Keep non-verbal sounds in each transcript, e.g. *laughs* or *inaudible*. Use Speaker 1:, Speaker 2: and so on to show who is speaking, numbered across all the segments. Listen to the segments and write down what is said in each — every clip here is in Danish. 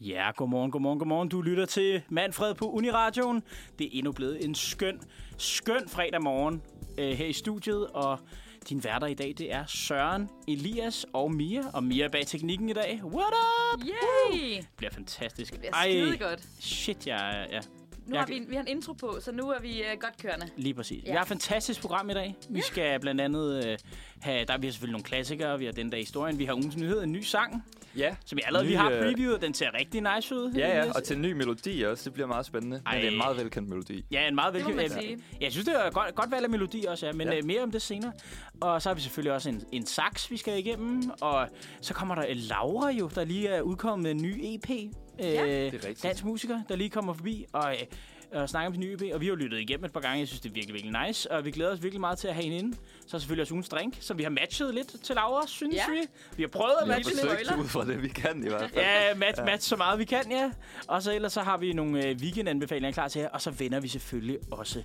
Speaker 1: Ja, godmorgen, godmorgen, godmorgen. Du lytter til Manfred på Uniradioen. Det er endnu blevet en skøn, skøn fredag morgen øh, her i studiet, og din værter i dag, det er Søren, Elias og Mia, og Mia er bag teknikken i dag. What up?
Speaker 2: Yay!
Speaker 1: Det bliver fantastisk. Det
Speaker 2: bliver skidegodt.
Speaker 1: Shit, jeg er... Ja.
Speaker 2: Nu
Speaker 1: Jeg-
Speaker 2: har vi, en- vi har en intro på, så nu er vi øh, godt kørende.
Speaker 1: Lige præcis. Ja.
Speaker 2: Ja.
Speaker 1: Vi har et fantastisk program i dag. Vi skal blandt andet øh, have... Der, vi har selvfølgelig nogle klassikere, vi har den dag i historien, vi har ugens nyhed, en ny sang,
Speaker 3: Ja.
Speaker 1: som jeg allerede
Speaker 3: Ny,
Speaker 1: vi har
Speaker 3: øh,
Speaker 1: previewet. Den ser rigtig nice ud.
Speaker 3: Ja, ja,
Speaker 1: Elias.
Speaker 3: og til en ny melodi også. Det bliver meget spændende.
Speaker 1: Ej.
Speaker 3: Ej. Men det er en meget velkendt melodi.
Speaker 1: Ja, en meget
Speaker 2: Det må
Speaker 1: velkendt. jeg,
Speaker 2: man sige.
Speaker 1: jeg synes, det er godt, godt valg af melodi også, ja, men ja.
Speaker 3: Ja.
Speaker 1: Øh, mere om det senere. Og så har vi selvfølgelig også en, en sax, vi skal igennem. Og så kommer der øh, Laura jo, der lige er udkommet med en ny EP. Øh,
Speaker 2: det
Speaker 3: er rigtigt.
Speaker 1: Dansk musiker, der lige kommer forbi og, øh, og snakker om sin nye EP. Og vi har jo lyttet igennem et par gange. Jeg synes, det er virkelig, virkelig nice. Og vi glæder os virkelig meget til at have hende inde. Så er selvfølgelig også ugens drink, som vi har matchet lidt til Laura, synes
Speaker 2: Ja.
Speaker 1: vi. Vi har prøvet at
Speaker 3: Vi har
Speaker 1: matche lidt.
Speaker 3: forsøgt ud fra det, vi kan i hvert fald.
Speaker 1: Ja, match, match så meget vi kan, ja. Og så ellers så har vi nogle øh, weekendanbefalinger klar til jer, og så vender vi selvfølgelig også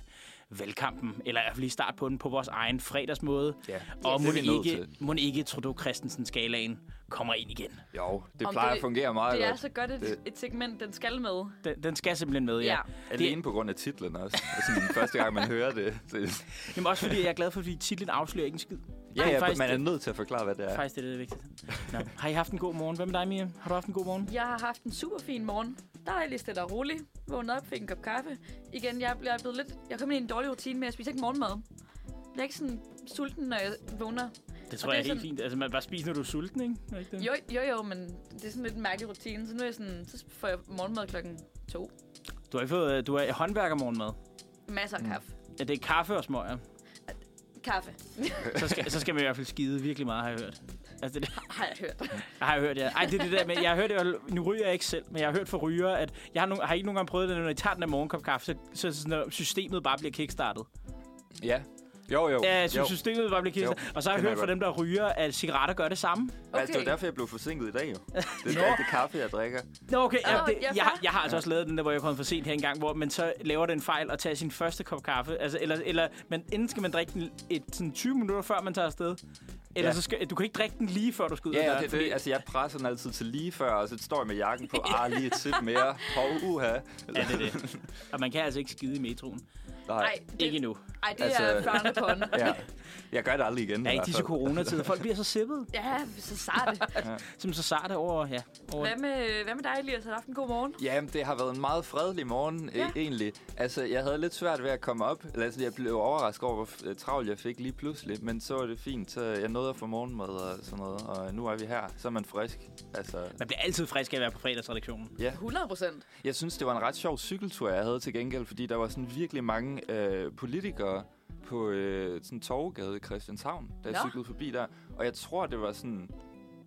Speaker 1: valgkampen, eller i hvert fald lige start på den på vores egen fredagsmåde.
Speaker 3: Ja,
Speaker 1: og
Speaker 3: det
Speaker 1: må
Speaker 3: er vi nødt
Speaker 1: ikke,
Speaker 3: til.
Speaker 1: må ikke Trudeau Christensen-skalaen kommer ind igen.
Speaker 3: Jo, det
Speaker 2: Om
Speaker 3: plejer
Speaker 2: det-
Speaker 3: at fungere meget
Speaker 2: Det er
Speaker 3: godt.
Speaker 2: så godt et,
Speaker 3: Det-
Speaker 2: et segment, den skal med.
Speaker 1: Den, den skal simpelthen med, ja.
Speaker 2: Ja.
Speaker 3: Alene på grund af titlen også. Det er sådan den første gang, man hører det. det
Speaker 1: Jamen også fordi, jeg er glad for, fordi titlen afslører ikke en skid.
Speaker 3: ja,
Speaker 1: Det er
Speaker 3: ja,
Speaker 1: faktisk
Speaker 3: man er
Speaker 1: det.
Speaker 3: nødt til at forklare, hvad det er.
Speaker 1: Faktisk det, der er vigtigt. Nå, har I haft en god morgen? Hvad med dig, Mia? Har du haft en god morgen?
Speaker 2: Jeg har haft en super fin morgen. Dejlig stille og rolig. Vågnede op, fik en kop kaffe. Igen, jeg bliver blevet lidt... Jeg kom ind i en dårlig rutine med, at jeg spiser ikke morgenmad. Jeg er ikke sådan sulten, når jeg vågner.
Speaker 1: Det
Speaker 2: Og
Speaker 1: tror
Speaker 2: det
Speaker 1: jeg er
Speaker 2: er
Speaker 1: helt
Speaker 2: sådan-
Speaker 1: fint. Altså, man bare spiser, når du er sulten, ikke? Er det ikke det?
Speaker 2: Jo, jo, jo, men det er sådan lidt en mærkelig rutine. Så nu er jeg sådan... Så får jeg morgenmad klokken to.
Speaker 1: Du har ikke fået... øh, Du er håndværkermorgenmad.
Speaker 2: Masser af kaffe.
Speaker 1: Ja, det er kaffe og smøger.
Speaker 2: Kaffe,
Speaker 1: så, skal, så skal man i hvert fald skide virkelig meget, har jeg hørt. Altså, det, *laughs*
Speaker 2: har jeg hørt.
Speaker 1: jeg har hørt, ja. Ej, det er det der med, jeg har hørt, det, nu ryger jeg ikke selv, men jeg har hørt fra rygere, at jeg har, no, har ikke nogen gange prøvet det, når jeg tager den der morgenkop kaffe, så, så, så når systemet bare bliver kickstartet.
Speaker 3: Ja. Jo, jo.
Speaker 1: Ja, så
Speaker 3: jo.
Speaker 1: systemet bare bliver kickstartet.
Speaker 3: Jo,
Speaker 1: og så har jeg
Speaker 3: kender
Speaker 1: hørt
Speaker 3: jeg
Speaker 1: fra
Speaker 3: godt.
Speaker 1: dem, der ryger, at cigaretter gør det samme.
Speaker 3: Okay. Altså, det
Speaker 2: Okay.
Speaker 3: var derfor, jeg blev forsinket i dag jo.
Speaker 1: *laughs*
Speaker 3: Det er det kaffe, jeg drikker.
Speaker 1: Nå, okay, ja,
Speaker 2: Åh,
Speaker 1: det,
Speaker 2: ja,
Speaker 1: jeg, har-
Speaker 2: fair.
Speaker 1: jeg har altså også lavet den der, hvor jeg kom for sent her engang, hvor man så laver den fejl og tager sin første kop kaffe. Altså, eller, eller men inden skal man drikke den et, sådan 20 minutter, før man tager afsted. Eller
Speaker 3: Ja.
Speaker 1: så skal, du kan ikke drikke den lige før du skal ud af
Speaker 3: Ja,
Speaker 1: døren,
Speaker 3: ja det,
Speaker 1: fordi-
Speaker 3: det, altså, jeg presser den altid til lige før, og så står jeg med jakken
Speaker 1: *laughs*
Speaker 3: på. Ah, lige et tip mere. Hov, uha.
Speaker 1: Ja, det
Speaker 3: *laughs*
Speaker 1: er det. Og man kan altså ikke skide i metroen.
Speaker 2: Nej, det,
Speaker 1: Ikke endnu.
Speaker 2: Ej, det
Speaker 3: Altså-
Speaker 2: altså... er frowned upon.
Speaker 3: Ja. Jeg gør det aldrig igen.
Speaker 1: Ja,
Speaker 3: i
Speaker 1: i
Speaker 3: hvert
Speaker 1: disse
Speaker 3: fald.
Speaker 1: coronatider. Folk bliver så sippet.
Speaker 2: Ja, så sarte.
Speaker 1: Som så sarte over, ja. Over.
Speaker 2: Hvad med, hvad med dig, Elias? Har du haft en god morgen?
Speaker 3: Jamen, det har været en meget fredelig morgen, ja.
Speaker 2: Ja.
Speaker 3: øh, egentlig. Altså, jeg havde lidt svært ved at komme op. Eller, altså, jeg blev overrasket over, hvor f- øh, travlt jeg fik lige pludselig. Men så var det fint, så jeg nåede at få morgenmad og sådan noget. Og nu er vi her, så er man frisk. Altså,
Speaker 1: Man bliver altid frisk af at være på fredagsredaktionen.
Speaker 2: 100 procent.
Speaker 3: jeg synes, det var en ret sjov cykeltur, jeg havde til gengæld, fordi der var sådan virkelig mange øh, politikere på øh, sådan Torvegade i Christianshavn, der jeg
Speaker 2: Nå.
Speaker 3: cyklede forbi der. Og jeg tror, det var sådan...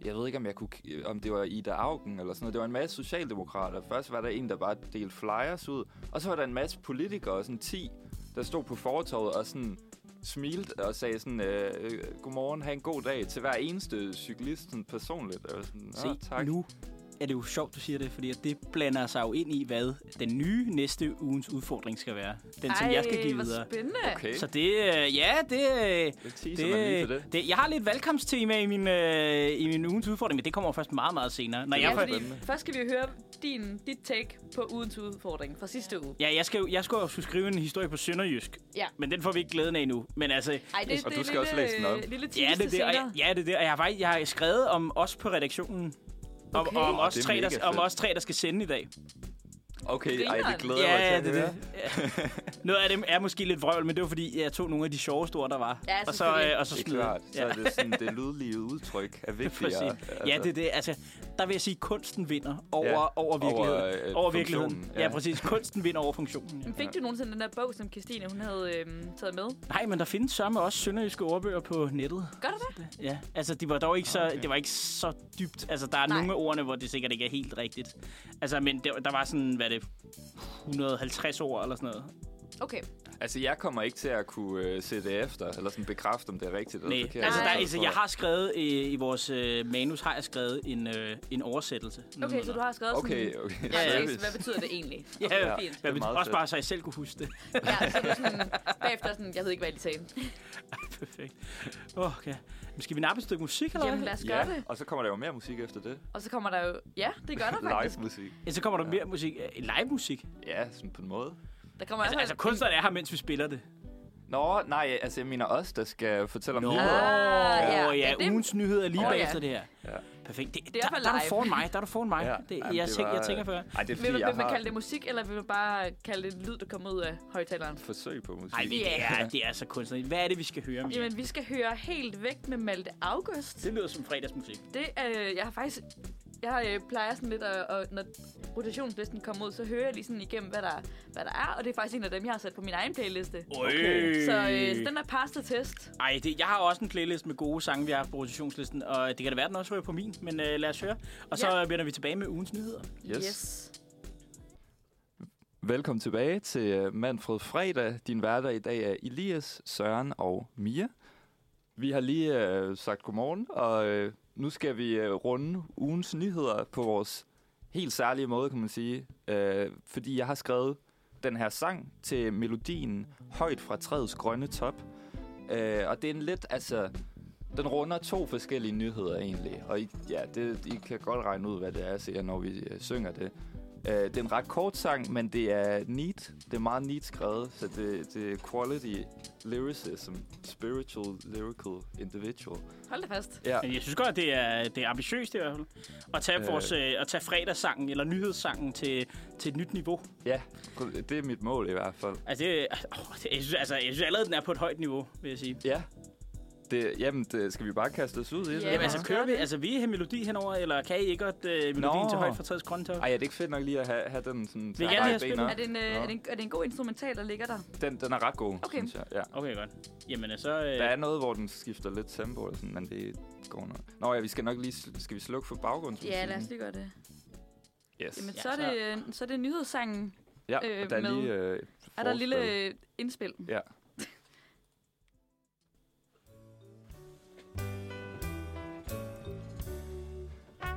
Speaker 3: Jeg ved ikke, om, jeg kunne, k- om det var Ida Augen eller sådan noget. Det var en masse socialdemokrater. Først var der en, der bare delte flyers ud. Og så var der en masse politikere, sådan 10, der stod på fortorvet og sådan smilte og sagde sådan, øh, øh, godmorgen, have en god dag til hver eneste cyklist sådan personligt. Og sådan, "Nå,
Speaker 1: Se,
Speaker 3: tak.
Speaker 1: nu er det jo sjovt, du siger det, fordi at det blander sig jo ind i, hvad den nye næste ugens udfordring skal være. Den, som jeg skal give
Speaker 2: hvor
Speaker 1: videre.
Speaker 2: spændende.
Speaker 3: Okay,
Speaker 1: Så det, øh, ja, det, øh,
Speaker 3: det teaser man lige
Speaker 1: det,
Speaker 3: til det.
Speaker 1: det, jeg har lidt valgkampstema i min, øh, i min ugens udfordring, men det kommer først meget, meget senere. Når
Speaker 3: Det
Speaker 2: Ja,
Speaker 1: jeg,
Speaker 3: er
Speaker 1: får-
Speaker 2: fordi
Speaker 3: spændende.
Speaker 2: først skal vi høre din, dit take på ugens udfordring fra sidste uge.
Speaker 1: ja, jeg, skal, jo- jeg skal jo skulle skrive en historie på sønderjysk,
Speaker 2: Ja.
Speaker 1: men den får vi ikke glæden af nu. Men altså,
Speaker 2: Ej, det,
Speaker 3: Og
Speaker 2: det
Speaker 3: du
Speaker 2: er øh,
Speaker 3: skal
Speaker 2: lille,
Speaker 3: også læse den op.
Speaker 2: Lille
Speaker 1: Ja, det er det. Og jeg,
Speaker 2: senere.
Speaker 1: ja, det er det. Og jeg har, faktisk- jeg har skrevet om os på redaktionen. Om,
Speaker 2: Okay.
Speaker 1: okay. om,
Speaker 3: Åh,
Speaker 1: os
Speaker 3: det er
Speaker 1: tre, der,
Speaker 3: mega
Speaker 1: om
Speaker 3: fedt.
Speaker 1: os tre, der skal sende i dag.
Speaker 3: Okay, ej,
Speaker 2: Grineren.
Speaker 3: det glæder jeg mig til at høre.
Speaker 1: Ja. *laughs* Noget af dem er måske lidt vrøvl, men det var fordi, jeg tog nogle af de sjoveste ord, der var.
Speaker 2: Ja,
Speaker 1: og så,
Speaker 2: selvfølgelig.
Speaker 1: øh, og så
Speaker 3: Det er
Speaker 1: smed jeg.
Speaker 3: klart. Så er det sådan, det lydlige udtryk er
Speaker 1: *laughs* Præcis.
Speaker 3: vigtigere. altså.
Speaker 1: Ja, det er det. Altså, der vil jeg sige, at kunsten vinder over, ja. over virkeligheden.
Speaker 3: Over, øh,
Speaker 1: over virkeligheden.
Speaker 3: funktionen,
Speaker 1: Ja.
Speaker 3: ja.
Speaker 1: ja, præcis. Kunsten vinder over funktionen. Ja.
Speaker 2: *laughs* Men Fik du nogensinde den der bog, som Christine hun havde øhm, taget med?
Speaker 1: Nej, men der findes sørme også sønderjyske ordbøger på nettet.
Speaker 2: Gør du det?
Speaker 1: Ja, altså det var dog ikke så,
Speaker 3: Okay.
Speaker 1: det var ikke så dybt. Altså der er
Speaker 2: Nej.
Speaker 1: nogle af ordene, hvor det sikkert ikke er helt rigtigt. Altså, men der, der var sådan, hvad er det, 150 ord eller sådan noget.
Speaker 2: Okay.
Speaker 3: Altså, jeg kommer ikke til at kunne øh, se det efter, eller sådan bekræfte, om det er rigtigt eller
Speaker 1: Nej,
Speaker 3: forkert.
Speaker 1: altså, der,
Speaker 2: Nej.
Speaker 1: altså jeg har skrevet øh, i vores øh, manus, har jeg skrevet en, øh, en oversættelse.
Speaker 2: Okay, så du har skrevet
Speaker 3: Okay,
Speaker 2: sådan...
Speaker 3: okay.
Speaker 2: Ja, ja.
Speaker 3: Service.
Speaker 2: Hvad betyder det *laughs* egentlig?
Speaker 1: Ja, ja.
Speaker 2: fint.
Speaker 1: Hvad
Speaker 3: Det er meget
Speaker 1: betyder, også
Speaker 3: fedt.
Speaker 1: bare, så jeg selv kunne huske det. *laughs*
Speaker 2: Ja, så er du sådan, bagefter sådan, jeg ved ikke, hvad de sagde.
Speaker 1: Perfekt. Okay. Men skal vi nappe et stykke musik, eller
Speaker 2: *laughs* Jamen,
Speaker 1: hvad?
Speaker 2: lad os gøre
Speaker 3: ja,
Speaker 2: det.
Speaker 3: og så kommer der jo mere musik efter det.
Speaker 2: Og så kommer der jo... Ja, det gør der faktisk.
Speaker 3: Live musik.
Speaker 1: Ja, så kommer der mere musik. Øh, Live musik?
Speaker 3: Ja, sådan på en måde.
Speaker 2: Der kommer
Speaker 1: Altså, altså kunstneren er her, mens vi spiller det.
Speaker 3: Nå, nej, altså jeg mener os, der skal fortælle om
Speaker 1: Nå.
Speaker 3: nyheder.
Speaker 2: Ah, ja.
Speaker 1: Åh oh, ja,
Speaker 2: Ja, det-
Speaker 1: ugens nyheder er lige
Speaker 2: Åh, ja.
Speaker 1: bagefter det her.
Speaker 3: Ja.
Speaker 1: Perfekt. Det,
Speaker 2: er
Speaker 1: der,
Speaker 2: for
Speaker 1: der er du
Speaker 2: live.
Speaker 1: foran mig. Der er du foran mig. Det,
Speaker 3: Jamen,
Speaker 1: jeg, tænker,
Speaker 3: var-
Speaker 1: jeg tænker før.
Speaker 3: Ej, det er
Speaker 2: Vil,
Speaker 3: fordi,
Speaker 2: man-
Speaker 3: jeg
Speaker 2: vil man
Speaker 3: har
Speaker 2: kalde det musik, eller vil man bare kalde det lyd, der kommer ud af højtaleren?
Speaker 3: et forsøg på musik.
Speaker 1: Nej, det er, det er så kunstnerligt. Hvad er det, vi skal høre mere?
Speaker 2: Jamen, vi skal høre helt væk med Malte August.
Speaker 1: Det lyder som fredagsmusik.
Speaker 2: Det, øh, jeg har faktisk... Jeg øh, plejer sådan lidt, at, at, når rotationslisten kommer ud, så hører jeg lige sådan igennem, hvad der, hvad der er. Og det er faktisk en af dem, jeg har sat på min egen playliste.
Speaker 1: Okay.
Speaker 2: Så øh, så den er pasta test.
Speaker 1: Ej, det, jeg har også en playlist med gode sange, vi har haft på rotationslisten, og det kan da være, den også ryger på min, men øh, lad os høre. Og så
Speaker 2: Ja.
Speaker 1: vender vi tilbage med ugens nyheder.
Speaker 3: Yes. yes. Velkommen tilbage til øh, Manfred Fredag. Din værter i dag er Elias, Søren og Mia. Vi har lige øh, sagt godmorgen, og øh, nu skal vi øh, runde ugens nyheder på vores helt særlige måde, kan man sige. Øh, fordi jeg har skrevet den her sang til melodien Højt fra træets grønne top. Øh, og det er en lidt, altså... Den runder to forskellige nyheder egentlig, og I, ja, det, I kan godt regne ud, hvad det er, siger, når vi øh, synger det. Øh, det er en ret kort sang, men det er neat. Det er meget neat skrevet, så det, det er quality lyricism, spiritual, lyrical, individual.
Speaker 2: Hold da fast.
Speaker 3: Ja,
Speaker 1: Men jeg synes godt, det er, det er ambitiøst i hvert fald. At tage, øh.
Speaker 3: Øh.
Speaker 1: vores, øh, at tage fredagssangen eller nyhedssangen til, til et nyt niveau.
Speaker 3: ja, det er mit mål i hvert fald.
Speaker 1: Altså, det, åh, det, jeg, synes, altså, jeg synes allerede, den er på et højt niveau, vil jeg sige.
Speaker 3: Ja, det, jamen, det, skal vi bare kaste os ud i det?
Speaker 2: Ja.
Speaker 1: Jamen, altså,
Speaker 2: Skal
Speaker 1: kører vi,
Speaker 2: vi?
Speaker 1: altså, vi her melodi henover, eller kan I ikke godt øh, melodien
Speaker 3: Nå.
Speaker 1: til højt fra træets grønne top?
Speaker 3: Ej, er det ikke fedt nok lige at have, have den sådan...
Speaker 1: Vi
Speaker 3: til at
Speaker 1: gerne
Speaker 3: pege
Speaker 1: have spillet.
Speaker 3: benene op?
Speaker 2: Er det, en, øh, er, det en, er det en god instrumental, der ligger der?
Speaker 3: Den, den er ret god,
Speaker 2: Okay.
Speaker 3: okay. synes jeg. Ja.
Speaker 1: Okay, godt. Jamen, øh, så... Øh,
Speaker 3: Der er noget, hvor den skifter lidt tempo, eller sådan, men det går nok. Nå ja, vi skal nok lige... sl- Skal vi slukke for baggrundsmusikken?
Speaker 2: Ja, lad os lige gøre det.
Speaker 3: Yes.
Speaker 2: Jamen,
Speaker 1: Ja,
Speaker 2: så er
Speaker 1: så-
Speaker 2: det, øh, så er det nyhedssangen.
Speaker 3: ja,
Speaker 2: øh,
Speaker 3: og der er
Speaker 2: med-
Speaker 3: lige... Øh, et
Speaker 2: Er der et lille
Speaker 3: forspil.
Speaker 2: øh, indspil?
Speaker 3: Ja.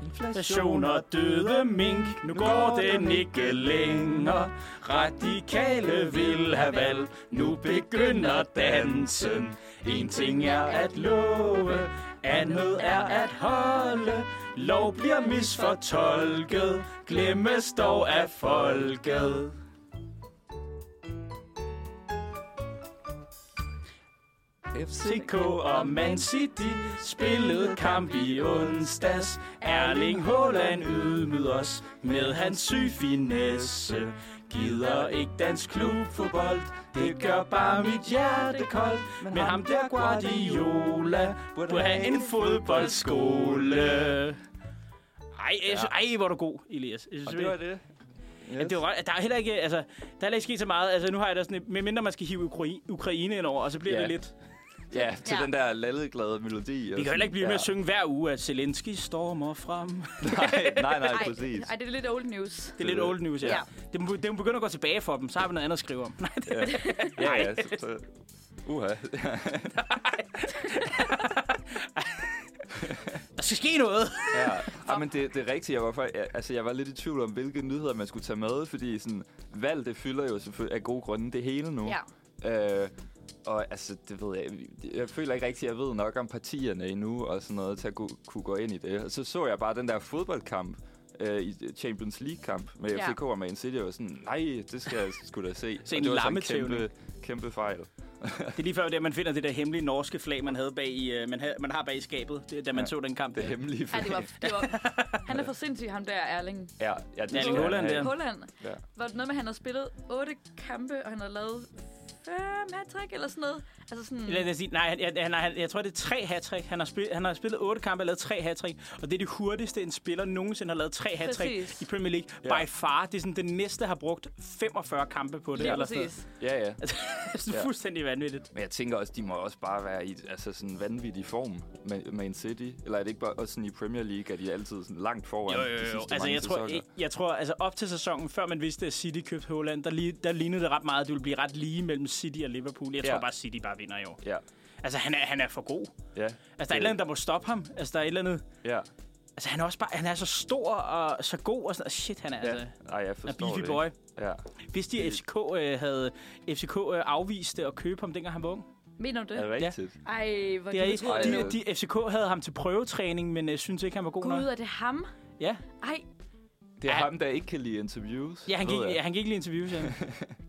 Speaker 1: Inflation og døde mink, nu går den ikke længere. Radikale vil have valg, nu begynder dansen. En ting er at love, andet er at holde. Lov bliver misfortolket, glemmes dog af folket. FCK og Man City spillede kamp i onsdags. Erling Haaland ydmyg os med hans syg finesse. Gider ikke dansk klubfodbold, det gør bare mit hjerte koldt. Men ham der Guardiola burde have en fodboldskole. Ej, jeg synes, ej, hvor er du god, Elias. Jeg synes,
Speaker 3: Og det var det. Yes.
Speaker 1: Yes. Det var, der er heller ikke, altså, der er heller ikke sket så meget. Altså, nu har jeg da sådan, et- medmindre man skal hive Ukrai- Ukraine ind over, og så bliver
Speaker 3: Ja.
Speaker 1: det lidt...
Speaker 3: Ja, til
Speaker 2: Ja.
Speaker 3: ja. den der lalleglade melodi.
Speaker 1: Vi kan heller ikke blive ved med at synge hver uge, at Zelensky stormer frem. Det
Speaker 3: *laughs* nej, nej, nej, præcis.
Speaker 2: Ej, det er lidt old news.
Speaker 1: er lidt
Speaker 3: det.
Speaker 1: old news, ja.
Speaker 2: Ja.
Speaker 1: ja. Det, må, det må begynde at gå tilbage for dem, så har vi noget andet at skrive om. Nej, det,
Speaker 3: Ja, ja, så, så. Uha. *laughs*
Speaker 1: der skal ske
Speaker 3: *laughs*
Speaker 1: noget.
Speaker 3: Ja. Ej, men det, det er rigtigt. Jeg var, for, jeg, altså, jeg var lidt i tvivl om, hvilke nyheder man skulle tage med, fordi sådan, valg, det fylder jo selvfølgelig af gode grunde det hele nu.
Speaker 2: Ja.
Speaker 3: Øh, og altså, det ved jeg, jeg føler ikke rigtigt, at jeg ved nok om partierne endnu og sådan noget, til at kunne, kunne gå ind i det. Og så så jeg bare den der fodboldkamp, øh, i Champions League-kamp med
Speaker 2: Ja.
Speaker 3: FCK og Man City, og jeg var sådan, nej, det skal jeg sgu da se.
Speaker 1: *laughs* Se
Speaker 3: Og
Speaker 1: en
Speaker 3: det var så en
Speaker 1: lammetævning.
Speaker 3: kæmpe, kæmpe fejl.
Speaker 1: Det er lige før, at man finder det der hemmelige norske flag, man, havde bag i, øh, man, havde, man har bag i skabet, det, er, da man
Speaker 3: Ja.
Speaker 1: så den kamp.
Speaker 3: Det
Speaker 1: der.
Speaker 3: hemmelige
Speaker 2: Ej,
Speaker 3: fejl.
Speaker 2: det var, det var, han er for sindssyg, ham der Erling.
Speaker 3: Ja, ja, det
Speaker 1: Ja,
Speaker 3: skal
Speaker 1: Erling
Speaker 3: han
Speaker 1: Haaland
Speaker 3: have.
Speaker 1: der.
Speaker 2: Holland.
Speaker 3: Ja.
Speaker 2: Var det noget med, at han havde spillet otte kampe, og han havde lavet fem hat eller sådan noget? Altså sådan...
Speaker 1: Eller, lad os sige, nej, han, han, han, jeg tror, det er tre hat han, har spil, han har spillet otte kampe og lavet tre hat og det er det hurtigste, en spiller nogensinde har lavet tre hat
Speaker 2: Præcis.
Speaker 1: i Premier League.
Speaker 3: Ja.
Speaker 1: By far, det er sådan, den næste har brugt 45 kampe på det.
Speaker 2: Lige
Speaker 1: eller sådan noget.
Speaker 2: præcis.
Speaker 3: Ja, ja.
Speaker 1: *laughs* Altså, det er
Speaker 3: Ja.
Speaker 1: fuldstændig vanvittigt.
Speaker 3: Men jeg tænker også, de må også bare være i altså sådan vanvittig form med Man City. Eller er det ikke bare også sådan i Premier League, at de er altid sådan langt foran?
Speaker 1: Jo,
Speaker 3: de
Speaker 1: jo, jo.
Speaker 3: sidste
Speaker 1: Altså,
Speaker 3: mange
Speaker 1: jeg tror,
Speaker 3: sæsoner?
Speaker 1: jeg, jeg tror, altså op til sæsonen, før man vidste, at City købte Haaland, der, li- der lignede det ret meget, at det ville blive ret lige mellem City og Liverpool. Jeg
Speaker 3: Ja.
Speaker 1: tror bare, City bare vinder i år.
Speaker 3: Ja,
Speaker 1: Altså, han er, han er for god.
Speaker 3: ja.
Speaker 1: Altså, der er et eller andet, der må stoppe ham. Altså, der er et eller andet...
Speaker 3: Ja,
Speaker 1: Altså, han er også bare... Han er så stor og så god og sådan noget. Shit, han er ja.
Speaker 3: ja.
Speaker 1: altså...
Speaker 3: Ej, jeg
Speaker 1: Han er
Speaker 3: forstår det.
Speaker 1: beefy
Speaker 3: ikke.
Speaker 1: boy.
Speaker 3: Ja.
Speaker 1: Hvis de FCK øh, havde... FCK øh, afviste at købe ham, dengang han var ung.
Speaker 2: Mener du
Speaker 3: Er
Speaker 2: det?
Speaker 3: det rigtigt?
Speaker 2: Ej, hvor
Speaker 1: Det er
Speaker 2: de
Speaker 1: ikke,
Speaker 2: utroligt.
Speaker 3: Ej,
Speaker 1: de, de, FCK havde ham til prøvetræning, men øh, synes ikke, han var god
Speaker 2: Gud,
Speaker 1: nok.
Speaker 2: er det ham?
Speaker 1: Ja,
Speaker 2: Ej,
Speaker 3: Det er
Speaker 1: Ja.
Speaker 3: ham, der ikke kan lide interviews.
Speaker 1: ja han,
Speaker 3: ved
Speaker 1: gik, ja,
Speaker 3: jeg.
Speaker 1: han gik lige interviews. Ja.
Speaker 2: kan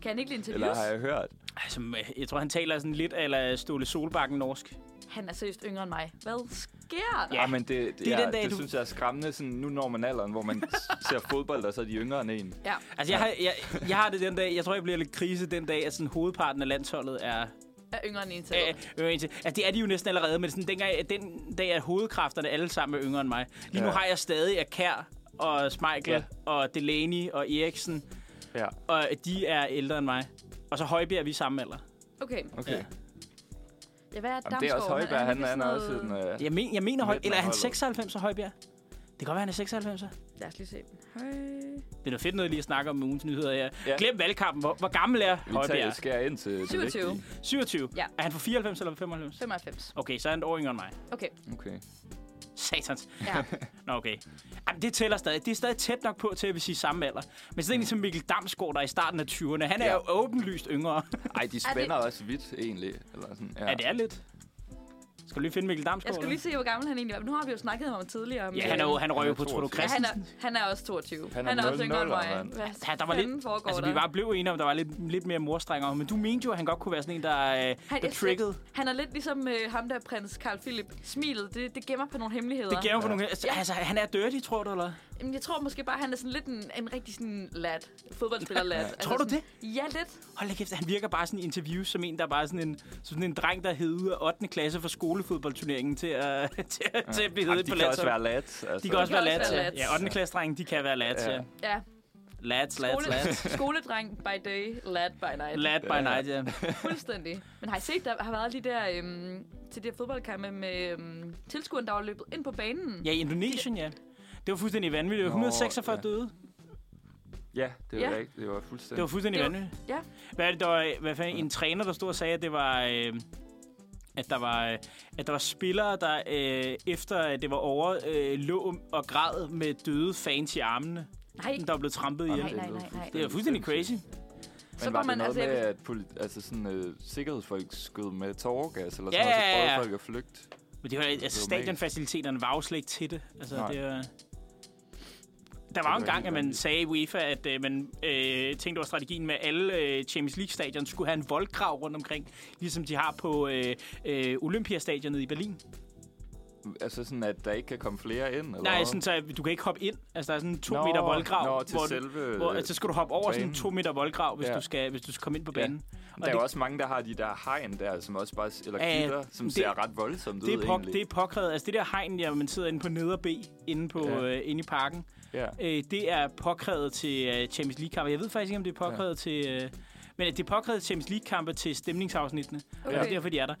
Speaker 2: han ikke lide
Speaker 3: Eller
Speaker 2: interviews?
Speaker 3: har jeg hørt?
Speaker 1: Altså, jeg tror, han taler sådan lidt eller Ståle Solbakken norsk.
Speaker 2: Han er seriøst yngre end mig. Hvad sker der?
Speaker 1: Ja.
Speaker 3: Ja, Ah, men det, det,
Speaker 1: er
Speaker 3: det, er,
Speaker 1: den dag,
Speaker 3: det
Speaker 1: du-
Speaker 3: synes jeg er skræmmende. Sådan, nu når man alderen, hvor
Speaker 1: *laughs*
Speaker 3: man s- ser fodbold, og så er de yngre end en.
Speaker 2: ja.
Speaker 1: Altså, jeg har, jeg, jeg har det den dag, jeg tror, jeg bliver lidt krise den dag, at sådan, hovedparten af landsholdet er...
Speaker 2: Er yngre end en til.
Speaker 1: Øh, øh, indtil- altså, det er de jo næsten allerede, men sådan, dengang, den dag er hovedkræfterne alle sammen er yngre end mig. Lige nu
Speaker 3: Ja.
Speaker 1: har jeg stadig at Kær og Smeichel
Speaker 3: Ja.
Speaker 1: og Delaney og Eriksen,
Speaker 3: Ja,
Speaker 1: og de er ældre end mig. Og så Højbjerg, vi er samme alder.
Speaker 2: Okay.
Speaker 3: okay.
Speaker 1: Ja.
Speaker 2: Ja, hvad er
Speaker 3: Jamen, det er også
Speaker 2: Damsgaard?
Speaker 3: Højberg, han,
Speaker 2: vist
Speaker 3: han er
Speaker 2: sådan
Speaker 3: også en...
Speaker 2: noget-
Speaker 3: Øh,
Speaker 1: Jeg, men, jeg mener, Høj,
Speaker 3: Midten
Speaker 1: eller
Speaker 3: af
Speaker 1: er han
Speaker 3: holdet.
Speaker 1: 96 er Højbjerg? Det kan godt være, han er 96. Det
Speaker 2: Lad os lige se. Høj.
Speaker 1: er noget fedt noget lige at snakke om ugens nyheder her. Ja.
Speaker 3: Ja.
Speaker 1: Glem valgkampen. Hvor, hvor gammel er
Speaker 3: vi tager
Speaker 1: Højbjerg?
Speaker 3: skærer ind til det
Speaker 2: 27.
Speaker 3: vigtige.
Speaker 1: 27?
Speaker 2: Ja.
Speaker 1: Er han fra 94 eller fra 95?
Speaker 2: 95.
Speaker 1: Okay, så er han et år yngre end mig. *laughs*
Speaker 2: Okay.
Speaker 3: Okay.
Speaker 1: Satans.
Speaker 2: Ja.
Speaker 1: Nå, okay. Jamen, det tæller stadig. Det er stadig tæt nok på til, at vi siger samme alder. Men sådan en som Mikkel Damsgaard, der er i starten af 20'erne, han er
Speaker 3: Ja.
Speaker 1: jo åbenlyst yngre.
Speaker 3: Ej, de spænder også vidt, egentlig. Eller sådan.
Speaker 1: Ja, det er lidt. Skal du lige finde Mikkel Damsgaard?
Speaker 2: Jeg skulle lige se, hvor gammel han egentlig var. Men nu har vi jo snakket om ham tidligere.
Speaker 1: Ja, han, er jo, han røg jo
Speaker 3: Han er
Speaker 1: på Trotto
Speaker 3: 22.
Speaker 2: Ja, han,
Speaker 1: Christensen.
Speaker 2: er, han er også 22.
Speaker 3: Han er
Speaker 2: også yngre end
Speaker 3: 00'er,
Speaker 2: mig.
Speaker 3: mand.
Speaker 2: Hvad
Speaker 1: Ja, der var
Speaker 2: fanden
Speaker 1: lidt-
Speaker 2: foregår
Speaker 1: Altså,
Speaker 2: der?
Speaker 1: vi var blev enige om, der var lidt, lidt mere morstrenge om, men du mente jo, at han godt kunne være sådan en, der, øh,
Speaker 2: Han-
Speaker 1: der
Speaker 2: jeg-
Speaker 1: triggede.
Speaker 2: Han er lidt ligesom øh, ham der, prins Carl Philip. Smilet, det, det gemmer på nogle hemmeligheder.
Speaker 1: Det gav jo for
Speaker 3: Ja.
Speaker 1: nogle... Altså, altså, han er dirty, tror du, eller?
Speaker 2: Jamen, jeg tror måske bare, han er sådan lidt en, en rigtig sådan lad. Fodboldspiller lad. altså,
Speaker 1: Tror du
Speaker 2: sådan, det? Ja, lidt.
Speaker 1: Hold da kæft, han virker bare sådan i interviews som en, der er bare sådan en, som sådan en dreng, der hed ud af 8. klasse fra skolefodboldturneringen til at, *laughs* til, at- til at blive
Speaker 3: Jamen,
Speaker 1: heddet
Speaker 3: de
Speaker 1: på
Speaker 3: kan også
Speaker 1: landsholdet.
Speaker 3: være lads. Altså.
Speaker 1: De kan også
Speaker 2: De kan
Speaker 1: være lads,
Speaker 2: også være
Speaker 1: ja.
Speaker 2: lads.
Speaker 1: ja. 8. klasse drenge, de kan være lads, ja.
Speaker 3: Ja.
Speaker 2: Ja.
Speaker 1: Lads, lads,
Speaker 2: Skole,
Speaker 1: lads.
Speaker 2: *laughs* skoledreng by day, lad by night.
Speaker 1: Lad by night, ja.
Speaker 2: Fuldstændig. Men har I set, der har været lige der øhm, til det her fodboldkampe med øhm, tilskueren, der var løbet ind på banen?
Speaker 1: Ja, i Indonesien, ja. Det var fuldstændig vanvittigt. Det var
Speaker 3: Nå,
Speaker 1: 146
Speaker 3: ja.
Speaker 1: døde.
Speaker 3: Ja, det var,
Speaker 2: Ja.
Speaker 3: ja. Ikke, det var
Speaker 1: Det var
Speaker 3: fuldstændig...
Speaker 1: fuldstændig
Speaker 2: Det var-
Speaker 1: vanvittigt.
Speaker 2: ja.
Speaker 1: Hvad er det, der var, hvad fanden, en træner, der stod og sagde, at det var... Øh, at der var øh, at der var spillere der øh, efter at det var over øh, lå og græd med døde fans i armene
Speaker 2: Nej,
Speaker 1: der var blevet trampet ihjel.
Speaker 2: nej, nej, nej.
Speaker 1: Det er fuldstændig crazy.
Speaker 3: Men
Speaker 2: Så
Speaker 3: så
Speaker 2: går
Speaker 3: var
Speaker 2: man-
Speaker 3: det noget
Speaker 2: altså, jeg
Speaker 3: med, at politi- altså sådan, øh, sikkerhedsfolk skød med tårergas eller
Speaker 1: Ja,
Speaker 3: sådan noget,
Speaker 1: ja,
Speaker 3: så
Speaker 1: ja,
Speaker 3: prøvede
Speaker 1: ja.
Speaker 3: folk at flygte?
Speaker 1: Men det var,
Speaker 3: var
Speaker 1: altså, stadionfaciliteterne var jo slet ikke til det. Altså,
Speaker 3: Nej.
Speaker 1: det var... Der var jo en
Speaker 3: var
Speaker 1: gang,
Speaker 3: helt
Speaker 1: at man
Speaker 3: vanvittigt.
Speaker 1: sagde i UEFA, at øh, man øh, tænkte over strategien med, at alle øh, Champions League-stadion skulle have en voldgrav rundt omkring, ligesom de har på øh, øh, Olympiastadionet i Berlin.
Speaker 3: Altså sådan, at der ikke kan komme flere ind? Eller
Speaker 1: Nej,
Speaker 3: hvad?
Speaker 1: sådan, så at du kan ikke hoppe ind. Altså, der er sådan en to
Speaker 3: Nå,
Speaker 1: meter voldgrav,
Speaker 3: Nå, til
Speaker 1: hvor, du-
Speaker 3: selve... øh,
Speaker 1: hvor altså, så skal du hoppe over sådan en
Speaker 3: banen.
Speaker 1: to meter voldgrav, hvis,
Speaker 3: Ja.
Speaker 1: du skal, hvis du skal komme ind på
Speaker 3: Ja.
Speaker 1: banen.
Speaker 3: der er
Speaker 1: det-
Speaker 3: jo også mange, der har de der hegn der, som også bare... Eller
Speaker 1: Ja, ja,
Speaker 3: gitter, som
Speaker 1: det-
Speaker 3: ser ret voldsomt
Speaker 1: Det
Speaker 3: ud,
Speaker 1: er, på,
Speaker 3: egentlig.
Speaker 1: det er påkrævet. Altså, det der hegn, der man sidder inde på neder B, inde, på,
Speaker 3: Ja.
Speaker 1: øh, inde i parken,
Speaker 3: Ja.
Speaker 1: Øh, det er påkrævet til øh, Champions League-kampe. Jeg ved faktisk ikke, om det er påkrævet ja. til... Øh, men det er påkrævet til Champions League-kampe til stemningsafsnittene. Okay. Det er
Speaker 2: Okay.
Speaker 1: derfor, de er der.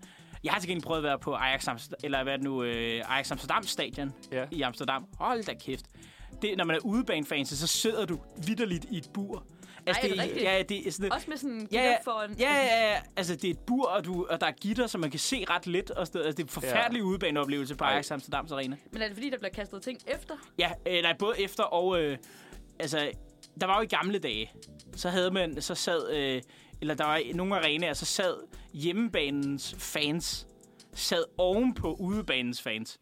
Speaker 1: Jeg har til gengæld prøvet at være på Ajax, Amsterdam, eller hvad er det nu, øh, Ajax Amsterdam stadion
Speaker 3: Ja.
Speaker 1: i Amsterdam. Hold da kæft. Det, når man er udebanefans, så sidder du vidderligt i et bur.
Speaker 2: Ej, er det rigtigt?
Speaker 1: ja, det er sådan et,
Speaker 2: Også med sådan en
Speaker 1: Ja,
Speaker 2: ja, for en...
Speaker 1: Ja, ja, ja, altså det er et bur, og, du, og der er gitter, som man kan se ret let. Og sådan, noget. altså, det er en forfærdelig ja. udebaneoplevelse på
Speaker 3: Ej.
Speaker 1: Ajax Amsterdams Arena.
Speaker 2: Men er det fordi, der bliver kastet ting efter?
Speaker 1: Ja, øh, nej, både efter og... Øh, altså, der var jo i gamle dage, så havde man, så sad... Øh, eller der var nogle arenaer, så sad hjemmebanens fans, sad ovenpå udebanens fans.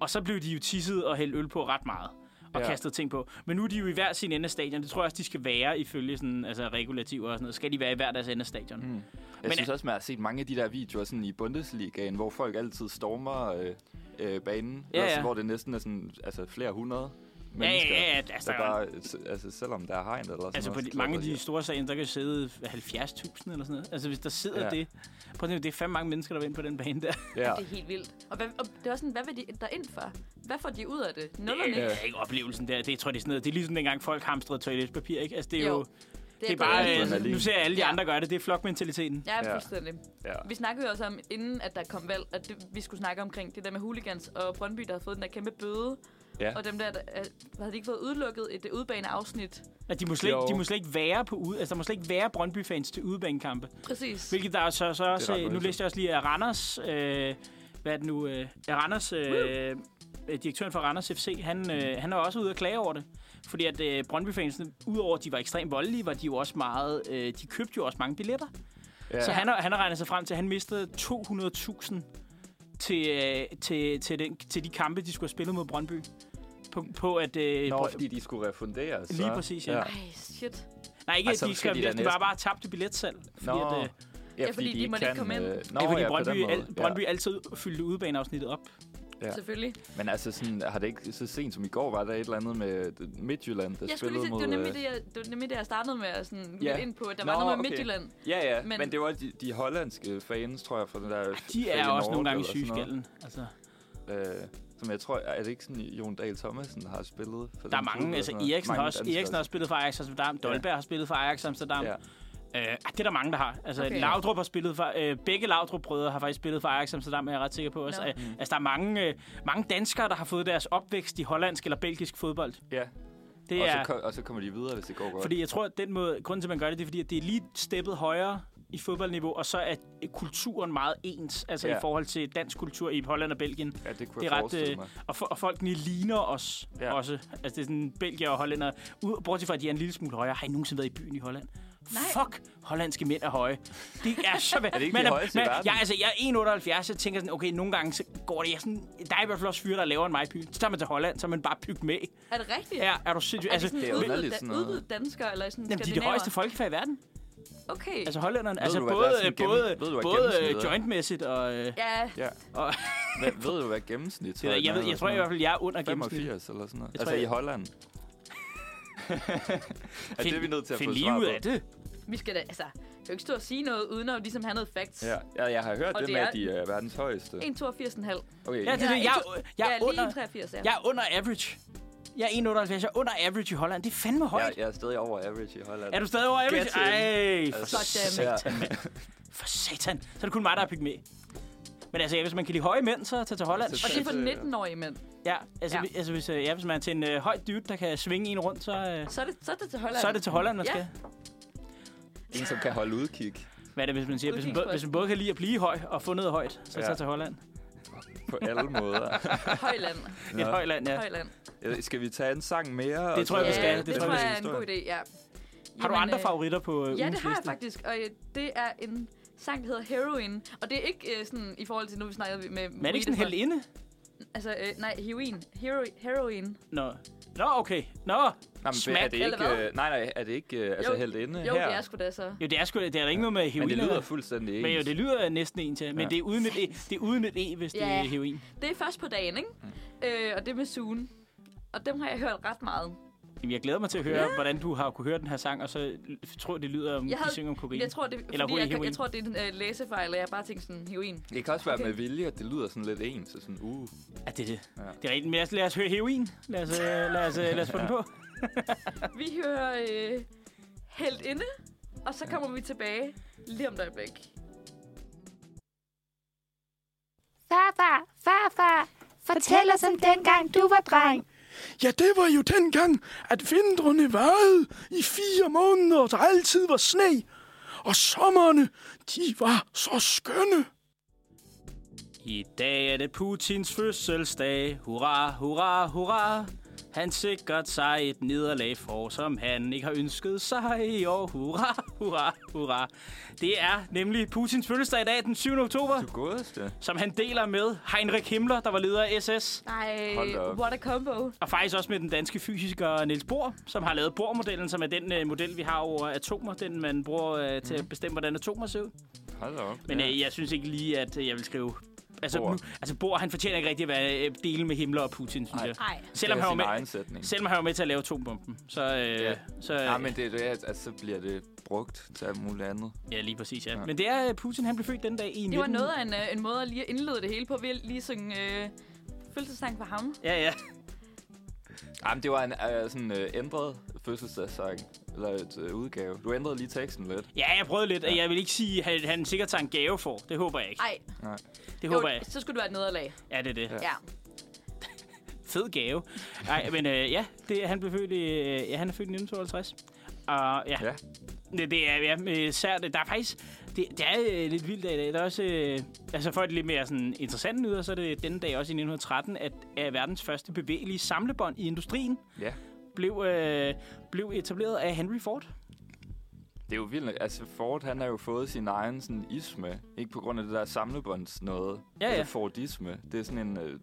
Speaker 1: Og så blev de jo tisset og hældt øl på ret meget og ja.
Speaker 3: Ja.
Speaker 1: kastet ting på. Men nu er de jo i hver sin ende af stadion. Det tror jeg også, de skal være ifølge sådan, altså, regulativer og sådan noget. Skal de være i hver deres ende af stadion. Mm.
Speaker 3: Jeg
Speaker 1: Men-
Speaker 3: men, synes også, man har set mange af de der videoer sådan i Bundesligaen, hvor folk altid stormer øh, øh, banen,
Speaker 1: Ja,
Speaker 3: ja,
Speaker 1: ja.
Speaker 3: ja. hvor det næsten er sådan, altså, flere hundrede
Speaker 1: Ja,
Speaker 3: mennesker.
Speaker 1: ja, ja. Altså,
Speaker 3: Der
Speaker 1: der er,
Speaker 3: bare, s- altså, selvom der er hegn eller sådan
Speaker 1: altså på
Speaker 3: noget,
Speaker 1: de,
Speaker 3: så
Speaker 1: mange af
Speaker 3: klatrer
Speaker 1: de store stadion, der kan sidde 70.000 eller sådan noget. Altså hvis der sidder ja.
Speaker 3: Ja.
Speaker 1: det... Prøv at tænke, det er fandme mange mennesker, der vil ind på den bane der.
Speaker 3: Ja.
Speaker 2: Det er helt vildt. Og, hvad, og det er også sådan, hvad vil de der ind for? Hvad får de ud af det? Nul og
Speaker 1: Det
Speaker 2: niks.
Speaker 1: er ikke oplevelsen der. Det tror jeg, det er sådan noget. Det er ligesom dengang folk hamstrede toiletpapir, ikke? Altså, det er jo...
Speaker 2: Jo,
Speaker 1: jo det er
Speaker 2: gået
Speaker 1: bare...
Speaker 2: helt
Speaker 1: Øh,
Speaker 3: Adrenalin.
Speaker 1: nu ser jeg alle de
Speaker 2: Ja.
Speaker 1: andre gøre det. Det er flokmentaliteten.
Speaker 2: Ja,
Speaker 3: Ja.
Speaker 2: fuldstændig.
Speaker 3: Ja.
Speaker 2: Vi snakkede jo også om, inden at der kom valg, at det, vi skulle snakke omkring det der med hooligans og Brøndby, der havde fået den der kæmpe bøde.
Speaker 3: Ja.
Speaker 2: Og dem der, der øh, havde de ikke fået udelukket et øh, udbane afsnit.
Speaker 1: At de må, slet ikke,
Speaker 3: Jo.
Speaker 1: de må slet ikke være på ude... Altså, der må slet ikke være Brøndby-fans til udebanekampe.
Speaker 2: Præcis.
Speaker 1: Hvilket der er så, så også...
Speaker 3: ret
Speaker 1: øh, Nu
Speaker 3: voldsomt.
Speaker 1: læste jeg også lige at Randers... Øh, hvad er det nu? Øh, at Randers... Øh, øh, direktøren for Randers FC, han, øh, han er også ude og klage over det. Fordi at øh, Brøndby-fansene, udover at de var ekstremt voldelige, var de jo også meget... Øh, de købte jo også mange billetter.
Speaker 3: Ja.
Speaker 1: Så han har, han har regnet sig frem til, at han mistede 200.000 til, øh, til, til, den, til de kampe, de skulle have spillet mod Brøndby. På, på at... Øh,
Speaker 3: Nå,
Speaker 1: Brøn-
Speaker 3: fordi de skulle refunderes.
Speaker 1: Lige
Speaker 3: så-
Speaker 1: præcis, ja.
Speaker 2: Ej, shit.
Speaker 1: Nej, ikke
Speaker 3: Ej,
Speaker 1: at
Speaker 3: så
Speaker 1: de
Speaker 3: skal
Speaker 1: skal...
Speaker 3: de
Speaker 1: De,
Speaker 3: da
Speaker 1: de var
Speaker 3: næsten-
Speaker 1: bare tabte billetsalg. Fordi,
Speaker 3: Nå,
Speaker 1: at, øh,
Speaker 2: Ja, fordi de måtte ikke komme ind.
Speaker 3: øh, Nå,
Speaker 1: Nå, fordi
Speaker 3: ja, på
Speaker 1: Brøndby,
Speaker 3: den måde,
Speaker 1: al, Brøndby altid fyldte udbaneafsnittet op.
Speaker 3: Ja.
Speaker 2: Ja. Selvfølgelig.
Speaker 3: Ja. Men altså, sådan, har det ikke så sent som i går, var der et eller andet med
Speaker 1: øh,
Speaker 3: Midtjylland, der
Speaker 2: Jeg skulle lige
Speaker 3: spillede
Speaker 2: sige,
Speaker 3: mod...
Speaker 2: det var nemlig
Speaker 3: øh,
Speaker 2: det, jeg, det var nemlig det, jeg startede med at sådan,
Speaker 3: Ja.
Speaker 2: yeah. ind på, at der
Speaker 3: Nå,
Speaker 2: var noget med
Speaker 3: okay.
Speaker 2: Midtjylland.
Speaker 3: Ja, ja, men,
Speaker 2: Men-
Speaker 3: men det var de, de hollandske fans, tror jeg, fra den der...
Speaker 1: Ah, De er
Speaker 3: Feyenoord
Speaker 1: også nogle gange
Speaker 3: eller
Speaker 1: syge i
Speaker 3: sådan noget.
Speaker 1: skallen. Altså,
Speaker 3: øh, som jeg tror, er det ikke sådan, Jon Dahl Thomasen der har spillet? For
Speaker 1: der er
Speaker 3: den klub
Speaker 1: mange,
Speaker 3: og
Speaker 1: altså
Speaker 3: sådan noget?
Speaker 1: Eriksen, har
Speaker 3: Mange
Speaker 1: også,
Speaker 3: danskere
Speaker 1: Eriksen har også spillet for Ajax Amsterdam, Dolberg har spillet for Ajax Amsterdam.
Speaker 3: Ja.
Speaker 1: Øh, ah, det er der mange, der har. Altså, okay.
Speaker 2: Okay.
Speaker 1: Laudrup har spillet for... Øh, begge Laudrup-brødre har faktisk spillet for Ajax Amsterdam, er jeg ret sikker på. Altså,
Speaker 2: Nå.
Speaker 1: øh, altså der er mange, øh, mange danskere, der har fået deres opvækst i hollandsk eller belgisk fodbold.
Speaker 3: ja.
Speaker 1: Det
Speaker 3: Og,
Speaker 1: er,
Speaker 3: så, ko- og så kommer de videre, hvis det går godt.
Speaker 1: fordi jeg tror, at den måde, grunden til, at man gør det, det er, fordi at det er lige steppet højere i fodboldniveau, og så er kulturen meget ens, altså ja.
Speaker 3: Ja.
Speaker 1: i forhold til dansk kultur i Holland og Belgien.
Speaker 3: ja, det kunne
Speaker 1: det er
Speaker 3: jeg
Speaker 1: ret,
Speaker 3: forestille
Speaker 1: øh,
Speaker 3: mig.
Speaker 1: Og, for, og folkene ligner os ja.
Speaker 3: Ja.
Speaker 1: også. Altså, det er sådan belgier og hollænder. Ud, bortset fra, at de er en lille smule højere. Har I nogensinde været i byen i Holland?
Speaker 2: Nej.
Speaker 1: Fuck, hollandske mænd er høje. Det er
Speaker 3: *laughs*
Speaker 1: så... er
Speaker 3: det ikke de højeste i verden?
Speaker 1: Jeg, altså, jeg er 1,78, så jeg tænker sådan, okay, nogle gange så går det... Jeg er sådan, der er i hvert fald også fyre, der er lavere end mig i byen. Så tager man til Holland, så er man bare pygt med.
Speaker 2: Er det rigtigt?
Speaker 1: Ja, er du sindssyg?
Speaker 2: Altså,
Speaker 1: Altså,
Speaker 2: er det
Speaker 3: det er
Speaker 2: sådan udvidet,
Speaker 3: jo underligt
Speaker 2: da,
Speaker 3: sådan noget.
Speaker 2: udvidet danskere, eller sådan
Speaker 1: Jamen, de er de højeste folkefærd i verden.
Speaker 2: Okay.
Speaker 1: Altså hollænderne. Altså
Speaker 3: du, hvad
Speaker 1: både,
Speaker 3: der er sådan gennem-
Speaker 1: både,
Speaker 3: ved du, hvad
Speaker 1: både
Speaker 3: gennemsnittet
Speaker 1: øh,
Speaker 3: er?
Speaker 1: jointmæssigt og... Øh,
Speaker 2: ja,
Speaker 3: Ja.
Speaker 1: og
Speaker 3: Hvad, ved du, hvad gennemsnit
Speaker 1: jeg, ved, jeg, jeg tror i hvert fald, jeg er under gennemsnittet.
Speaker 3: 85 eller sådan noget.
Speaker 1: Jeg tror,
Speaker 3: altså
Speaker 1: jeg-
Speaker 3: i
Speaker 1: *laughs*
Speaker 3: Holland. ja, det er vi nødt til at
Speaker 1: Find
Speaker 3: få
Speaker 1: lige
Speaker 3: svar
Speaker 1: ud
Speaker 3: på.
Speaker 1: af det.
Speaker 2: vi skal da, altså, jeg kan jo ikke stå og sige noget, uden at ligesom have noget facts.
Speaker 3: Ja, ja, jeg har hørt
Speaker 2: Og
Speaker 3: det
Speaker 2: det
Speaker 3: med,
Speaker 2: er-
Speaker 3: at de er verdens højeste.
Speaker 2: 1,82,5.
Speaker 3: Okay,
Speaker 1: Ja, det er det. Jeg, er- jeg er
Speaker 2: ja,
Speaker 1: under...
Speaker 2: lige 1,83, ja.
Speaker 1: Jeg er under average. Jeg er 1,78. Jeg er under average i Holland. Det er fandme højt.
Speaker 3: jeg, jeg er stadig over average i Holland.
Speaker 1: Er du stadig over average?
Speaker 3: Get in.
Speaker 1: Ej, for
Speaker 3: Altså,
Speaker 1: satan, mand. For satan. Så er det kun mig, der har pygmæ. Men altså, ja, hvis man kan lide høje mænd, så tag til Holland.
Speaker 3: Altså,
Speaker 2: Og det er for
Speaker 3: Øh,
Speaker 2: 19-årige mænd.
Speaker 1: Ja, altså,
Speaker 2: Ja.
Speaker 1: ja. altså hvis, øh, ja, hvis man er til en øh, høj dude, der kan svinge en rundt, så, øh,
Speaker 2: Så er det, så er det til Holland.
Speaker 1: så er det til Holland, man
Speaker 2: Ja.
Speaker 1: skal.
Speaker 3: En, som kan holde udkig
Speaker 1: Hvad er det, hvis man siger? Hvis man, både- hvis man både kan lide at blive høj og få noget højt, så
Speaker 3: Ja.
Speaker 1: tag til Holland.
Speaker 3: på
Speaker 1: *laughs*
Speaker 3: alle måder.
Speaker 2: Højland.
Speaker 1: Et
Speaker 3: Nå.
Speaker 1: højland, *laughs* ja.
Speaker 2: Højland.
Speaker 3: Øh, Skal vi tage en sang mere?
Speaker 1: Det
Speaker 3: og
Speaker 1: tror
Speaker 3: så-
Speaker 1: jeg, vi skal.
Speaker 2: det,
Speaker 1: det tror
Speaker 2: tror
Speaker 1: jeg,
Speaker 2: jeg er en god idé, ja.
Speaker 1: Har du
Speaker 2: Jamen,
Speaker 1: andre
Speaker 2: øh,
Speaker 1: favoritter på øh,
Speaker 2: Ja,
Speaker 1: ugens
Speaker 2: det har jeg
Speaker 1: liste?
Speaker 2: faktisk. Og øh, det er en sang, der hedder Heroin. Og det er ikke øh, sådan, i forhold til, nu vi snakkede med...
Speaker 1: Men er det ikke sådan helt inde?
Speaker 2: Altså, øh, nej, heroin. Hero, heroin.
Speaker 1: Nå. Nå, okay. Nå,
Speaker 3: Nå, men
Speaker 1: Smack,
Speaker 3: er det ikke,
Speaker 2: eller hvad?
Speaker 3: øh, nej, nej, er det ikke øh, altså
Speaker 2: Jo,
Speaker 3: helt inde
Speaker 2: Jo,
Speaker 3: her?
Speaker 2: det er sgu da så.
Speaker 1: Jo, det er sgu, det er der ikke noget med heroin.
Speaker 3: Men det lyder
Speaker 1: eller-
Speaker 3: fuldstændig ens.
Speaker 1: men jo, det lyder næsten en til, men
Speaker 3: Ja.
Speaker 1: det, er uden et e, det er uden et E, hvis det
Speaker 2: Ja.
Speaker 1: er heroin.
Speaker 2: Det er først på dagen, ikke?
Speaker 1: Mm.
Speaker 2: Øh, og det er med Sune. Og dem har jeg hørt ret meget.
Speaker 1: Jamen, jeg glæder mig til at høre, hvordan du har kunne høre den her sang, og så l- tror jeg, det lyder, om
Speaker 2: Jeg
Speaker 1: de
Speaker 2: havde-
Speaker 1: synger om kokain.
Speaker 2: Jeg tror, det, fordi
Speaker 1: Eller
Speaker 2: jeg, jeg,
Speaker 1: heroin.
Speaker 2: jeg tror, det er en øh, læsefejl, og jeg har bare tænkt sådan, heroin.
Speaker 3: Det kan også være
Speaker 2: Okay.
Speaker 3: med vilje, at det lyder sådan lidt ens. og Sådan, uh.
Speaker 1: Ja, det er det.
Speaker 3: Ja.
Speaker 1: Det er rigtigt, men lad os, lad os høre heroin. Lad os, øh, lad os, øh, lad os få den på.
Speaker 2: Vi hører øh, helt inde, og så kommer vi tilbage lige om et øjeblik.
Speaker 4: Farfar, farfar, fortæl os om dengang du var dreng.
Speaker 5: Ja, det var jo dengang, at vintrene varede i fire måneder, og der altid var sne. Og sommerne, de var så skønne.
Speaker 1: I dag er det Putins fødselsdag. Hurra, hurra, hurra. Han sikrede sig et nederlag for, som han ikke har ønsket sig i år. Hurra, hurra, hurra. Det er nemlig Putins fødselsdag i dag, den 7. oktober,
Speaker 3: Du godeste.
Speaker 1: som han deler med Heinrich Himmler, der var leder af SS,
Speaker 2: Nej,
Speaker 3: Hold da op.
Speaker 2: what a combo.
Speaker 1: og faktisk også med den danske fysiker Niels Bohr, som har lavet Bohr-modellen, som er den øh, model, vi har over atomer, den man bruger øh, til at bestemme, hvordan atomer ser ud.
Speaker 3: Hold da op.
Speaker 1: Men
Speaker 3: Mhm. ja.
Speaker 1: øh, jeg synes ikke lige, at øh, jeg vil skrive... Altså,
Speaker 3: Bohr.
Speaker 1: nu, altså Bohr, han fortjener ikke rigtig at være, øh, dele med Himmler og Putin, synes
Speaker 3: Ej.
Speaker 1: jeg.
Speaker 2: Nej.
Speaker 1: Selvom
Speaker 3: det er
Speaker 1: han,
Speaker 3: sin
Speaker 1: var
Speaker 3: egen
Speaker 1: med,
Speaker 3: sætning.
Speaker 1: selvom han var med til at lave atombomben. Så, øh,
Speaker 3: Ja.
Speaker 1: så øh,
Speaker 3: Nej, men det er det, at, at så bliver det brugt til alt muligt andet.
Speaker 1: ja, lige præcis, ja.
Speaker 3: Ja.
Speaker 1: Men det er øh, Putin, han blev født den dag i
Speaker 2: Det var
Speaker 1: 19
Speaker 2: noget af en, øh, en måde at lige indlede det hele på. Vi lige synge øh, fødselsdagssang for ham.
Speaker 1: Ja, ja.
Speaker 3: Ej, men det var en øh, sådan øh, ændret fødselsdagssang. Eller et øh, udgave. Du ændrede lige teksten lidt.
Speaker 1: Ja, jeg prøvede lidt. Ja. Jeg vil ikke sige, at han, han sikkert tager en gave for. Det håber jeg ikke.
Speaker 2: Ej,
Speaker 1: Det
Speaker 2: jo,
Speaker 1: håber jeg.
Speaker 2: så skulle det være et nederlag.
Speaker 1: Ja, det er det. Ja.
Speaker 2: Ja.
Speaker 1: Fed gave. Nej, men øh, ja, det, han blev født i, øh, ja, han er født i 1952. Og ja,
Speaker 3: Ja.
Speaker 1: Det, det er ja, øh, sært. Der er faktisk... Det, det er øh, lidt vildt af i dag. Der er også... Øh, altså for et lidt mere sådan, interessant nyheder, så er det denne dag også i 1913, at, at verdens første bevægelige samlebånd i industrien
Speaker 3: Ja.
Speaker 1: blev, øh, blev etableret af Henry Ford.
Speaker 3: Det er jo vildt. nok. Altså, Ford, han har jo fået sin egen sådan, isme. Ikke på grund af det der samlebånds noget.
Speaker 1: Ja, ja.
Speaker 3: Altså, Fordisme. Det er sådan en øh,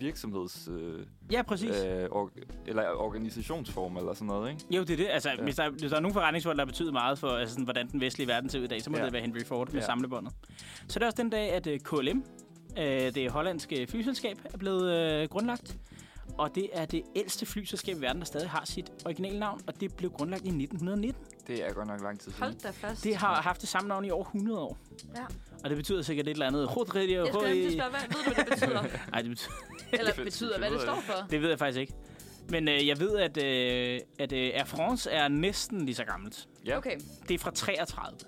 Speaker 3: virksomheds... Øh,
Speaker 1: Ja, præcis. Øh.
Speaker 3: øh, or, eller organisationsform eller sådan noget, ikke?
Speaker 1: Jo, det er det. Altså, ja.
Speaker 3: Ja.
Speaker 1: hvis, der, hvis der er nogen forretningsfolk, der betyder meget for, altså, sådan, hvordan den vestlige verden ser ud i dag, så må ja.
Speaker 3: Ja.
Speaker 1: det være Henry Ford med ja.
Speaker 3: Ja.
Speaker 1: samlebåndet. Så det er også den dag, at øh, KLM, øh, det hollandske flyselskab, er blevet øh, grundlagt. Og det er det ældste flyselskab i verden, der stadig har sit originale navn, og det blev grundlagt i 1919.
Speaker 3: Det er godt nok lang tid siden.
Speaker 2: Hold da fast.
Speaker 1: Det har haft det samme navn i over 100 år.
Speaker 2: Ja.
Speaker 1: Og det betyder sikkert et eller andet. Hod, radio,
Speaker 2: Jeg skal
Speaker 1: hoi.
Speaker 2: nemlig spørge, hvad, ved du, hvad
Speaker 1: *laughs*
Speaker 2: det betyder?
Speaker 1: Ej, det, betyder,
Speaker 2: Eller
Speaker 3: Det
Speaker 2: betyder,
Speaker 3: finder
Speaker 2: hvad det
Speaker 3: ud af.
Speaker 2: står for?
Speaker 1: det ved jeg faktisk ikke. Men øh, jeg ved, at, øh, at øh, Air France er næsten lige så gammelt.
Speaker 3: Ja.
Speaker 2: Okay.
Speaker 1: Det er fra 33.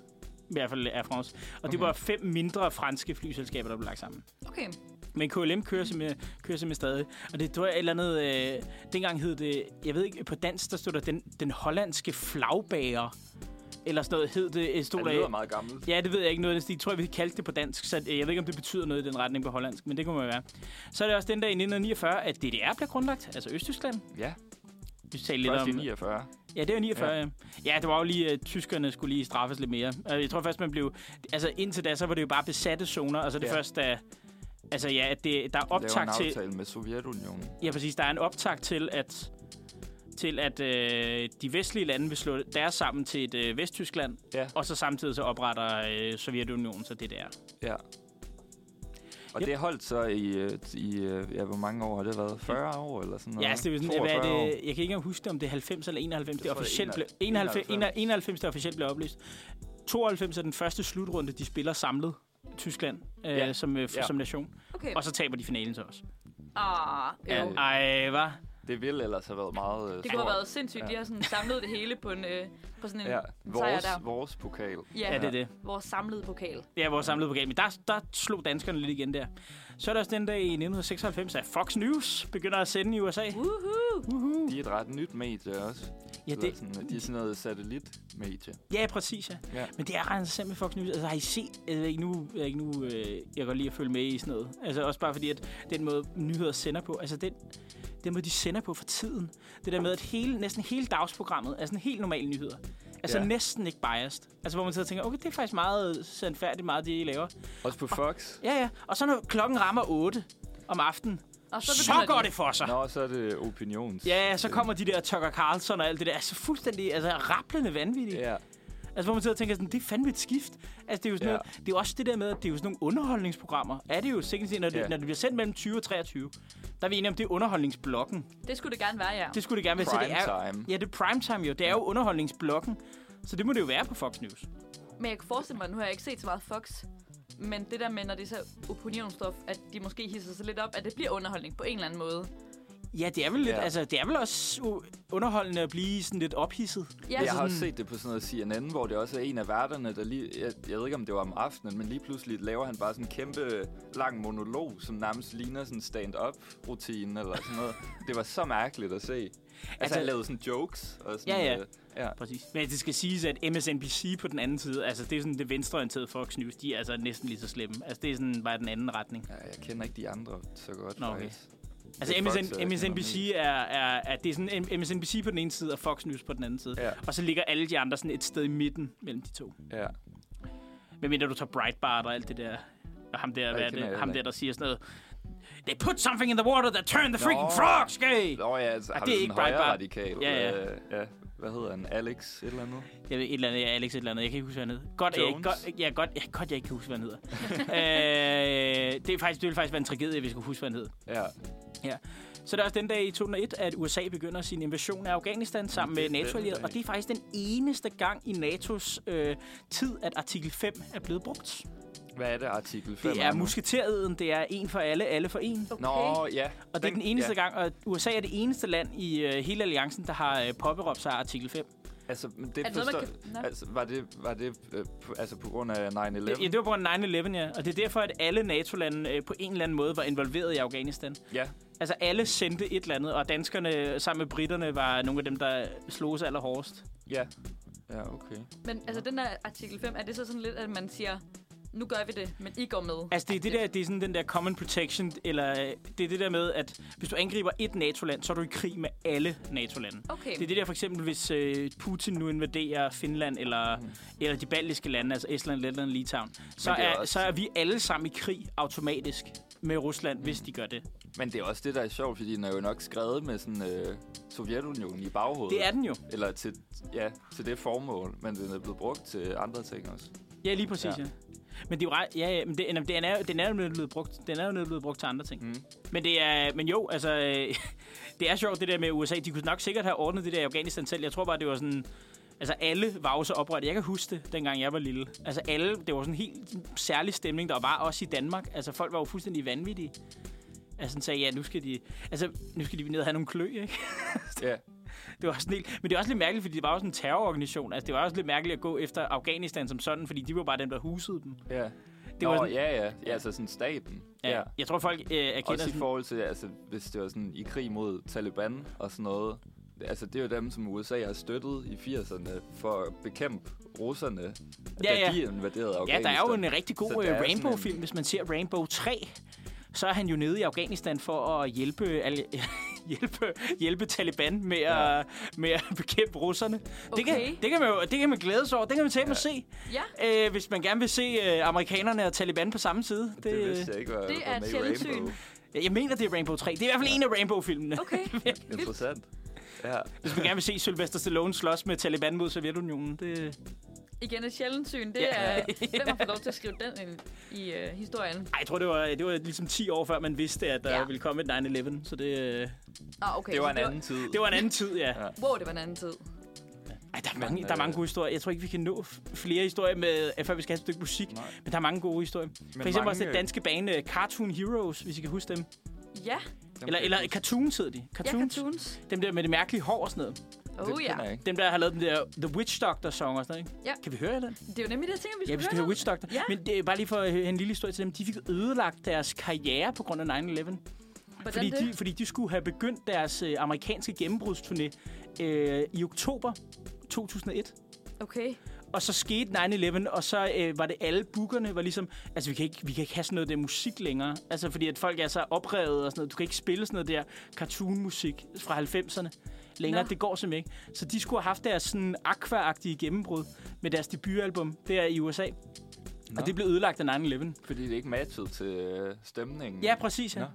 Speaker 1: I hvert fald Air France. Og okay. det
Speaker 3: Okay.
Speaker 1: var fem mindre franske flyselskaber, der blev lagt sammen.
Speaker 2: Okay.
Speaker 1: Men KLM kører sig med, kører sig med stadig. Og det tror jeg et eller andet... Øh, dengang hed det... Jeg ved ikke, på dansk, der stod der den, den hollandske flagbager. Eller sådan noget hed det. øh, Stod
Speaker 3: Han
Speaker 1: der,
Speaker 3: lyder meget gammel.
Speaker 1: Ja, det ved jeg ikke noget. af den stil. Jeg tror, vi kaldte det på dansk, så øh, jeg ved ikke, om det betyder noget i den retning på hollandsk, men det kunne man være. Så er det også den dag i 1949, at DDR blev grundlagt, altså Østtyskland.
Speaker 3: Ja,
Speaker 1: Vi talte lidt
Speaker 3: først i
Speaker 1: om...
Speaker 3: 49.
Speaker 1: Ja, det var 49. Ja. ja, det var jo lige, at tyskerne skulle lige straffes lidt mere. Øh, Jeg tror først, man blev... Altså indtil da, så var det jo bare besatte zoner, og så er det ja.
Speaker 3: Ja.
Speaker 1: først, da... Altså ja, at det, der er
Speaker 3: Laver
Speaker 1: optag
Speaker 3: en
Speaker 1: til...
Speaker 3: aftale med Sovjetunionen.
Speaker 1: Ja, præcis. Der er en optag til, at til at øh, de vestlige lande vil slå deres sammen til et øh, Vesttyskland,
Speaker 3: Ja.
Speaker 1: og så samtidig så opretter øh, Sovjetunionen så det der.
Speaker 3: Ja. Og
Speaker 1: Yep.
Speaker 3: det holdt så i, øh, i øh, ja, hvor mange år har det været? 40 år eller sådan noget?
Speaker 1: Ja, altså, det er jo sådan, hvad
Speaker 3: 42
Speaker 1: er
Speaker 3: år.
Speaker 1: det, jeg kan ikke engang huske, om det er 90 eller 91, det,
Speaker 3: Jeg tror, det er
Speaker 1: officielt blev, 91,
Speaker 3: 91.
Speaker 1: 91, 91 det officielt blev oplyst. 92 er den første slutrunde, de spiller samlet Tyskland øh, ja.
Speaker 3: Ja.
Speaker 1: som, øh, ja.
Speaker 3: Ja.
Speaker 1: som nation.
Speaker 2: Okay.
Speaker 1: Og så taber de finalen så også.
Speaker 2: Ah,
Speaker 1: Ja.
Speaker 2: jo.
Speaker 3: Øh.
Speaker 1: Ej, hvad?
Speaker 3: Det ville ellers have været meget
Speaker 2: Det
Speaker 3: øh,
Speaker 2: kunne have
Speaker 3: stort.
Speaker 2: været sindssygt.
Speaker 3: Ja.
Speaker 2: De har sådan samlet det hele på, en, øh, på sådan en,
Speaker 3: Ja,
Speaker 2: en sejr
Speaker 3: vores,
Speaker 2: der. Uh.
Speaker 3: vores pokal.
Speaker 1: Ja, det er det.
Speaker 2: Vores samlede pokal.
Speaker 1: Ja, vores samlede pokal. Men der, der slog danskerne lidt igen der. Så er der også den dag i 1996, at Fox News begynder at sende i USA.
Speaker 2: Woohoo!
Speaker 3: De er et ret nyt medie også.
Speaker 1: Ja,
Speaker 3: Eller
Speaker 1: det,
Speaker 3: Sådan, de er sådan noget satellitmedie.
Speaker 1: ja præcis. Ja.
Speaker 3: Ja.
Speaker 1: Men det er ret interessant med Fox News. Altså, har I set... Jeg ved ikke nu... Jeg, ved ikke nu, øh, jeg kan godt lide at følge med i sådan noget. Altså, også bare fordi, at den måde, nyheder sender på... Altså, den, den måde, de sender på for tiden. Det der med, at hele, næsten hele dagsprogrammet er sådan helt normale nyheder. Altså
Speaker 3: Ja.
Speaker 1: næsten ikke biased. Altså, hvor man sidder og tænker, okay, det er faktisk meget sandfærdigt, meget det, I laver.
Speaker 3: Også på Fox.
Speaker 1: Ja, ja. Og så når klokken rammer 8 om aftenen,
Speaker 2: Og
Speaker 1: så,
Speaker 2: så,
Speaker 1: så
Speaker 2: begynder
Speaker 1: går
Speaker 2: de.
Speaker 1: det for sig.
Speaker 3: Nå, så er det opinions.
Speaker 1: Ja, ja, så kommer de der Tucker Carlson og alt det der. Altså fuldstændig altså, rapplende vanvittige.
Speaker 3: Ja,
Speaker 1: Altså, hvor man sidder og tænker sådan, det er fandme et skift. Altså, det er jo sådan
Speaker 3: Ja.
Speaker 1: noget, det er jo også det der med, at det er jo sådan nogle underholdningsprogrammer. Er det jo sikkert, når, det,
Speaker 3: Ja.
Speaker 1: når det bliver sendt mellem 20 og 23. Der er vi enige om, det er underholdningsblokken.
Speaker 2: Det skulle det gerne være, ja.
Speaker 1: Det skulle det gerne være. så det er,
Speaker 3: Primetime.
Speaker 1: Ja, det er primetime jo. Det er jo underholdningsblokken. Så det må det jo være på Fox News.
Speaker 2: Men jeg kan forestille mig, nu har jeg ikke set så meget Fox, men det der med, når det er så opinionsstof, at de måske hisser sig lidt op, at det bliver underholdning på en eller anden måde.
Speaker 1: Ja, det er vel, lidt,
Speaker 3: Ja.
Speaker 1: altså, det er vel også u- underholdende at blive sådan lidt ophidset.
Speaker 2: Ja,
Speaker 3: jeg har
Speaker 2: sådan,
Speaker 3: også set det på sådan noget CNN, hvor det også er en af værterne, der lige... Jeg, jeg ved ikke, om det var om aftenen, men lige pludselig laver han bare sådan en kæmpe lang monolog, som nærmest ligner sådan en stand-up-rutine eller sådan
Speaker 1: *laughs*
Speaker 3: noget. Det var så mærkeligt at se. Altså,
Speaker 1: Altså-
Speaker 3: altså han lavede sådan jokes og sådan...
Speaker 1: Ja, ja.
Speaker 3: øh, ja.
Speaker 1: Præcis. Men det skal siges, at MSNBC på den anden side, altså det er sådan det venstreorienterede Fox News, de er altså næsten lige så slemme. Altså det er sådan bare den anden retning.
Speaker 3: ja. jeg kender ikke de andre så godt,
Speaker 1: Nå, okay.
Speaker 3: faktisk.
Speaker 1: Altså
Speaker 3: Det er Fox,
Speaker 1: MSN,
Speaker 3: jeg kender
Speaker 1: MSNBC er, er, er, det er sådan M- MSNBC på den ene side og Fox News på den anden side.
Speaker 3: Ja.
Speaker 1: Og så ligger alle de andre sådan et sted i midten mellem de to.
Speaker 3: Ja.
Speaker 1: Hvad mindre du tager Breitbart og alt det der. Og ham der, hvad er
Speaker 3: kender
Speaker 1: det?
Speaker 3: jeg
Speaker 1: Ham der,
Speaker 3: ikke.
Speaker 1: der siger sådan noget. They put something in the water that turned the freaking
Speaker 3: Nå.
Speaker 1: frogs gay!
Speaker 3: Nå ja, altså,
Speaker 1: Ej,
Speaker 3: har
Speaker 1: det er
Speaker 3: vi sådan
Speaker 1: ikke
Speaker 3: en
Speaker 1: Breitbart.
Speaker 3: højere radikal.
Speaker 1: Ja, ja.
Speaker 3: Øh, ja. Hvad hedder han? Alex et eller andet?
Speaker 1: Jeg ved, et eller andet, ja, Alex et eller andet. Jeg kan ikke huske, hvad han hedder. Godt, jeg,
Speaker 3: Jones.
Speaker 1: godt, ja, godt, ja, godt, jeg ikke kan huske, hvad han hedder. *laughs* øh, det, er faktisk, det ville faktisk være en tragedie, hvis jeg skulle huske, hvad han hed.
Speaker 3: Ja.
Speaker 1: Ja. Så det er også den dag i 2001, at USA begynder sin invasion af Afghanistan sammen med
Speaker 3: det er
Speaker 1: nato allierede
Speaker 3: den dag.
Speaker 1: Og det er faktisk den eneste gang i NATO's øh, tid, at artikel 5 er blevet brugt.
Speaker 3: Hvad er det, artikel 5?
Speaker 1: Det er musketereden, det er en for alle, alle for en.
Speaker 2: okay.
Speaker 3: Nå, ja.
Speaker 1: Og det er den eneste ja. gang, og USA er det eneste land i øh, hele alliancen, der har øh, påberåbt sig artikel 5.
Speaker 3: Altså, men det
Speaker 2: Er det noget, man
Speaker 3: forstår-
Speaker 2: kan- Nå.
Speaker 3: Altså, var det, var det øh, på, altså, på grund af 9-11?
Speaker 1: Det, ja,
Speaker 3: Det,
Speaker 1: det var på grund af 9-11, ja. Og det er derfor, at alle NATO-lande øh, på en eller anden måde var involveret i Afghanistan.
Speaker 3: ja.
Speaker 1: Altså alle sendte et eller andet, og danskerne sammen med britterne var nogle af dem, der slog sig allerhårdest.
Speaker 3: Ja. Ja, okay.
Speaker 2: Men altså, den der artikel 5, er det så sådan lidt, at man siger, nu gør vi det, men I går med.
Speaker 1: Altså, det er, det,
Speaker 2: Agtigt.
Speaker 1: der, det er sådan den der common protection, eller øh, det er det der med, at hvis du angriber et NATO-land, så er du i krig med alle NATO-lande.
Speaker 2: Okay.
Speaker 1: Det er det der for eksempel, hvis øh, Putin nu invaderer Finland eller, mm. eller de baltiske lande, altså Estland, Letland og Litauen, så
Speaker 3: Men det er
Speaker 1: er,
Speaker 3: også-
Speaker 1: så er vi alle sammen i krig automatisk med Rusland, mm. hvis de gør det.
Speaker 3: Men det er også det, der er sjovt, fordi den er jo nok skrevet med sådan øh, Sovjetunionen i baghovedet.
Speaker 1: Det er den jo.
Speaker 3: Eller til, ja, til det formål, men den er blevet brugt til andre ting også.
Speaker 1: Ja, lige præcis, ja.
Speaker 3: Ja.
Speaker 1: ja. Men det er jo ret, ja, ja, men det, jamen, den, er, jo- den er jo blevet brugt, den er jo blevet brugt til andre ting. Mm. Men, det er, men jo, altså, *laughs* øh, det er sjovt det der med USA. De kunne nok sikkert have ordnet det der i Afghanistan selv. Jeg tror bare, det var sådan, altså alle var jo så oprørt. Jeg kan huske det, dengang jeg var lille. Altså alle, det var sådan en helt særlig stemning, der var også i Danmark. Altså folk var jo fuldstændig vanvittige. Altså sådan sagde, ja, nu skal de, altså, nu skal de ned og have nogle klø, ikke? *laughs*
Speaker 3: Ja,
Speaker 1: Det var sådan helt, men det er også lidt mærkeligt, fordi det var også en terrororganisation. Altså, det var også lidt mærkeligt at gå efter Afghanistan som sådan, fordi de var bare dem, der husede dem.
Speaker 3: ja.
Speaker 1: Det
Speaker 3: Det Nå,
Speaker 1: var
Speaker 3: var
Speaker 1: sådan-
Speaker 3: ja, ja, ja. Altså sådan staten.
Speaker 1: Ja. Jeg tror, folk øh, erkender...
Speaker 3: Også i
Speaker 1: Sådan,
Speaker 3: forhold til, altså, hvis det var sådan i krig mod Taliban og sådan noget. Altså, det er jo dem, som USA har støttet i 80'erne for at bekæmpe russerne,
Speaker 1: Ja,
Speaker 3: da
Speaker 1: ja.
Speaker 3: de invaderede
Speaker 1: ja,
Speaker 3: Afghanistan.
Speaker 1: der er jo en rigtig
Speaker 3: Så
Speaker 1: god
Speaker 3: der er
Speaker 1: øh,
Speaker 3: sådan
Speaker 1: Rainbow-film. Hvis man ser Rainbow 3, så er han jo nede i Afghanistan for at hjælpe, al, *laughs* hjælpe, hjælpe Taliban med, ja. at, med at bekæmpe russerne. Det, kan,
Speaker 2: Okay.
Speaker 1: det, kan man jo, det kan man glæde sig over. Det kan man tage ja. og se,
Speaker 2: Ja,
Speaker 1: øh, hvis man gerne vil se øh, amerikanerne og Taliban på samme side. Det,
Speaker 3: Det, det vidste jeg ikke var,
Speaker 2: det
Speaker 3: var
Speaker 2: er et
Speaker 3: med i
Speaker 2: sjældent syn.
Speaker 3: Rainbow.
Speaker 1: jeg. jeg mener, det er Rainbow 3. Det er i hvert fald en af Rainbow-filmene. *laughs*
Speaker 2: okay. Vildt.
Speaker 3: Interessant. Ja.
Speaker 1: Hvis man gerne vil se Sylvester Stallone slås med Taliban mod Sovjetunionen. Det...
Speaker 2: Igen et sjældent syn. Det
Speaker 1: Ja.
Speaker 2: er, hvem har fået lov til at skrive den ind i øh, historien?
Speaker 1: Ej, jeg tror, det var, det var ligesom 10 år før, man vidste, at der ja.
Speaker 2: Ja.
Speaker 1: ville komme et 9-11. Så det, øh,
Speaker 2: Ah, okay.
Speaker 3: Det var
Speaker 2: så
Speaker 3: en anden tid.
Speaker 1: det var en anden tid, ja.
Speaker 3: Ja.
Speaker 2: Wow, det var en anden tid.
Speaker 1: Ej, der er, mange,
Speaker 3: Men,
Speaker 1: der er mange
Speaker 3: øh,
Speaker 1: gode historier. Jeg tror ikke, vi kan nå f- flere historier, med, øh, før vi skal have et stykke musik.
Speaker 3: Nej.
Speaker 1: Men der er mange gode historier. Men For eksempel
Speaker 3: mange,
Speaker 1: også den
Speaker 3: øh,
Speaker 1: danske bane øh, Cartoon Heroes, hvis I kan huske dem.
Speaker 2: Ja,
Speaker 3: Dem
Speaker 1: Eller,
Speaker 3: kan
Speaker 1: eller
Speaker 3: jeg ikke
Speaker 1: Cartoons hed de.
Speaker 2: ja,
Speaker 1: Cartoons.
Speaker 2: cartoons.
Speaker 1: dem der med det mærkelige hår og sådan noget.
Speaker 3: huske.
Speaker 2: Oh
Speaker 3: Dem
Speaker 2: ja.
Speaker 3: kender jeg ikke.
Speaker 1: Dem der har lavet den der The Witch Doctor-song og sådan noget, ikke?
Speaker 2: Ja.
Speaker 1: Kan vi høre den?
Speaker 2: Det er jo nemlig det, jeg tænker, vi
Speaker 1: Ja,
Speaker 2: skal,
Speaker 1: vi skal høre
Speaker 2: høre.
Speaker 1: Witch Doctor.
Speaker 2: Ja.
Speaker 1: Men det er bare lige for at høre en lille historie til dem. De fik ødelagt deres karriere på grund af 9-11.
Speaker 2: Hvordan
Speaker 1: Fordi
Speaker 2: det?
Speaker 1: de, fordi de skulle have begyndt deres øh, amerikanske gennembrudsturné øh, i oktober 2001.
Speaker 2: Okay.
Speaker 1: Og så skete 9-11, og så øh, var det alle bookerne, var ligesom, altså vi kan, ikke, vi kan ikke have sådan noget der musik længere. Altså fordi at folk er så oprevet og sådan noget. Du kan ikke spille sådan noget der cartoon-musik fra 90'erne længere.
Speaker 2: Nå.
Speaker 1: Det går simpelthen ikke. Så de skulle have haft deres sådan aqua-agtige gennembrud med deres debutalbum der i USA. Nå. Og det blev ødelagt af 9-11.
Speaker 3: Fordi det ikke matchede til øh, stemningen.
Speaker 1: Ja, præcis. Ja.
Speaker 3: Nå.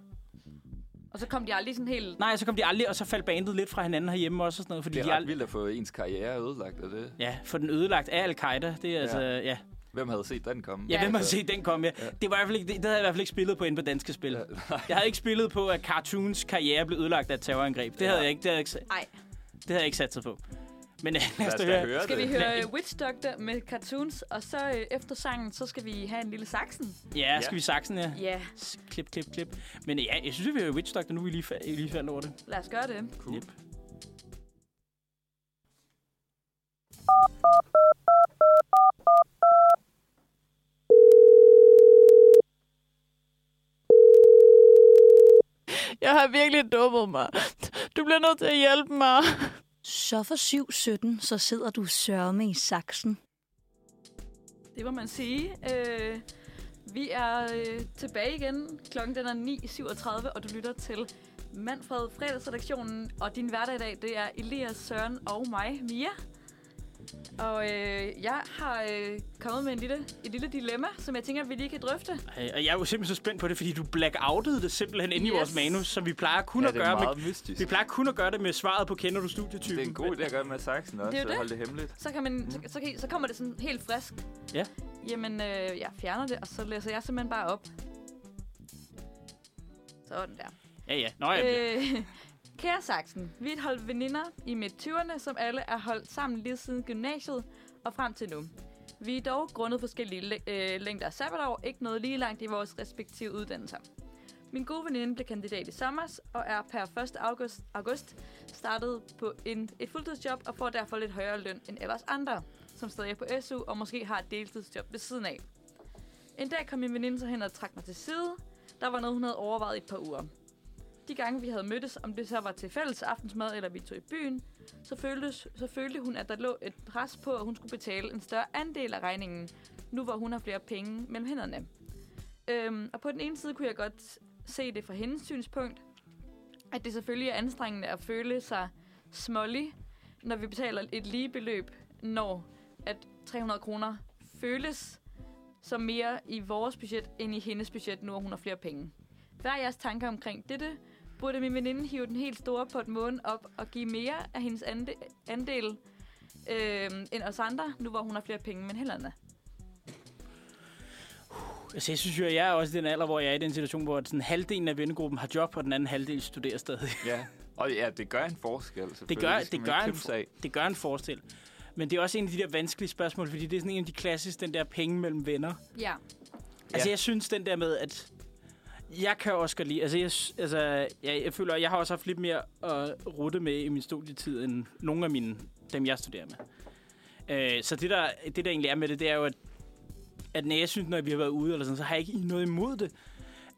Speaker 2: Og så kom de aldrig sådan helt...
Speaker 1: Nej, så kom de aldrig, og så faldt bandet lidt fra hinanden herhjemme også og sådan noget. Fordi
Speaker 3: Det
Speaker 1: de
Speaker 3: er ret
Speaker 1: ald-
Speaker 3: vildt at få ens karriere ødelagt af det.
Speaker 1: Ja, for den ødelagt af Al-Qaida. Det er ja. altså, ja.
Speaker 3: Hvem havde set den komme?
Speaker 1: Ja, hvem har
Speaker 3: Altså,
Speaker 1: set den komme? Ja. Det, var i hvert fald ikke, det, det havde jeg i hvert fald ikke spillet på inde på Danske Spil. Ja, jeg havde ikke spillet på, at cartoons karriere blev ødelagt af et terrorangreb. Det, havde jeg ikke, det, havde jeg ikke, sa-
Speaker 2: Nej.
Speaker 1: det havde jeg ikke sat sig på. Men øh, lad os
Speaker 3: Lad
Speaker 1: da
Speaker 3: os da
Speaker 1: høre.
Speaker 3: høre
Speaker 2: Skal vi
Speaker 3: det.
Speaker 2: høre øh, Witch Doctor med cartoons, og så øh, efter sangen, så skal vi have en lille saksen.
Speaker 1: Ja, skal
Speaker 3: Ja.
Speaker 1: vi saksen her?
Speaker 2: Ja,
Speaker 1: S- Klip, klip, klip. Men øh, ja, jeg synes, at vi hører Witch Doctor nu, vi lige, fa- lige faldt over det.
Speaker 2: lad os gøre det.
Speaker 3: Cool.
Speaker 1: Yep.
Speaker 6: Jeg har virkelig dummet mig. Du bliver nødt til at hjælpe mig.
Speaker 7: Så for 7.17, så sidder du sørme i saksen.
Speaker 2: Det må man sige. Øh, vi er øh, tilbage igen. Klokken den er 9.37, og du lytter til Manfred fredagsredaktionen. Og din hverdag i dag, det er Elias, Søren og mig, Mia. Og øh, jeg har øh, kommet med en lille, et lille dilemma, som jeg tænker, vi lige kan drøfte.
Speaker 1: Ej, Og jeg er jo simpelthen så spændt på det, fordi du blackoutede det simpelthen inde yes. i vores
Speaker 2: Yes.
Speaker 1: manus, som vi plejer kun
Speaker 3: Ja,
Speaker 1: at
Speaker 3: det er
Speaker 1: gøre
Speaker 3: meget
Speaker 1: med...
Speaker 3: mystisk.
Speaker 1: Vi plejer kun at gøre det med svaret på, kender du studietypen?
Speaker 3: Det er en god idé at gøre det med saksen også,
Speaker 2: Det er jo
Speaker 3: så
Speaker 2: det.
Speaker 3: hold det hemmeligt.
Speaker 2: Så, kan man, så, så, kan, I- så kommer det sådan helt frisk.
Speaker 1: Ja.
Speaker 2: Jamen, øh, jeg fjerner det, og så læser jeg simpelthen bare op. Sådan der.
Speaker 1: Ja, ja. Nå, ja.
Speaker 2: Øh, *laughs* kære Saxen, vi er et hold veninder i midt-20'erne, som alle er holdt sammen lige siden gymnasiet og frem til nu. Vi er dog grundet forskellige læ- øh, længder af sabbatår, ikke noget lige langt i vores respektive uddannelser. Min gode veninde blev kandidat i sommer og er per 1. august, august startet på en, et fuldtidsjob og får derfor lidt højere løn end ellers andre, som stadig er på SU og måske har et deltidsjob ved siden af. En dag kom min veninde så hen og trak mig til side. Der var noget, hun havde overvejet i et par uger. De gange, vi havde mødtes, om det så var til fælles aftensmad eller vi tog i byen, så, føltes, så følte hun, at der lå et pres på, at hun skulle betale en større andel af regningen, nu hvor hun har flere penge mellem hænderne. Øhm, og på den ene side kunne jeg godt se det fra hendes synspunkt, at det selvfølgelig er anstrengende at føle sig smålig, når vi betaler et lige beløb, når at 300 kroner føles som mere i vores budget end i hendes budget, nu hvor hun har flere penge. Hvad er jeres tanker omkring dette? Burde min veninde hive den helt store på et måned op og give mere af hendes ande- andel øh, end os andre, nu hvor hun har flere penge, men hænderne?
Speaker 1: Altså, jeg synes jo, at jeg er også i den alder, hvor jeg er i den situation, hvor sådan halvdelen af vennegruppen har job, og den anden halvdel studerer stadig. *laughs*
Speaker 3: Ja. Og ja, det gør en forskel,
Speaker 1: Det
Speaker 3: selvfølgelig.
Speaker 1: gør,
Speaker 3: skal
Speaker 1: det,
Speaker 3: man
Speaker 1: gør
Speaker 3: ikke
Speaker 1: en,
Speaker 3: kimse af.
Speaker 1: for- det gør en forskel. Men det er også en af de der vanskelige spørgsmål, fordi det er sådan en af de klassiske, den der penge mellem venner.
Speaker 2: Ja.
Speaker 1: Altså,
Speaker 3: Ja.
Speaker 1: jeg synes den der med, at jeg kan også godt lide, altså, jeg, s- altså jeg, jeg føler, at jeg har også haft lidt mere at rutte med i min studietid, end nogle af mine, dem jeg studerer med. Øh, så det der, det der egentlig er med det, det er jo, at, at når jeg synes, når vi har været ude, eller sådan, så har jeg ikke noget imod det,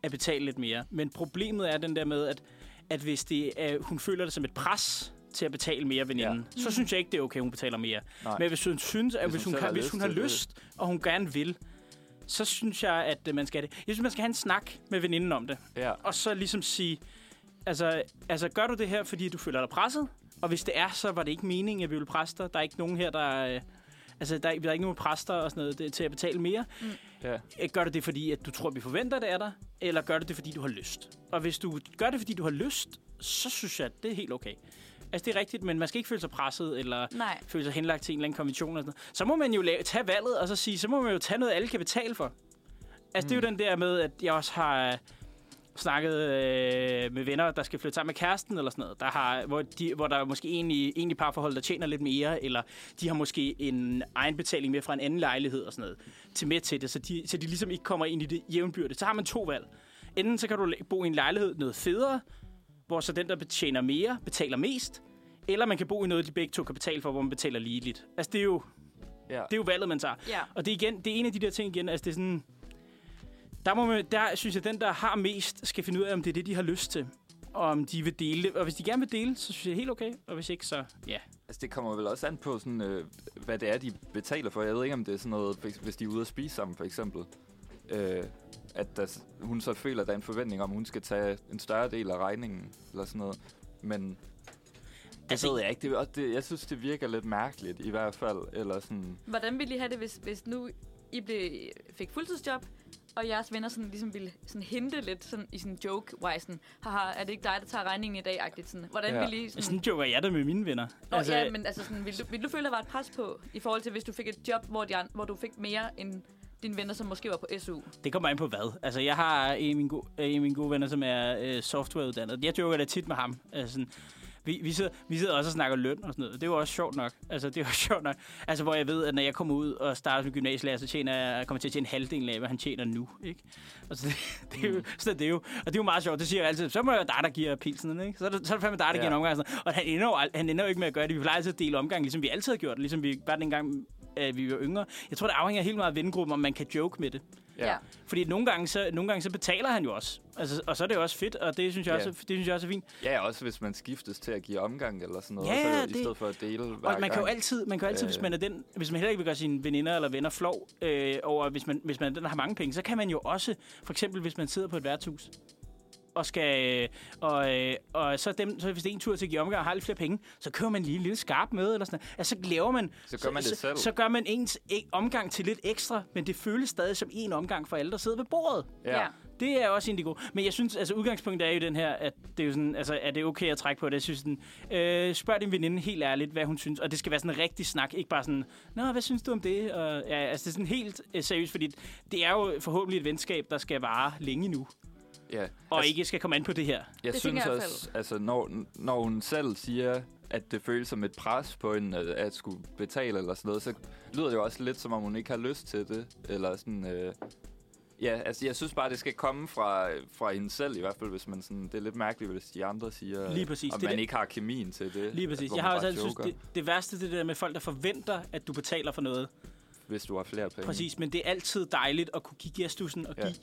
Speaker 1: at betale lidt mere. Men problemet er den der med, at, at hvis det er, hun føler det som et pres til at betale mere veninden, ja. så synes jeg ikke, det er okay, hun betaler mere.
Speaker 3: Nej.
Speaker 1: Men hvis hun synes, at
Speaker 3: Hvis
Speaker 1: hvis
Speaker 3: hun
Speaker 1: hun,
Speaker 3: selv
Speaker 1: kan,
Speaker 3: har
Speaker 1: hvis
Speaker 3: lyst
Speaker 1: hun har
Speaker 3: til det.
Speaker 1: lyst, og hun gerne vil, så synes jeg, at øh, man skal have det. Jeg synes, man skal have en snak med veninden om det.
Speaker 3: Ja.
Speaker 1: Og så ligesom sige, altså, altså gør du det her, fordi du føler dig presset? Og hvis det er, så var det ikke meningen, at vi ville presse dig. Der er ikke nogen her, der... øh, Altså, der, er- der er ikke nogen præster og sådan noget det, til at betale mere.
Speaker 3: Ja.
Speaker 1: Øh, Gør du det, fordi at du tror, vi forventer det af dig? Eller gør du det, fordi du har lyst? Og hvis du gør det, fordi du har lyst, så synes jeg, at det er helt okay. Altså, det er rigtigt, men man skal ikke føle sig presset, eller
Speaker 2: Nej.
Speaker 1: føle sig henlagt til en eller anden konvention. Og sådan noget. Så må man jo lave, tage valget, og så sige, så må man jo tage noget, alle kan betale for. Altså, mm. det er jo den der med, at jeg også har øh, snakket øh, med venner, der skal flytte sammen med kæresten eller sådan noget, der har, hvor, de, hvor der er måske egentlig, egentlig parforhold, der tjener lidt mere, eller de har måske en egenbetaling med fra en anden lejlighed og sådan noget, til med til det, så de, så de ligesom ikke kommer ind i det jævnbyrde. Så har man to valg. Enten så kan du bo i en lejlighed noget federe, hvor så den, der betjener mere, betaler mest, eller man kan bo i noget, de begge to kan betale for, hvor man betaler ligeligt. Altså, det er jo,
Speaker 3: Ja.
Speaker 1: det er jo valget, man tager.
Speaker 2: Ja.
Speaker 1: Og det er, igen, det er en af de der ting igen, altså det er sådan... Der, må man, der synes jeg, at den, der har mest, skal finde ud af, om det er det, de har lyst til. Og om de vil dele det. Og hvis de gerne vil dele, så synes jeg helt okay. Og hvis ikke, så ja.
Speaker 3: Altså, det kommer vel også an på, sådan, øh, hvad det er, de betaler for. Jeg ved ikke, om det er sådan noget, for eksempel, hvis de er ude at spise sammen, for eksempel. Øh, at der, s- hun så føler, at der er en forventning om, at hun skal tage en større del af regningen, eller sådan noget. Men det
Speaker 1: Altså-
Speaker 3: altså, ved jeg ikke. Det, er også, det, jeg synes, det virker lidt mærkeligt, i hvert fald. Eller sådan,
Speaker 2: Hvordan ville I have det, hvis, hvis nu I blev, fik fuldtidsjob, og jeres venner sådan, ligesom ville sådan hente lidt sådan, i sådan en joke wise sådan, Haha, er det ikke dig, der tager regningen i dag? -agtigt, sådan. Hvordan
Speaker 3: Ja.
Speaker 2: ja. ville I... Sådan,
Speaker 1: Sådan joker jeg der med mine venner.
Speaker 2: Nå, altså, ja, men altså, sådan, vil, du, vil du føle, der var et pres på, i forhold til, hvis du fik et job, hvor, de, an- hvor du fik mere end dine venner, som måske var på SU?
Speaker 1: Det kommer an på hvad. Altså, jeg har en af mine, go- en af mine gode venner, som er øh, softwareuddannet. Jeg joker da tit med ham. Altså, sådan, vi, vi, sidder, vi sidder også og snakker løn og sådan noget. Det er jo også sjovt nok. Altså, det er jo *laughs* sjovt nok. Altså, hvor jeg ved, at når jeg kommer ud og starter som gymnasielærer, så tjener jeg, kommer jeg til at tjene halvdelen af, hvad han tjener nu. Ikke? Altså, *laughs* det, det, er jo, så det er jo, og det er jo meget sjovt. Det siger jeg altid. Så må jeg dig, der giver pilsen. Ikke? Så, er det, så er det fandme dig, der
Speaker 3: Ja.
Speaker 1: giver en omgang. Og, sådan noget. og han, ender jo, ald- han ender jo ikke med at gøre det. Vi plejer altid at dele omgang, ligesom vi altid har gjort. Ligesom vi bare dengang, øh, vi var yngre. Jeg tror, det afhænger helt meget af vennegruppen, om man kan joke med det.
Speaker 3: ja. ja.
Speaker 1: Fordi nogle gange, så, nogle gange så betaler han jo også. Altså, og så er det jo også fedt, og det synes jeg,
Speaker 3: Ja.
Speaker 1: også, det synes jeg også er fint.
Speaker 3: Ja, også hvis man skiftes til at give omgang eller sådan noget,
Speaker 1: Ja,
Speaker 3: så,
Speaker 1: ja,
Speaker 3: i
Speaker 1: det-
Speaker 3: stedet for at dele hver
Speaker 1: Og man kan jo
Speaker 3: gang.
Speaker 1: altid, man kan jo altid
Speaker 3: Øh.
Speaker 1: hvis, man er den, hvis man heller ikke vil gøre sine veninder eller venner flov øh, over, hvis man, hvis man er den, der har mange penge, så kan man jo også, for eksempel hvis man sidder på et værtshus, og skal, øh, og, øh, og så, dem, så hvis det er en tur til at give omgang og har lidt flere penge, så kører man lige en lille skarp med, eller sådan noget. Altså, så laver man...
Speaker 3: Så gør man det selv.
Speaker 1: Så, så gør man ens e- omgang til lidt ekstra, men det føles stadig som en omgang for alle, der sidder ved bordet.
Speaker 3: Ja.
Speaker 2: Ja.
Speaker 1: Det er også egentlig god. Men jeg synes, altså udgangspunktet er jo den her, at det er jo sådan, altså er det okay at trække på det? Jeg synes sådan, øh, spørg din veninde helt ærligt, hvad hun synes. Og det skal være sådan en rigtig snak, ikke bare sådan, nå, hvad synes du om det? Og, ja, altså det er sådan helt øh, seriøst, fordi det er jo forhåbentlig et venskab, der skal vare længe nu.
Speaker 3: ja.
Speaker 1: Og altså, ikke skal komme an på det her.
Speaker 3: Jeg
Speaker 2: Det tænker
Speaker 3: synes
Speaker 2: jeg i hvert
Speaker 3: også, altså, når, når hun selv siger, at det føles som et pres på en at, at skulle betale eller sådan noget, så lyder det jo også lidt, som om hun ikke har lyst til det. Eller sådan, øh, ja, altså, jeg synes bare, det skal komme fra, fra hende selv, i hvert fald, hvis man sådan, det er lidt mærkeligt, hvis de andre siger, øh,
Speaker 1: Lige præcis,
Speaker 3: om
Speaker 1: det er
Speaker 3: man
Speaker 1: det-
Speaker 3: ikke har kemien til det.
Speaker 1: Lige præcis.
Speaker 3: Altså, hvor
Speaker 1: Jeg
Speaker 3: man
Speaker 1: har også
Speaker 3: bare
Speaker 1: altid synes,
Speaker 3: joker,
Speaker 1: det, det værste det der med folk, der forventer, at du betaler for noget.
Speaker 3: Hvis du har flere penge.
Speaker 1: Præcis, men det er altid dejligt at kunne kigge i astusen og
Speaker 3: Ja.
Speaker 1: give.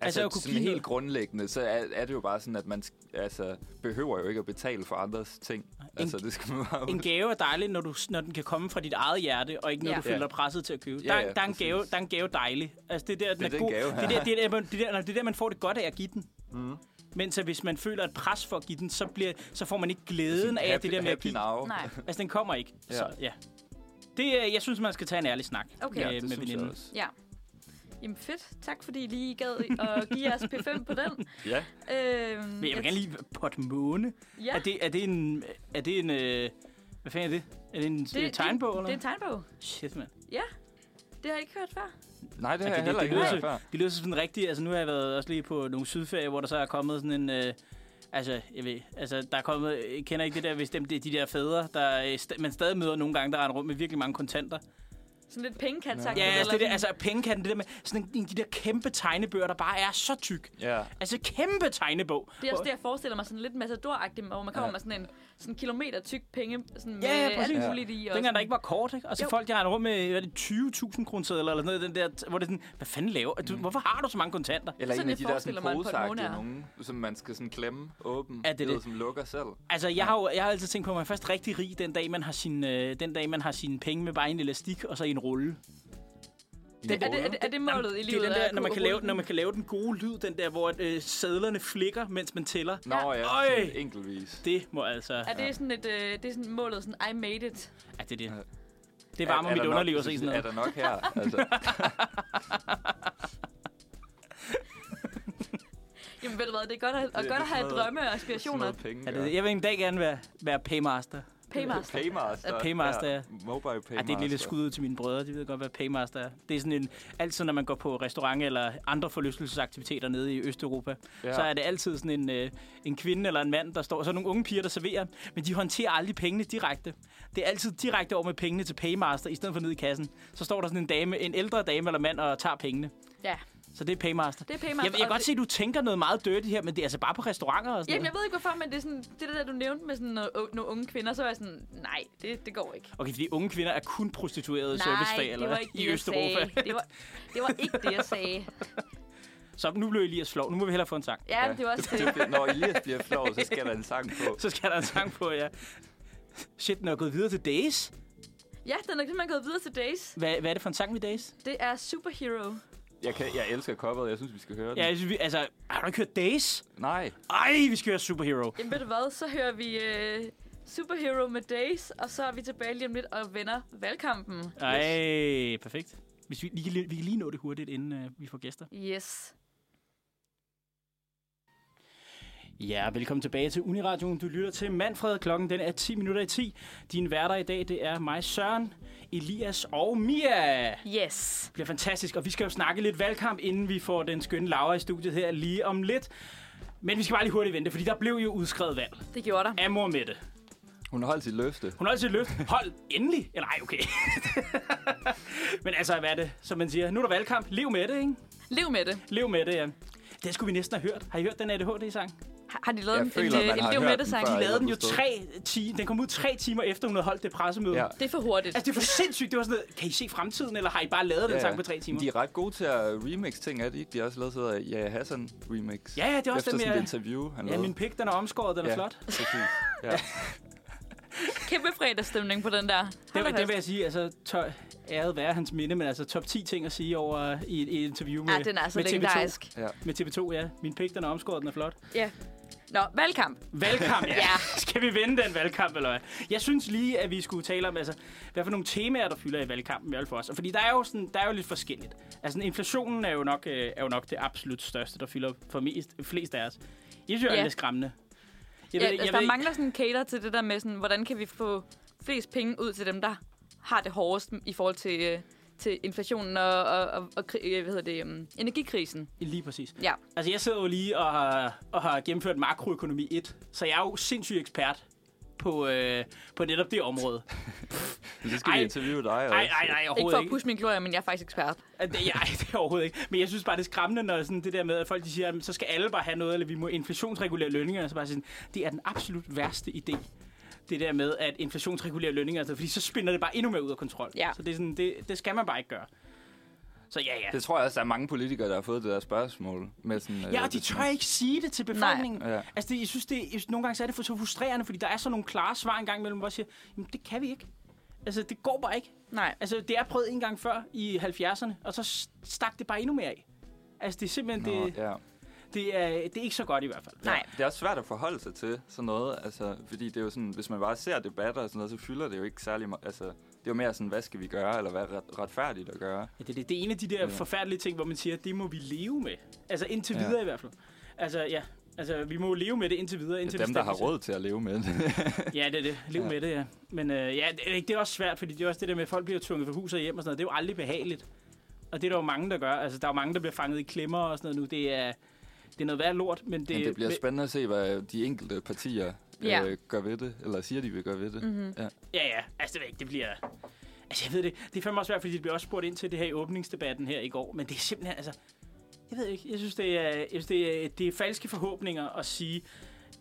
Speaker 1: Altså, at kunne
Speaker 3: sådan
Speaker 1: give
Speaker 3: helt
Speaker 1: noget.
Speaker 3: grundlæggende, så er, er det jo bare sådan, at man sk- altså, behøver jo ikke at betale for andres ting. altså, det skal man bare...
Speaker 1: En gave er dejlig, når, du, når den kan komme fra dit eget hjerte, og ikke når
Speaker 2: Ja.
Speaker 1: du føler
Speaker 3: Ja.
Speaker 1: dig presset til at købe.
Speaker 3: Ja,
Speaker 1: Der,
Speaker 3: ja,
Speaker 1: der, er en
Speaker 3: præcis.
Speaker 1: gave, der er en gave dejlig. Altså, det er der, den
Speaker 3: Det er
Speaker 1: er
Speaker 3: den
Speaker 1: god.
Speaker 3: gave,
Speaker 1: det, er der, det, er der, man- det, er der, det er der, man får det godt af at give den. Mm. Men så hvis man føler et pres for at give den, så, bliver, så får man ikke glæden af
Speaker 3: Altså, happy,
Speaker 1: at det der med at
Speaker 3: happy
Speaker 1: give.
Speaker 3: Now.
Speaker 2: Nej,
Speaker 1: Altså, den kommer ikke. Ja. Så, ja. Det, øh, jeg synes, man skal tage en ærlig snak
Speaker 2: Okay.
Speaker 1: med,
Speaker 3: Ja, det
Speaker 1: med
Speaker 3: synes jeg
Speaker 1: veninden.
Speaker 3: også.
Speaker 2: ja. Jamen fedt. Tak fordi I lige gad at give jeres P5 på den.
Speaker 3: Ja.
Speaker 2: Øhm,
Speaker 1: Men jeg vil gerne lige på et måne.
Speaker 2: Ja,
Speaker 1: Er, det, er det en... Er det en øh, hvad fanden er det? Er det en det, tegnbog,
Speaker 2: det,
Speaker 1: eller?
Speaker 2: det er en tegnbog.
Speaker 1: Shit, mand.
Speaker 2: Det har jeg ikke hørt før.
Speaker 3: Nej, det har
Speaker 1: Okay,
Speaker 3: jeg heller
Speaker 1: det-
Speaker 3: ikke
Speaker 1: det
Speaker 3: hørt
Speaker 1: lyder
Speaker 3: før.
Speaker 1: Det lyder som sådan rigtigt. Altså, nu har jeg været også lige på nogle sydferier, hvor der så er kommet sådan en... Øh, altså, jeg ved, altså, der er kommet... Jeg kender ikke det der, hvis dem, det er de der fædre, der øh, st- man stadig møder nogle gange, der render rundt med virkelig mange kontanter.
Speaker 2: Sådan lidt pengekat sagt.
Speaker 1: Ja, altså, det der, altså pengekatten, det der med sådan en, de der kæmpe tegnebøger, der bare er så tyk.
Speaker 3: Ja.
Speaker 1: Altså, kæmpe tegnebog.
Speaker 2: Det er også det, jeg forestiller mig sådan lidt matador hvor man kommer
Speaker 3: Ja.
Speaker 2: med sådan en sådan en kilometer tyk penge sådan
Speaker 1: Ja, ja,
Speaker 2: med
Speaker 1: præcis.
Speaker 2: alt muligt i. og
Speaker 1: Dengang der
Speaker 2: sådan-
Speaker 1: ikke var kort, ikke? Altså
Speaker 2: Jo.
Speaker 1: jo. folk, der render rundt med hvad er det, 20.000 kroner eller sådan noget, den der, t- hvor det er sådan, hvad fanden laver du?
Speaker 2: Mm.
Speaker 1: Hvorfor har du så mange kontanter?
Speaker 3: Eller
Speaker 2: Sådan
Speaker 3: en af
Speaker 2: et
Speaker 3: de der
Speaker 2: forestiller
Speaker 3: sådan
Speaker 2: man på et
Speaker 3: poseagtige
Speaker 2: måned er.
Speaker 3: nogen, som man skal sådan klemme åben.
Speaker 1: Ja, det er
Speaker 3: du ved,
Speaker 1: det.
Speaker 3: Som lukker selv.
Speaker 1: Altså, jeg har jo jeg har altid tænkt på, at man er først rigtig rig, den dag, man har sin, øh, den dag, man har sine penge med bare en elastik og så i en rulle.
Speaker 3: Det,
Speaker 2: Er det, er det, er det
Speaker 1: Jamen,
Speaker 2: målet i livet?
Speaker 1: Det er den
Speaker 2: at
Speaker 1: der, når man,
Speaker 2: kunne
Speaker 1: kan lave,
Speaker 2: rulle
Speaker 1: når man kan lave den gode lyd, den der, hvor øh, sædlerne flikker, mens man tæller.
Speaker 3: Nå ja,
Speaker 1: Øj!
Speaker 3: sådan enkeltvis.
Speaker 1: Det må altså...
Speaker 2: den? Er det sådan et, øh, det er sådan målet, sådan I made it?
Speaker 1: Ja, det er det. Det varmer
Speaker 3: Er- er
Speaker 1: mit
Speaker 3: der nok-
Speaker 1: underliv at se sådan
Speaker 3: Er
Speaker 1: noget.
Speaker 3: der nok
Speaker 1: *laughs*
Speaker 3: her? Altså,
Speaker 2: Jamen ved du hvad, det er godt at, og godt at
Speaker 3: Det- det er
Speaker 2: have
Speaker 3: sådan noget-
Speaker 2: drømme og
Speaker 3: sådan
Speaker 2: aspirationer.
Speaker 3: noget penge.
Speaker 1: Er det, jeg vil en dag gerne være, være paymaster.
Speaker 2: Paymaster.
Speaker 3: Paymaster.
Speaker 1: Paymaster, ja.
Speaker 3: ja. Mobile Paymaster.
Speaker 1: Ja, det er et lille skud ud til mine brødre. De ved godt, hvad paymaster er. Det er sådan en... Altid, når man går på restaurant eller andre forlystelsesaktiviteter nede i Østeuropa,
Speaker 3: Ja.
Speaker 1: ja. så er det altid sådan en, øh, en kvinde eller en mand, der står... Så er der nogle unge piger, der serverer, men de håndterer aldrig pengene direkte. Det er altid direkte over med pengene til paymaster, i stedet for nede i kassen. Så står der sådan en dame, en ældre dame eller mand, og tager pengene.
Speaker 2: Ja,
Speaker 1: Så det er paymaster.
Speaker 2: det er
Speaker 1: Jeg,
Speaker 2: paymaster.
Speaker 1: jeg kan
Speaker 2: og
Speaker 1: godt se, at du tænker noget meget dirty her, men det er altså bare på restauranter og sådan
Speaker 2: Jamen,
Speaker 1: noget.
Speaker 2: jeg ved ikke hvorfor, men det er sådan, det der, du nævnte med sådan noget, øh, nogle unge kvinder, så var jeg sådan, nej, det, det går ikke.
Speaker 1: Okay, fordi unge kvinder er kun prostituerede i
Speaker 2: nej,
Speaker 1: servicefag eller
Speaker 2: det var ikke
Speaker 1: i
Speaker 2: det, jeg
Speaker 1: Østeuropa.
Speaker 2: sagde. Det var, det var ikke det, jeg sagde.
Speaker 1: *laughs* Så nu blev Elias flov. Nu må vi hellere få en sang.
Speaker 2: Ja, det var også det.
Speaker 3: det. Når Elias bliver flov, så skal der en sang *laughs* på.
Speaker 1: Så skal der en sang på, ja. Shit, den er gået videre til Days.
Speaker 2: Ja, den er simpelthen gået videre til Days.
Speaker 1: Hvad, hvad er det for en sang med Days?
Speaker 2: Det er Superhero.
Speaker 3: Jeg, kan, jeg elsker coveret, jeg synes, vi skal høre den.
Speaker 1: Ja, jeg synes, vi, altså, har du ikke hørt Days?
Speaker 3: Nej.
Speaker 1: Ej, vi skal høre Superhero.
Speaker 2: Jamen ved du hvad, så hører vi øh, Superhero med Days, og så er vi tilbage lige om lidt og vender valgkampen.
Speaker 1: Ej, perfekt. Hvis vi, vi, kan, lige- vi kan lige nå det hurtigt, inden øh, vi får gæster.
Speaker 2: Yes.
Speaker 1: Ja, velkommen tilbage til Uniradioen. Du lytter til Manfred. Klokken den er 10 minutter i 10. Din værter i dag, det er mig, Søren, Elias og Mia.
Speaker 2: Yes.
Speaker 1: Det bliver fantastisk, og vi skal jo snakke lidt valgkamp, inden vi får den skønne Laura i studiet her lige om lidt. Men vi skal bare lige hurtigt vente, fordi der blev jo udskrevet valg
Speaker 2: Det gjorde der.
Speaker 1: af mor Mette.
Speaker 3: Hun har holdt sit løfte.
Speaker 1: Hun har altid løft. Hold endelig. Eller ej, okay. *laughs* Men altså, hvad er det? Som man siger, nu er der valgkamp. Lev med det, ikke?
Speaker 2: Lev med det.
Speaker 1: Lev med det, ja. Det skulle vi næsten have hørt. Har I hørt den ADHD-sang? De
Speaker 2: Har, har de lavet
Speaker 3: Jeg
Speaker 2: en,
Speaker 3: føler,
Speaker 2: en,
Speaker 3: man
Speaker 2: en
Speaker 3: har
Speaker 2: Lev
Speaker 3: hørt
Speaker 2: med det
Speaker 3: den
Speaker 2: sang?
Speaker 3: før.
Speaker 2: De lavede-
Speaker 1: lavede den jo
Speaker 3: forstået.
Speaker 1: tre, ti- den kom ud tre timer efter, hun havde holdt det pressemøde.
Speaker 3: Ja.
Speaker 1: Ja.
Speaker 2: Det er for hurtigt.
Speaker 1: Altså, det er for sindssygt. Det var sådan noget, kan I se fremtiden, eller har I bare lavet den
Speaker 3: Ja, ja.
Speaker 1: sang på tre timer?
Speaker 3: De er ret gode til at remix ting, er de ikke? De har også lavet sådan noget Yahya Hassan remix.
Speaker 1: Ja, ja, det er også
Speaker 3: Efter
Speaker 1: dem,
Speaker 3: sådan
Speaker 1: jeg-
Speaker 3: et interview, han
Speaker 1: Ja,
Speaker 3: lavede.
Speaker 1: min pik, den er omskåret, den er flot. *laughs*
Speaker 3: Præcis. Ja.
Speaker 2: Kæmpe fredagsstemning på den der.
Speaker 1: Det,
Speaker 2: Hold
Speaker 1: vil-
Speaker 2: da
Speaker 1: det vil
Speaker 2: fast.
Speaker 1: jeg sige, altså, tø- æret være hans minde, men altså top 10 ting at sige over i et, i et interview med,
Speaker 2: Ja, den er altså
Speaker 1: med, TV2.
Speaker 2: legendarisk.
Speaker 1: med TV2. Ja, min pik, den er omskåret, den er flot.
Speaker 2: Ja. Nå, valgkamp. *laughs*
Speaker 1: Valgkamp, ja.
Speaker 2: Ja.
Speaker 1: ja. *laughs* Skal vi vinde den valgkamp, eller hvad? Jeg synes lige, at vi skulle tale om, altså, hvad for nogle temaer, der fylder i valgkampen i alt for os. Fordi der er jo, sådan, der er jo lidt forskelligt. Altså, inflationen er jo, nok, øh, er jo nok det absolut største, der fylder for mest, flest af os. Jeg synes, det
Speaker 2: Ja.
Speaker 1: er lidt skræmmende. Jeg
Speaker 2: Ja,
Speaker 1: ikke-
Speaker 2: altså, der
Speaker 1: ikke-
Speaker 2: mangler sådan en cater til det der med, sådan, hvordan kan vi få flest penge ud til dem, der har det hårdest i forhold til, øh, til inflationen og, og, og, og kri- øh, hvad hedder det, um, energikrisen.
Speaker 1: Lige præcis.
Speaker 2: Ja.
Speaker 1: Altså, jeg sidder jo lige og har, og har gennemført makroøkonomi 1, så jeg er jo sindssyg ekspert på, øh, på netop det område.
Speaker 3: Men så skal
Speaker 1: Ej.
Speaker 3: vi interviewe dig også.
Speaker 1: Nej, nej, nej,
Speaker 2: Ikke for
Speaker 1: overhovedet
Speaker 2: at
Speaker 1: ikke.
Speaker 2: pusse min glorie, men jeg er faktisk ekspert.
Speaker 1: At det- Nej, *laughs* det er overhovedet ikke. Men jeg synes bare, det er skræmmende, når sådan det der med, at folk de siger, at så skal alle bare have noget, eller vi må inflationsregulere lønninger. Og Så bare sådan, det er den absolut værste idé. Det der med at inflationsregulere lønninger, altså, fordi så spinder det bare endnu mere ud af kontrol.
Speaker 2: Ja.
Speaker 1: Så det, er sådan, det, det skal man bare ikke gøre. Så ja, ja.
Speaker 3: Det tror jeg også, der er mange politikere, der har fået det der spørgsmål. Med sådan, øh,
Speaker 1: Ja, og de
Speaker 3: det
Speaker 1: tør ikke sige det til befolkningen.
Speaker 3: Nej. Ja.
Speaker 1: Altså, det, jeg synes, det, jeg synes, nogle gange så er det for så frustrerende, fordi der er sådan nogle klare svar engang imellem, hvor jeg siger, jamen, det kan vi ikke. Altså, det går bare ikke.
Speaker 2: Nej.
Speaker 1: Altså, det er prøvet en gang før i 70'erne, og så s- stak det bare endnu mere af. Altså, det er simpelthen,
Speaker 3: Nå,
Speaker 1: det,
Speaker 3: ja.
Speaker 1: det, er, det er ikke så godt i hvert fald.
Speaker 2: Nej.
Speaker 3: Det er også svært at forholde sig til sådan noget, altså, fordi det er jo sådan, hvis man bare ser debatter og sådan noget, så fylder det jo ikke særlig meget. Altså, det er jo mere sådan, hvad skal vi gøre, eller hvad er ret, retfærdigt at gøre?
Speaker 1: Ja, det, er det, det er en af de der ja.
Speaker 3: Ja.
Speaker 1: forfærdelige ting, hvor man siger, det må vi leve med. Altså, indtil
Speaker 3: Ja.
Speaker 1: videre i hvert fald. Altså, ja. Altså, vi må jo leve med det indtil videre.
Speaker 3: Det
Speaker 1: Indtil
Speaker 3: er
Speaker 1: vi
Speaker 3: dem, der har
Speaker 1: stemmer-
Speaker 3: råd til at leve med det.
Speaker 1: Ja, det er det. Lev ja.
Speaker 3: Ja.
Speaker 1: med det, ja. Men øh, ja, det, er ikke- det er også svært, fordi det er også det der med, at folk bliver tvunget fra hus og hjem og sådan noget. Det er jo aldrig behageligt. Og det er der jo mange, der gør. Altså, der er jo mange, der bliver fanget i klemmer og sådan noget nu. Det er, det er noget værd lort, men det...
Speaker 3: *laughs* Men det bliver
Speaker 1: men-
Speaker 3: spændende at se, hvad de enkelte partier
Speaker 2: Ja.
Speaker 3: øh, gør ved det, eller siger, de vil gøre ved det. Mm-hmm. Ja.
Speaker 1: Ja, ja. Altså, det ved jeg ikke. Det bliver... Altså, jeg ved det. Det er fandme også svært, fordi det bliver også spurgt ind til det her i åbningsdebatten her i går. Men det er simpelthen, altså... Jeg ved ikke. Jeg synes, det er, jeg synes, det er, det er falske forhåbninger at sige,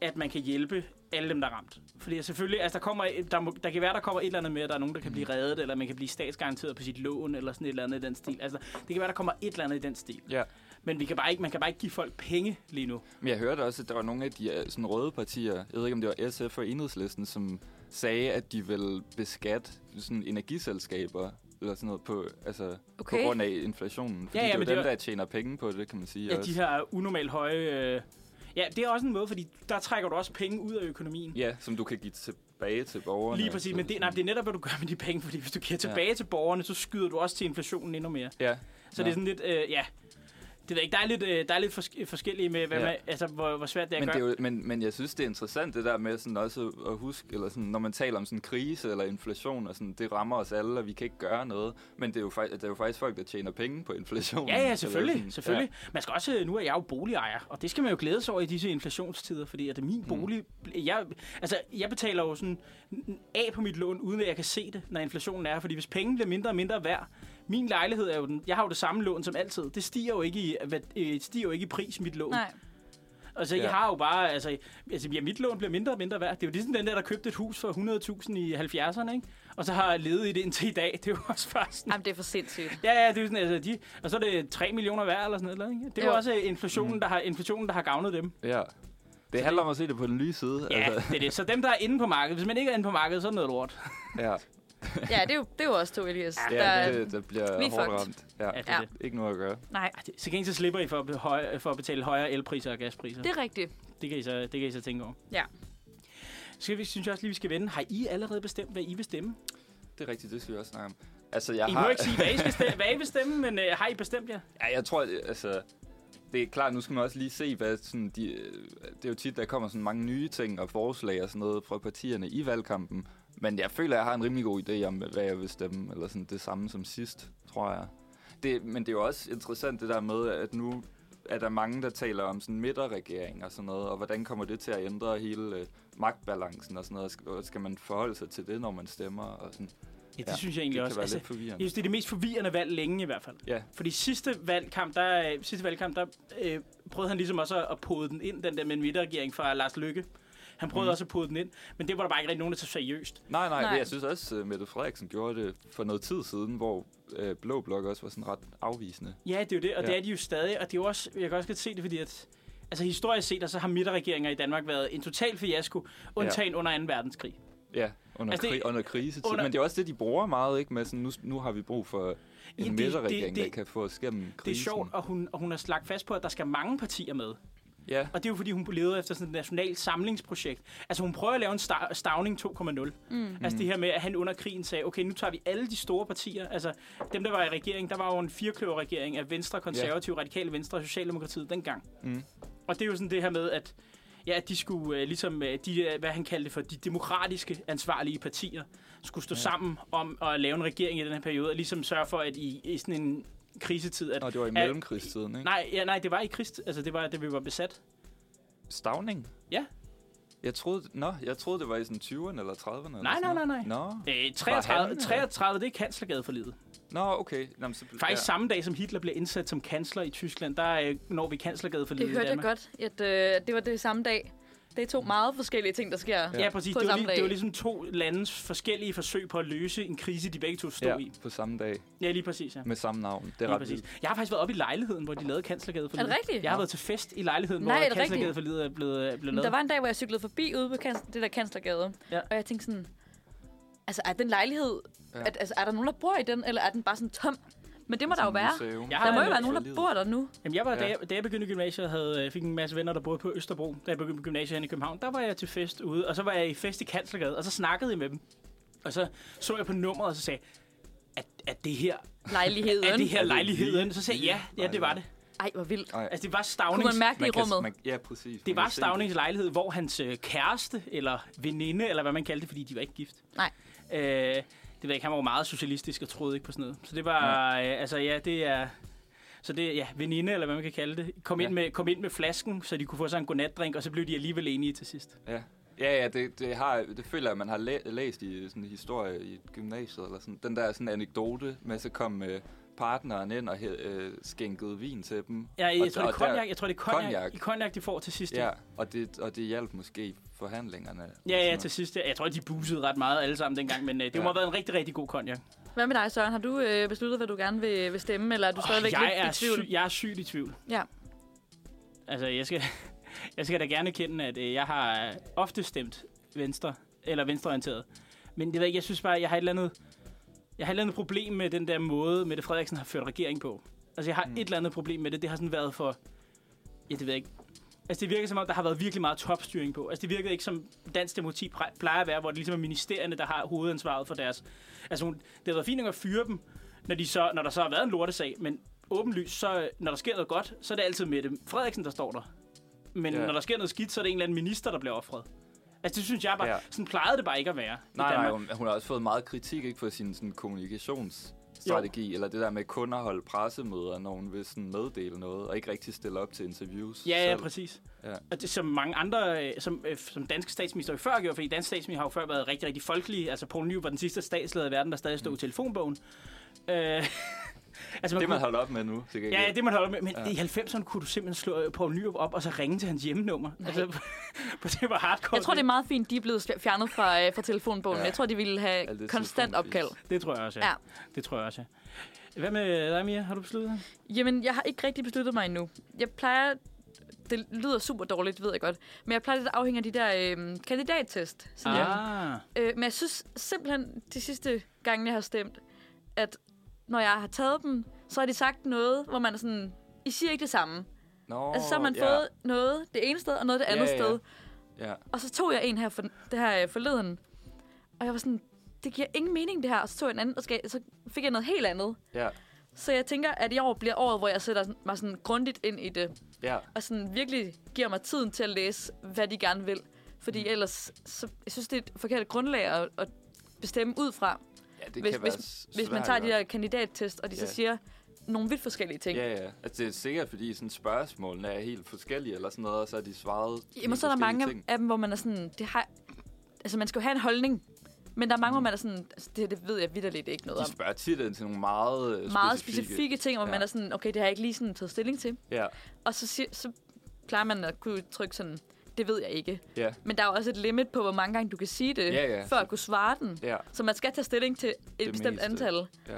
Speaker 1: at man kan hjælpe alle dem, der er ramt. Fordi selvfølgelig, altså, der, kommer, der, må, der kan være, der kommer et eller andet med, at der er nogen, der kan blive reddet, eller man kan blive statsgaranteret på sit lån, eller sådan et eller andet i den stil. Altså, det kan være, der kommer et eller andet i den stil.
Speaker 3: Ja.
Speaker 1: Men vi kan bare ikke, man kan bare ikke give folk penge lige nu.
Speaker 3: Men jeg hørte også, at der var nogle af de øh, sådan, røde partier, jeg ved ikke, om det var SF og Enhedslisten, som sagde, at de ville beskatte sådan, energiselskaber eller sådan noget på, altså, okay. på grund af inflationen. Fordi
Speaker 1: Ja, ja,
Speaker 3: det er jo
Speaker 1: men
Speaker 3: dem,
Speaker 1: det var-
Speaker 3: der tjener penge på det, kan man sige.
Speaker 1: Ja,
Speaker 3: også.
Speaker 1: de her unormalt høje... Øh... Ja, det er også en måde, fordi der trækker du også penge ud af økonomien.
Speaker 3: ja, som du kan give tilbage til borgerne.
Speaker 1: Lige præcis,
Speaker 3: Så
Speaker 1: men det, nej, det er netop, hvad du gør med de penge, *laughs* fordi hvis du giver tilbage ja. til borgerne, så skyder du også til inflationen endnu mere.
Speaker 3: Ja,
Speaker 1: Så ja. det er sådan lidt, øh, ja, det ved jeg ikke, der er lidt, øh, der er lidt forske- forskellige med, hvad ja.
Speaker 3: Ja.
Speaker 1: man, altså, hvor, hvor svært det er
Speaker 3: men,
Speaker 1: at
Speaker 3: det er
Speaker 1: gøre.
Speaker 3: jo, men, men jeg synes, det er interessant det der med sådan også at huske, eller sådan, når man taler om sådan krise eller inflation, og sådan, det rammer os alle, og vi kan ikke gøre noget. Men det er jo, fak- det er jo faktisk folk, der tjener penge på inflationen.
Speaker 1: Ja, ja,
Speaker 3: Eller
Speaker 1: selvfølgelig.
Speaker 3: sådan,
Speaker 1: selvfølgelig. Ja. Man skal også, øh, nu er jeg jo boligejer, og det skal man jo glædes over i disse inflationstider, fordi at
Speaker 3: Mm.
Speaker 1: min bolig, jeg, altså, jeg betaler jo sådan af på mit lån, uden at jeg kan se det, når inflationen er, fordi hvis penge bliver mindre og mindre værd, min lejlighed er jo den, jeg har jo det samme lån som altid, det stiger jo ikke i, hvad, øh, stiger jo ikke i pris, mit lån.
Speaker 2: Nej.
Speaker 1: Altså, ja. jeg
Speaker 3: Ja.
Speaker 1: har jo bare... Altså, altså ja, mit lån bliver mindre og mindre værd. Det er jo ligesom den der, der købte et hus for 100.000 i 70'erne, ikke? Og så har levet i det indtil i dag. Det er jo også bare sådan...
Speaker 2: Jamen, det er for sindssygt.
Speaker 1: Ja, ja, det er jo sådan, altså, de, og så er det 3 millioner værd eller sådan noget, ikke? Det er jo,
Speaker 2: Jo.
Speaker 1: også øh, inflationen, der har, inflationen, der har gavnet dem.
Speaker 3: Ja. Det handler om at se det på den lyse side. altså.
Speaker 1: Ja, det er det. Så dem, der er inde på markedet, hvis man ikke er inde på markedet, så er det noget lort.
Speaker 3: ja.
Speaker 2: *laughs* Ja, det er jo, det er jo også to, Elias. Ja,
Speaker 3: ja
Speaker 2: der,
Speaker 3: det, det bliver
Speaker 2: vi er
Speaker 3: hårdt
Speaker 2: fucked.
Speaker 3: ramt. Ja.
Speaker 1: Ja, det,
Speaker 2: Ja.
Speaker 1: er det.
Speaker 3: Ikke noget at gøre.
Speaker 2: nej,
Speaker 1: Ej, det. Så kan I så slipper I for at, behøje, for at betale højere elpriser og gaspriser.
Speaker 2: det
Speaker 1: Det,
Speaker 2: er rigtigt.
Speaker 1: det, kan, I så, det kan I så tænke over.
Speaker 2: Ja.
Speaker 1: Skal vi, synes jeg også lige, vi skal vende. Har I allerede bestemt, hvad I vil stemme?
Speaker 3: Det er rigtigt, det skal vi også snakke om. Altså, jeg
Speaker 1: I
Speaker 3: har...
Speaker 1: må ikke sige, hvad I, skal stemme, hvad I vil stemme, men øh, har I bestemt jer?
Speaker 3: Ja, jeg tror, det- altså... Det er klart, nu skal man også lige se, hvad sådan de... øh, Det er jo tit, der kommer sådan mange nye ting og forslag og sådan noget fra partierne i valgkampen. Men jeg føler, jeg har en rimelig god idé om, hvad jeg vil stemme. Eller sådan det samme som sidst, tror jeg. Det, men det er jo også interessant det der med, at nu er der mange, der taler om sådan midterregering og sådan noget, og hvordan kommer det til at ændre hele øh, magtbalancen og sådan noget, og skal, og skal man forholde sig til det, når man stemmer? Og sådan.
Speaker 1: Ja, det ja,
Speaker 3: Ja,
Speaker 1: synes jeg
Speaker 3: Det
Speaker 1: egentlig
Speaker 3: kan
Speaker 1: også.
Speaker 3: være
Speaker 1: Altså,
Speaker 3: lidt forvirrende.
Speaker 1: jeg synes, det er det mest forvirrende valg længe i hvert fald.
Speaker 3: Ja,
Speaker 1: Fordi sidste valgkamp, der, øh, sidste valgkamp, der øh, prøvede han ligesom også at- at pode den ind, den der med en midterregering fra Lars Lykke. Han
Speaker 3: Mhm.
Speaker 1: prøvede mm. også at pode den ind, men det var der bare ikke rigtig nogen, der tog seriøst.
Speaker 3: Nej, nej,
Speaker 2: Nej.
Speaker 3: nej. Det, jeg synes også, at Mette Frederiksen gjorde det for noget tid siden, hvor øh, Blå Blok også var sådan ret afvisende.
Speaker 1: Ja, det er jo det, og ja. det
Speaker 3: Ja.
Speaker 1: er de jo stadig, og det er jo også, jeg kan også godt se det, fordi at, altså historisk set, og så har midterregeringer i Danmark været en total fiasko, undtagen ja. under 2. verdenskrig.
Speaker 3: Ja, under,
Speaker 1: Altså,
Speaker 3: altså,
Speaker 1: det-
Speaker 3: kri- under krisetid.
Speaker 1: under-
Speaker 3: Under... Men det er også det, de bruger meget, ikke? Med sådan, nu, nu har vi brug for en
Speaker 1: Ja, det-
Speaker 3: ja, midterregering,
Speaker 1: det-
Speaker 3: der
Speaker 1: det-
Speaker 3: kan få os gennem krisen.
Speaker 1: Det er sjovt, og hun, og hun har slagt fast på, at der skal mange partier med.
Speaker 3: Ja,
Speaker 1: Og det er jo fordi, hun leder efter sådan et nationalt samlingsprojekt. Altså hun prøver at lave en sta- stavning 2.0. Mm. Altså det her med, at han under krigen sagde, okay, nu tager vi alle de store partier. Altså dem, der var i regering, der var jo en firkløverregering af Venstre, Konservative, Radikale Venstre og Socialdemokratiet dengang.
Speaker 3: Mm.
Speaker 1: Og det er jo sådan det her med, at Ja, at de skulle øh, ligesom, øh, de, øh, hvad han kaldte for, de demokratiske ansvarlige partier, skulle stå ja. sammen om at lave en regering i den her periode, og ligesom sørge for, at i, i sådan en krisetid, at...
Speaker 3: og det var i
Speaker 1: at-
Speaker 3: mellemkrigstiden, ikke?
Speaker 1: Nej, ja, nej, det var i krist, altså det var, da vi var besat.
Speaker 3: Stavning?
Speaker 1: Ja.
Speaker 3: Jeg troede, nå, jeg troede, det var i sådan 20'erne eller 30'erne. eller
Speaker 1: nej,
Speaker 3: sådan noget.
Speaker 1: nej,
Speaker 3: Nå,
Speaker 1: Øh,
Speaker 3: Var
Speaker 1: 33,
Speaker 3: han,
Speaker 1: 33, det er kanslergade for livet.
Speaker 3: nå okay. Nå, men så,
Speaker 1: Faktisk ja. samme dag, som Hitler bliver indsat som kansler i Tyskland, der øh, når vi kanslergade for
Speaker 2: Det
Speaker 1: livet i
Speaker 2: hørte jeg
Speaker 1: Danmark.
Speaker 2: godt, at øh, det var det samme dag. Det er to meget forskellige ting, der sker.
Speaker 1: Ja, præcis.
Speaker 2: På
Speaker 1: Det var,
Speaker 2: samme
Speaker 1: lige,
Speaker 2: dag.
Speaker 1: det var ligesom to landes forskellige forsøg på at løse en krise, de begge to stod
Speaker 3: ja,
Speaker 1: i.
Speaker 3: på samme dag
Speaker 1: Ja, lige præcis. Ja.
Speaker 3: med samme navn. Det er
Speaker 1: Lige
Speaker 3: ret
Speaker 1: præcis.
Speaker 3: vildt.
Speaker 1: Jeg har faktisk været oppe i lejligheden, hvor de lavede kanslergade for
Speaker 2: Er det rigtigt?
Speaker 1: Jeg har været til fest i lejligheden,
Speaker 2: Nej, er
Speaker 1: hvor
Speaker 2: det
Speaker 1: kanslergade
Speaker 2: rigtigt?
Speaker 1: for livet er blevet, er blevet
Speaker 2: Men
Speaker 1: lavet.
Speaker 2: der var en dag, hvor jeg cyklede forbi ude på kans- det der Kanslergade,
Speaker 1: Ja.
Speaker 2: ja. og jeg tænkte sådan, altså er den lejlighed,
Speaker 3: Ja.
Speaker 2: ja. at, altså, er der nogen, der bor i den, eller er den bare sådan tom? Men det må der jo
Speaker 3: Sådan et
Speaker 2: være.
Speaker 3: museum.
Speaker 1: Jeg har
Speaker 2: Der må
Speaker 1: en
Speaker 2: jo være nogen, der bor der nu.
Speaker 1: Jamen, jeg var, da,
Speaker 3: Ja.
Speaker 1: jeg, da jeg begyndte i gymnasiet, havde, øh, fik en masse venner, der boede på Østerbro. Da jeg begyndte på gymnasiet her i København, der var jeg til fest ude, og så var jeg i fest i Kanslergade, og så snakkede jeg med dem. Og så så jeg på nummeret, og så sagde at, at det her, *laughs*
Speaker 2: Lejligheden.
Speaker 1: er det her
Speaker 3: Er det
Speaker 1: lejligheden?
Speaker 3: lige-
Speaker 1: Så sagde jeg, ja, ja, det var det.
Speaker 2: Ej, hvor vildt.
Speaker 3: Ej,
Speaker 1: Altså, det var
Speaker 2: Kunne
Speaker 1: Stavnings,
Speaker 2: man mærke det i
Speaker 3: kan-
Speaker 2: rummet?
Speaker 3: Man, ja, præcis. Man
Speaker 1: det var
Speaker 3: kan se
Speaker 1: Stavnings lejlighed, hvor hans øh, kæreste, eller veninde, eller hvad man kaldte det, fordi de var ikke gift.
Speaker 2: Nej.
Speaker 1: Øh, det ved jeg ikke, han var jo meget socialistisk og troede ikke på sådan noget. Så det var, øh, altså ja, det er... Så det, ja, veninde, eller hvad man kan kalde det, kom, ja. ind,
Speaker 3: Ja.
Speaker 1: med, kom ind med flasken, så de kunne få sig en godnatdrink, og så blev de alligevel enige til sidst.
Speaker 3: Ja, ja, ja det, det, har, det føler jeg, man har læ- læst i sådan en historie i gymnasiet, eller sådan. Den der sådan anekdote med, så kom øh, partneren ind og hed, øh, skænkede vin til dem.
Speaker 1: Ja, jeg,
Speaker 3: og,
Speaker 1: jeg, tror, det er
Speaker 3: og der-
Speaker 1: cognac, jeg tror, det er cognac,
Speaker 3: Cognac.
Speaker 1: cognac. cognac de får til sidst.
Speaker 3: Ja, og det, og det hjalp måske forhandlingerne. og
Speaker 1: Ja,
Speaker 3: sådan
Speaker 1: ja,
Speaker 3: noget.
Speaker 1: til sidst. ja. Jeg tror, de busede ret meget alle sammen dengang, men øh, det ja.
Speaker 3: Ja.
Speaker 1: må have været en rigtig, rigtig god cognac.
Speaker 2: Hvad med dig, Søren? Har du øh, besluttet, hvad du gerne vil, vil stemme, eller er du stadigvæk
Speaker 1: jeg,
Speaker 2: lidt
Speaker 1: er
Speaker 2: i tvivl?
Speaker 1: Syg, jeg er sygt i tvivl.
Speaker 2: Ja.
Speaker 1: Altså, jeg skal, *laughs* jeg skal da gerne kende, at øh, jeg har ofte stemt venstre, eller venstreorienteret. Men det ved jeg, ikke, jeg synes bare, jeg har et eller andet, jeg har et eller andet problem med den der måde, Mette Frederiksen har ført regering på. Altså, jeg har mm. et eller andet problem med det. Det har sådan været for... Ja, det ved jeg ikke. Altså, det virker som om, der har været virkelig meget topstyring på. Altså, det virkede ikke som dansk demokrati pre- plejer at være, hvor det ligesom er ministerierne, der har hovedansvaret for deres... Altså, hun- det har været fint nok at fyre dem, når, de så, når der så har været en lortesag, men åbenlyst, så, øh, når der sker noget godt, så er det altid Mette Frederiksen, der står der. Men
Speaker 3: Ja.
Speaker 1: når der sker noget skidt, så er det en eller anden minister, der bliver offret. Altså, det synes jeg bare... Ja.
Speaker 3: Ja.
Speaker 1: Sådan plejede det bare ikke at være i
Speaker 3: Nej, nej,
Speaker 1: Danmark.
Speaker 3: hun, hun har også fået meget kritik ikke, for sin sådan, kommunikationsstrategi, eller det der med kun at holde pressemøder, når hun vil sådan, meddele noget, og ikke rigtig stille op til interviews.
Speaker 1: Ja, ja,
Speaker 3: selv.
Speaker 1: præcis. Ja.
Speaker 3: Ja.
Speaker 1: Og det, som mange andre, øh, som, øh, som danske statsminister jo før gjorde, fordi danske statsminister har jo før været rigtig, rigtig folkelige. Altså, Poul Nyrup var den sidste statsleder i verden, der stadig stod i telefonbogen. Øh, *laughs* altså, man
Speaker 3: Mm. Det, man holder op med nu, til gengæld.
Speaker 1: Ja, ja, det man holder med. Men ja. i 90'erne kunne du simpelthen slå øh, Poul Nyrup op, og så ringe til hans hjemmenummer. Altså, *laughs* det var hardcore.
Speaker 2: Jeg tror, det er meget fint, de er blevet fjernet fra, øh, fra telefonbogen.
Speaker 3: Ja.
Speaker 2: Jeg tror, de ville have
Speaker 3: Alt det
Speaker 2: konstant
Speaker 3: telefonfis.
Speaker 2: opkald.
Speaker 1: det tror jeg også, ja. ja.
Speaker 2: Ja.
Speaker 1: Det tror jeg også, ja. Hvad med dig, Mia? Har du besluttet dig?
Speaker 2: Jamen, jeg har ikke rigtig besluttet mig endnu. Jeg plejer... Det lyder super dårligt, ved jeg godt. Men jeg plejer lidt at afhænge af de der øh, kandidattest. Sådan der.
Speaker 1: Ah,
Speaker 2: Øh, men jeg synes simpelthen, de sidste gange, jeg har stemt, at når jeg har taget dem, så har de sagt noget, hvor man er sådan... I siger ikke det samme.
Speaker 3: Nå,
Speaker 2: altså, så har man
Speaker 3: ja,
Speaker 2: fået noget det ene sted, og noget det
Speaker 3: Ja,
Speaker 2: andet
Speaker 3: ja.
Speaker 2: sted.
Speaker 3: Ja.
Speaker 2: Og så tog jeg en her, for, det her øh, forleden, og jeg var sådan, det giver ingen mening det her. Og så tog jeg en anden, og så gav- så fik jeg noget helt andet.
Speaker 3: Ja,
Speaker 2: Så jeg tænker, at i år bliver året, hvor jeg sætter sådan- mig sådan grundigt ind i det,
Speaker 3: ja.
Speaker 2: og sådan virkelig giver mig tiden til at læse, hvad de gerne vil. Fordi mm. ellers, så, jeg synes, det er et forkert grundlag at, at bestemme ud fra,
Speaker 3: ja det
Speaker 2: Hvis-
Speaker 3: kan være
Speaker 2: hvis man
Speaker 3: svært
Speaker 2: tager de
Speaker 3: at-
Speaker 2: der kandidattest, og de
Speaker 3: Ja.
Speaker 2: så siger nogle vidt forskellige ting.
Speaker 3: Ja, ja. Altså, det er sikkert, fordi sådan spørgsmålene er helt forskellige, eller sådan noget, og så har de svaret
Speaker 2: Jamen,
Speaker 3: helt
Speaker 2: så er der
Speaker 3: forskellige
Speaker 2: mange af-
Speaker 3: ting.
Speaker 2: af dem, hvor man er sådan, det har, altså man skal jo have en holdning, men der er mange, hvor man er sådan, altså, det, her, det ved jeg vidderligt ikke noget om.
Speaker 3: Mm. De spørger tit ind til nogle meget, øh,
Speaker 2: Meget specifikke ting, hvor
Speaker 3: Ja.
Speaker 2: man er sådan, okay, det har jeg ikke lige sådan taget stilling til.
Speaker 3: Ja,
Speaker 2: Og så, siger, så plejer man at kunne trykke sådan, det ved jeg ikke.
Speaker 3: ja,
Speaker 2: Men der er jo også et limit på, hvor mange gange du kan sige det,
Speaker 3: Ja, ja.
Speaker 2: før at kunne svare den.
Speaker 3: ja,
Speaker 2: Så man skal tage stilling til et
Speaker 3: Det
Speaker 2: bestemt
Speaker 3: meste.
Speaker 2: antal.
Speaker 3: ja.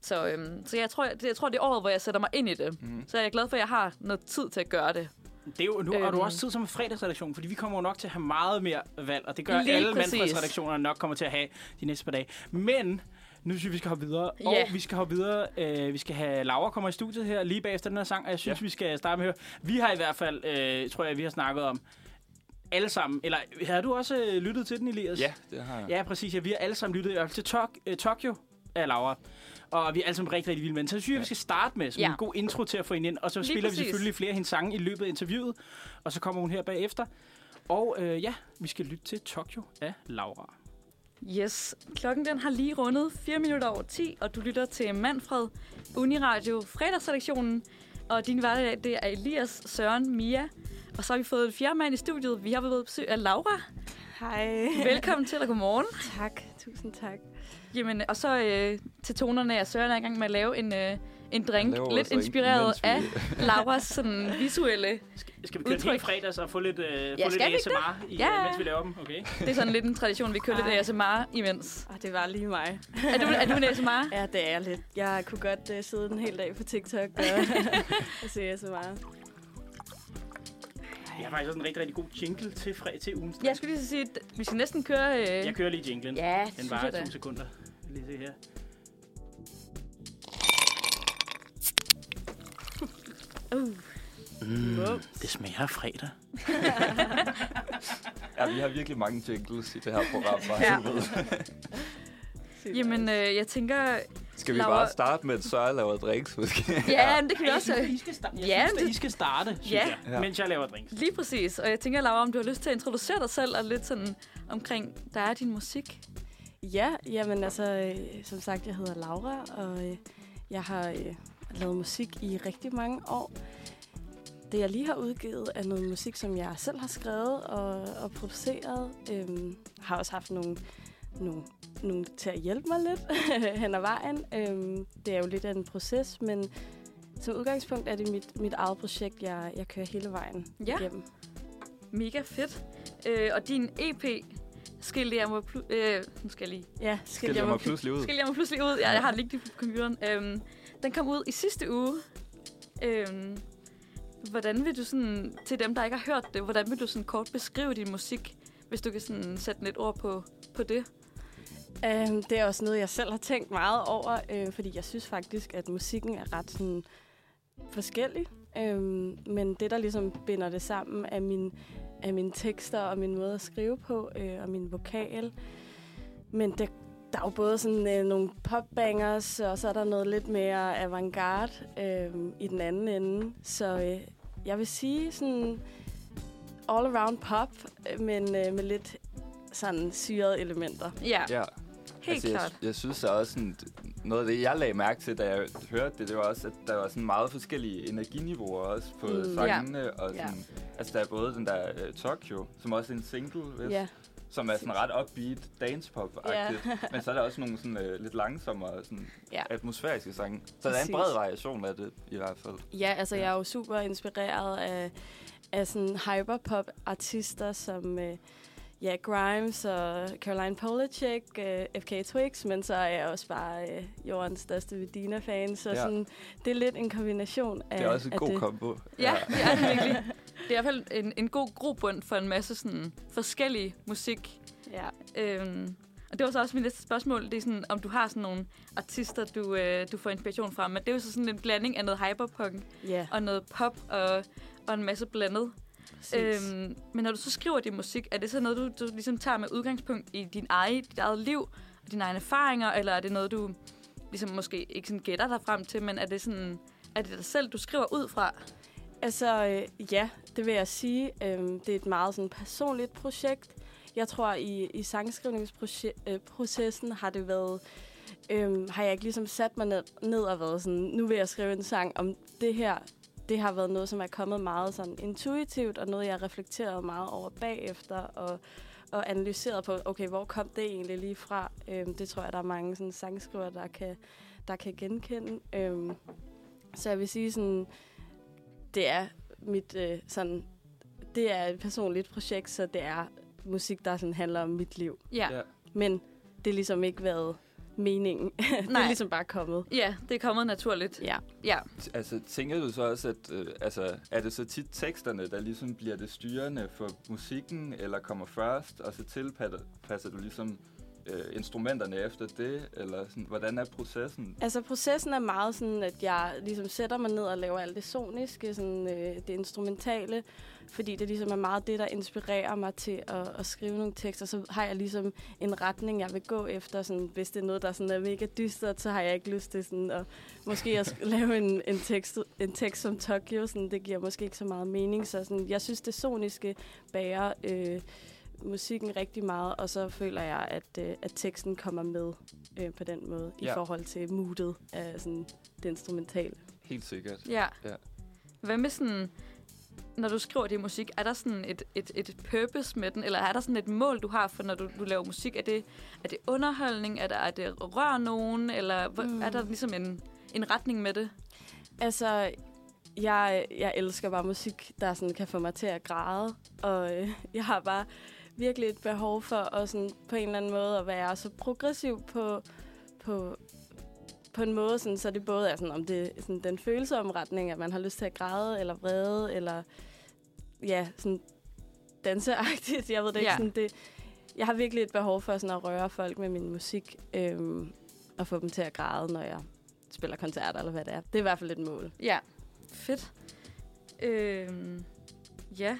Speaker 2: Så, øhm, så jeg, tror, jeg, jeg tror, det er året, hvor jeg sætter mig ind i det.
Speaker 3: Mhm.
Speaker 2: Mm. Så jeg er glad for, at jeg har noget tid til at gøre det.
Speaker 1: det er jo, nu har du
Speaker 2: Øhm.
Speaker 1: også tid som fredagsredaktion, fordi vi kommer jo nok til at have meget mere valg, og det gør
Speaker 2: Lige
Speaker 1: alle
Speaker 2: præcis.
Speaker 1: mandfredsredaktionerne nok kommer til at have de næste par dage. Men nu synes jeg, vi skal hoppe videre, og
Speaker 2: Ja.
Speaker 1: vi skal hoppe videre. Øh, vi skal have Laura kommer i studiet her lige bagefter den her sang, og jeg synes,
Speaker 3: Ja.
Speaker 1: vi skal starte med at høre. Vi har i hvert fald, øh, tror jeg, vi har snakket om alle sammen, eller har du også øh, lyttet til den, Elias?
Speaker 3: Ja, det har jeg.
Speaker 1: Ja, præcis. Ja, vi har alle sammen lyttet i hvert fald til Tok- øh, Tokyo af Laura. Og vi er alle sammen rigtig, rigtig vilde med hende. Så synes jeg, vi skal starte med som ja.
Speaker 2: Ja.
Speaker 1: en god intro til at få hende ind. Og så
Speaker 2: Lige
Speaker 1: spiller vi
Speaker 2: præcis.
Speaker 1: selvfølgelig flere af hendes sange i løbet af interviewet. Og så kommer hun her bagefter. Og øh, ja, vi skal lytte til Tokyo af Laura.
Speaker 2: Yes, klokken den har lige rundet 4 minutter over 10, og du lytter til Manfred, Uniradio, fredagsredaktionen. Og din hverdag, det er Elias, Søren, Mia. Og så har vi fået en fjerde mand i studiet. Vi har været besøg af Laura.
Speaker 8: Hej.
Speaker 2: Velkommen til, og godmorgen.
Speaker 8: tak. Tusind tak.
Speaker 2: Jamen, og så øh, til tonerne af Søren er i gang med at lave en, øh, en drink,
Speaker 3: laver
Speaker 2: lidt
Speaker 3: også en,
Speaker 2: inspireret af
Speaker 3: mens vi-
Speaker 2: *laughs* Lauras sådan, visuelle.
Speaker 1: Skal vi køre den
Speaker 2: Udtryk.
Speaker 1: hele fredags og få lidt, øh, få lidt
Speaker 2: skal vi ikke
Speaker 1: ASMR, i,
Speaker 2: Ja.
Speaker 1: ja. mens vi laver dem? Okay.
Speaker 2: Det er sådan lidt en tradition, vi kører lidt
Speaker 8: Ej.
Speaker 2: ASMR imens.
Speaker 8: Oh, det var lige mig.
Speaker 2: Er du, er
Speaker 1: *laughs*
Speaker 2: du en ASMR?
Speaker 8: Ja, det er lidt. Jeg kunne godt uh, sidde en hel dag på TikTok og, og *laughs* se så meget.
Speaker 1: Jeg har faktisk også en rigtig, rigtig god jingle til, fred, til ugen.
Speaker 2: Jeg skulle lige så sige, at vi skal næsten køre... Øh,
Speaker 1: Jeg kører lige jinglen.
Speaker 2: ja, det
Speaker 1: Den
Speaker 2: synes jeg
Speaker 1: varer to
Speaker 2: da.
Speaker 1: sekunder. Lige se her.
Speaker 2: Uh.
Speaker 8: Wow.
Speaker 1: Mm, Det smager af fredag.
Speaker 3: Ja, vi har virkelig mange jingles i det her program. Bare,
Speaker 2: Ja.
Speaker 3: ja. ved.
Speaker 8: Sygt
Speaker 2: Jamen,
Speaker 8: nice.
Speaker 2: øh, jeg tænker...
Speaker 3: Skal vi
Speaker 2: Laura-
Speaker 3: bare starte med, at Søren laver *laughs* drinks, måske?
Speaker 2: Ja, men det kan vi
Speaker 1: Jeg
Speaker 2: også...
Speaker 1: synes, I skal, sta- jeg
Speaker 2: Ja,
Speaker 1: synes,
Speaker 2: men
Speaker 1: at I skal starte, synes
Speaker 2: Ja.
Speaker 1: jeg, mens jeg laver drinks.
Speaker 2: Lige præcis. Og jeg tænker, Laura, om du har lyst til at introducere dig selv og lidt sådan omkring, der er din musik.
Speaker 8: Ja, jamen altså, øh, som sagt, jeg hedder Laura, og øh, jeg har øh, lavet musik i rigtig mange år. Det, jeg lige har udgivet, er noget musik, som jeg selv har skrevet og, og produceret. Øhm, har også haft nogle, nogle, nogle til at hjælpe mig lidt *laughs* hen ad vejen. Øhm, det er jo lidt af en proces, men som udgangspunkt er det mit, mit eget projekt, jeg, jeg kører hele vejen
Speaker 2: Ja.
Speaker 8: igennem.
Speaker 2: Mega fedt. Øh, og din EP, Skilte jeg mig plu- øh, nu skal jeg lige.
Speaker 8: Ja,
Speaker 3: Skal
Speaker 8: skal
Speaker 3: jeg
Speaker 8: jeg
Speaker 3: mig pludselig ud?
Speaker 2: Skilte jeg mig pludselig ud. Ja, jeg har det lige på computeren. Øhm, den kom ud i sidste uge. Øhm, hvordan vil du sådan, til dem, der ikke har hørt det, hvordan vil du sådan kort beskrive din musik, hvis du kan sådan sætte lidt ord på, på det?
Speaker 8: Øhm, det er også noget, jeg selv har tænkt meget over, øh, fordi jeg synes faktisk, at musikken er ret sådan, forskellig. Øhm, men det, der ligesom binder det sammen, er, min, er mine tekster og min måde at skrive på, øh, og min vokal. Men det, der er jo både sådan øh, nogle popbangers, og så er der noget lidt mere avantgarde øh, i den anden ende. Så øh, jeg vil sige sådan all around pop, øh, men øh, med lidt sådan syrede elementer.
Speaker 2: Ja,
Speaker 3: Ja.
Speaker 2: helt
Speaker 3: altså,
Speaker 2: klart.
Speaker 3: Jeg, jeg synes der er også sådan, noget af det, jeg lagde mærke til, da jeg hørte det, det var også, at der var sådan meget forskellige energiniveauer også på
Speaker 8: Mm.
Speaker 3: mm. sangene. Og
Speaker 2: Ja.
Speaker 3: sådan, Altså, der er både den der uh, Tokyo, som også er en single, vist,
Speaker 8: Ja.
Speaker 3: som er sådan ret upbeat, dancepop-agtigt. Men så er der også nogle sådan, uh, lidt langsommere, sådan,
Speaker 2: Ja.
Speaker 3: atmosfæriske sange. Så der er en
Speaker 8: Præcis.
Speaker 3: bred variation af det, i hvert fald.
Speaker 8: Ja, altså
Speaker 3: Ja.
Speaker 8: ja. jeg er jo super inspireret af, af sådan hyperpop-artister som øh, ja, Grimes og Caroline Polachek, øh, FK Twigs, men så er jeg også bare øh, jordens største Medina-fan, så
Speaker 3: Ja.
Speaker 8: ja. sådan, det er lidt en kombination af
Speaker 3: Det er også en
Speaker 8: af
Speaker 3: god
Speaker 8: det.
Speaker 3: kombo.
Speaker 2: Ja, det er det virkelig. Det er i hvert fald en, en god grobund for en masse sådan forskellige musik.
Speaker 8: Ja.
Speaker 2: Øhm, og det var så også mit næste spørgsmål. Det er sådan, om du har sådan nogle artister, du, øh, du får inspiration fra. Men det er jo så sådan en blanding af noget hyperpunk
Speaker 8: Ja,
Speaker 2: og noget pop og, og en masse blandet.
Speaker 8: øhm,
Speaker 2: Øhm, men når du så skriver din musik, er det så noget, du, du ligesom tager med udgangspunkt i din eget, dit eget liv og dine egne erfaringer? Eller er det noget, du ligesom måske ikke sådan gætter dig frem til, men er det sådan... Er det dig selv, du skriver ud fra?
Speaker 8: Altså, øh, ja, det vil jeg sige. Øhm, det er et meget sådan, personligt projekt. Jeg tror, i, i sangskrivningsprocessen har det været... Øhm, har jeg ikke ligesom sat mig ned, ned og været sådan, nu vil jeg skrive en sang om det her. Det har været noget, som er kommet meget sådan intuitivt, og noget, jeg har reflekteret meget over bagefter, og, og analyseret på, okay, hvor kom det egentlig lige fra? Øhm, det tror jeg, der er mange sådan, sangskrivere, der kan, der kan genkende. Øhm, så jeg vil sige sådan, det er mit øh, sådan det er et personligt projekt, så det er musik, der sådan handler om mit liv.
Speaker 2: Ja.
Speaker 3: Ja.
Speaker 8: Men det har ligesom ikke været meningen. *laughs* det
Speaker 2: Nej.
Speaker 8: er ligesom bare kommet.
Speaker 2: Ja, det er kommet naturligt.
Speaker 8: Ja.
Speaker 2: Ja,
Speaker 3: Altså, tænker du så også, at øh, altså, er det så tit teksterne, der ligesom bliver det styrende for musikken, eller kommer først, og så tilpasser du ligesom øh, instrumenterne efter det, eller sådan, hvordan er processen?
Speaker 8: Altså processen er meget sådan, at jeg ligesom sætter mig ned og laver alt det soniske, sådan, øh, det instrumentale, fordi det ligesom er meget det, der inspirerer mig til at, at skrive nogle tekster. Så har jeg ligesom en retning, jeg vil gå efter. Sådan, hvis det er noget, der sådan er mega dystert, så har jeg ikke lyst til sådan, at, måske at sk- *laughs* lave en, en, tekst, en tekst som Tokyo. Sådan, det giver måske ikke så meget mening. Så sådan, jeg synes, det soniske bærer øh, musikken rigtig meget, og så føler jeg, at, øh, at teksten kommer med øh, på den måde, ja.
Speaker 3: Ja.
Speaker 8: i forhold til moodet af sådan, det instrumentale.
Speaker 3: Helt sikkert.
Speaker 2: ja.
Speaker 3: Ja.
Speaker 2: Hvad med sådan... når du skriver det musik, er der sådan et, et, et purpose med den, eller er der sådan et mål, du har for, når du, du laver musik? Er det, er det underholdning? Er det, er det at røre nogen? Eller mm.
Speaker 8: Mm.
Speaker 2: er der ligesom en, en retning med det?
Speaker 8: Altså, jeg, jeg elsker bare musik, der sådan kan få mig til at græde. Og øh, *laughs* jeg har bare virkelig et behov for at sådan på en eller anden måde at være så progressiv på, på, på en måde, sådan, så det både er sådan, om det er sådan, den følsomme retning, at man har lyst til at græde eller vrede, eller ja, sådan danseagtigt. Jeg ved det ikke.
Speaker 2: Ja.
Speaker 8: Sådan, det, jeg har virkelig et behov for sådan at røre folk med min musik, øhm, og få dem til at græde, når jeg spiller koncerter, eller hvad det er. Det er i hvert fald et mål.
Speaker 2: Ja. Fedt. Øhm, ja.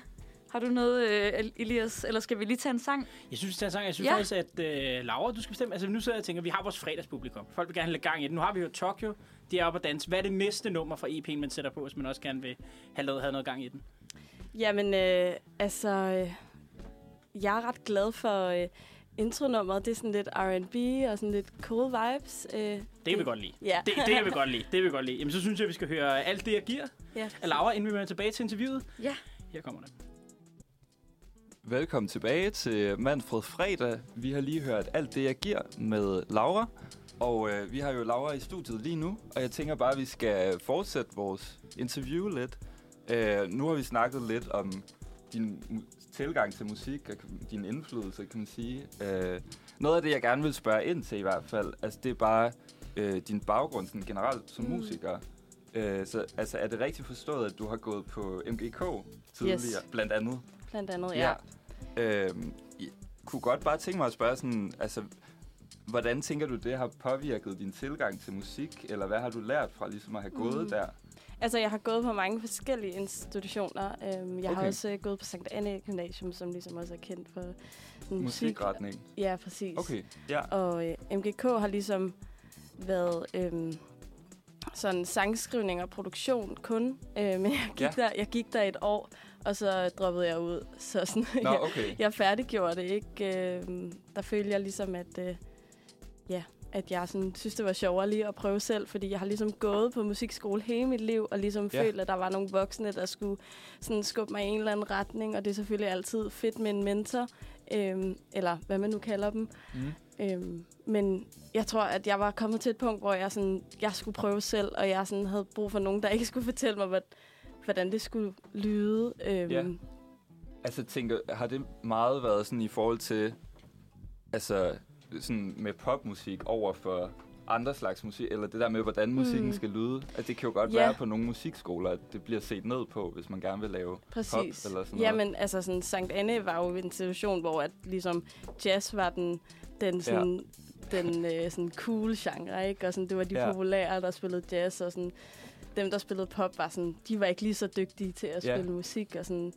Speaker 2: Har du noget, øh, Elias? Eller skal vi lige tage en sang?
Speaker 1: Jeg synes, det er en sang. Jeg synes ja.
Speaker 2: Ja.
Speaker 1: faktisk, at øh, Laura, du skal bestemme. Altså, nu sidder jeg og tænker, vi har vores fredagspublikum. Folk vil gerne have lidt gang i det. Nu har vi jo Tokyo. De er oppe at danse. Hvad er det næste nummer fra EP'en, man sætter på, hvis man også gerne vil have, lavet, have noget gang i den?
Speaker 8: Jamen, øh, altså, øh, jeg er ret glad for øh, intronummeret. Det er sådan lidt R&B og sådan lidt cool vibes. Øh, det
Speaker 1: Det kan vi godt lide.
Speaker 8: Ja.
Speaker 1: Det, det kan vi godt lide. Det kan vi godt lide. Jamen, så synes jeg, vi skal høre alt det, jeg giver
Speaker 8: ja.
Speaker 1: af Laura, inden vi vender tilbage til interviewet.
Speaker 2: Ja.
Speaker 1: Her kommer det.
Speaker 3: Velkommen tilbage til Manfred Fredag. Vi har lige hørt alt det, jeg giver med Laura. Og øh, vi har jo Laura i studiet lige nu, og jeg tænker bare, at vi skal fortsætte vores interview lidt. Øh, nu har vi snakket lidt om din mu- tilgang til musik og kan- din indflydelse, kan man sige. Øh, noget af det, jeg gerne vil spørge ind til i hvert fald, altså det er bare øh, din baggrund sådan generelt som mm. musiker. Øh, så altså, er det rigtigt forstået, at du har gået på MGK tidligere, yes. blandt andet?
Speaker 8: Blandt andet, ja.
Speaker 3: Øhm, jeg kunne godt bare tænke mig at spørge sådan, altså, hvordan tænker du, det har påvirket din tilgang til musik, eller hvad har du lært fra ligesom at have gået
Speaker 8: Mm.
Speaker 3: der?
Speaker 8: Altså, jeg har gået på mange forskellige institutioner. Øhm, jeg okay.
Speaker 3: Okay.
Speaker 8: har også øh, gået på Sankt Anne Gymnasium, som ligesom også er kendt for sådan, musik.
Speaker 3: Musikretning.
Speaker 8: Ja, præcis.
Speaker 3: Okay, ja.
Speaker 8: Og øh, MGK har ligesom været øhm, sådan sangskrivning og produktion kun. Øh, men jeg gik,
Speaker 3: Ja.
Speaker 8: ja. der, jeg gik der et år, og så droppede jeg ud. Så sådan, *laughs*
Speaker 3: Nå,
Speaker 8: jeg,
Speaker 3: okay.
Speaker 8: jeg færdiggjorde det ikke. Øh, der følte jeg ligesom, at, øh, ja, at jeg sådan, synes, det var sjovere lige at prøve selv, fordi jeg har ligesom gået på musikskole hele mit liv, og ligesom
Speaker 3: Ja.
Speaker 8: ja. følt, at der var nogle voksne, der skulle sådan, skubbe mig i en eller anden retning, og det er selvfølgelig altid fedt med en mentor, øh, eller hvad man nu kalder dem.
Speaker 3: Mm.
Speaker 8: Øhm, men jeg tror, at jeg var kommet til et punkt, hvor jeg, sådan, jeg skulle prøve selv, og jeg sådan havde brug for nogen, der ikke skulle fortælle mig, hvad, hvordan det skulle lyde. Øhm,
Speaker 3: Ja. Altså, tænker, har det meget været sådan i forhold til, altså, sådan med popmusik over for andre slags musik, eller det der med, hvordan musikken
Speaker 8: Mm.
Speaker 3: skal lyde. At det kan jo godt
Speaker 8: Ja.
Speaker 3: være på nogle musikskoler, at det bliver set ned på, hvis man gerne vil lave pop eller
Speaker 8: Præcis.
Speaker 3: sådan noget.
Speaker 8: Jamen, altså sådan, Sankt Anne var jo en situation, hvor at, ligesom, jazz var den, den, sådan, den øh, sådan cool genre, ikke? Og sådan, det var de
Speaker 3: Ja.
Speaker 8: ja. populære, der spillede jazz, og sådan, dem, der spillede pop, var sådan, de var ikke lige så dygtige til at
Speaker 3: Ja.
Speaker 8: spille musik, og sådan,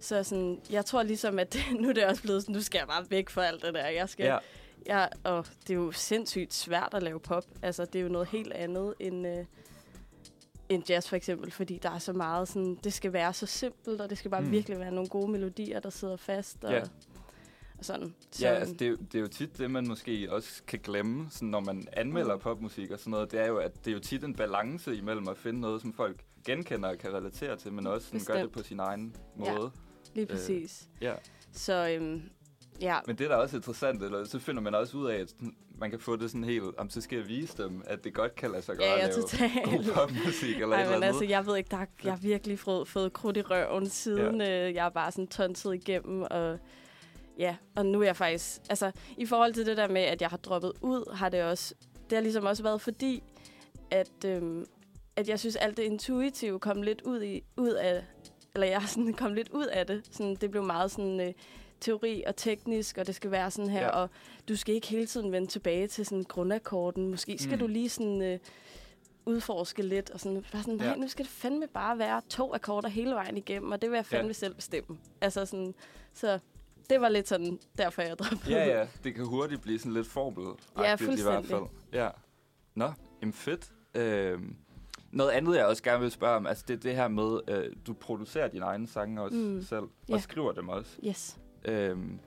Speaker 8: så sådan, jeg tror ligesom, at *laughs* nu er det også blevet sådan, nu skal jeg bare væk fra alt det der. Jeg skal,
Speaker 3: ja.
Speaker 8: jeg, og det er jo sindssygt svært at lave pop. Altså, det er jo noget helt andet end, øh, end jazz, for eksempel, fordi der er så meget sådan, det skal være så simpelt, og det skal bare
Speaker 3: Mm.
Speaker 8: mm. virkelig være nogle gode melodier, der sidder fast og,
Speaker 3: Ja.
Speaker 8: og sådan. Så,
Speaker 3: Ja, altså, det, er jo- det er jo tit det, man måske også kan glemme, sådan, når man anmelder mm.
Speaker 8: Mm.
Speaker 3: popmusik og sådan noget. Det er jo, at det er jo tit en balance imellem at finde noget, som folk genkender og kan relatere til, men også sådan, gør det
Speaker 8: Bestemt.
Speaker 3: på sin egen
Speaker 8: Ja.
Speaker 3: måde.
Speaker 8: lige
Speaker 3: øh,
Speaker 8: præcis.
Speaker 3: ja.
Speaker 8: Så øhm, ja,
Speaker 3: Men det er da også interessant, eller så finder man også ud af, at sådan- man kan få det sådan helt, om så skal jeg vise dem, at det godt kan lade sig
Speaker 8: ja,
Speaker 3: gøre
Speaker 8: jeg
Speaker 3: at
Speaker 8: er
Speaker 3: lave god
Speaker 8: totalt... *laughs*
Speaker 3: popmusik eller et
Speaker 8: Nej,
Speaker 3: eller
Speaker 8: men
Speaker 3: andet.
Speaker 8: altså, jeg ved ikke, der, jeg har virkelig fået, fået krudt i røven siden ja. øh, jeg er bare sådan tonset igennem, og ja, og nu er jeg faktisk, altså, i forhold til det der med, at jeg har droppet ud, har det også, det har ligesom også været fordi, at, øhm, at jeg synes, alt det intuitive kom lidt ud, i, ud af, eller jeg sådan *laughs* kom lidt ud af det. Sådan, det blev meget sådan øh, teori og teknisk, og det skal være sådan her,
Speaker 3: Ja.
Speaker 8: ja. og du skal ikke hele tiden vende tilbage til sådan grundakkorden. Måske skal
Speaker 3: Mm.
Speaker 8: mm. du lige sådan... Øh, udforske lidt, og sådan, bare sådan, nej,
Speaker 3: Ja.
Speaker 8: nu skal det fandme bare være to akkorder hele vejen igennem, og det vil jeg fandme ja. selv bestemme. Altså sådan, så det var lidt sådan, derfor jeg droppede. ud.
Speaker 3: Ja, ja, det kan hurtigt blive sådan lidt formel. i hvert
Speaker 8: fuldstændig.
Speaker 3: fald. Ja. Nå, jamen fedt. Øhm, noget andet, jeg også gerne vil spørge om, altså det er det her med, øh, du producerer dine egne sange også mm.
Speaker 8: Mm.
Speaker 3: selv, og
Speaker 8: Ja.
Speaker 3: skriver dem også.
Speaker 8: Yes.
Speaker 3: Øhm,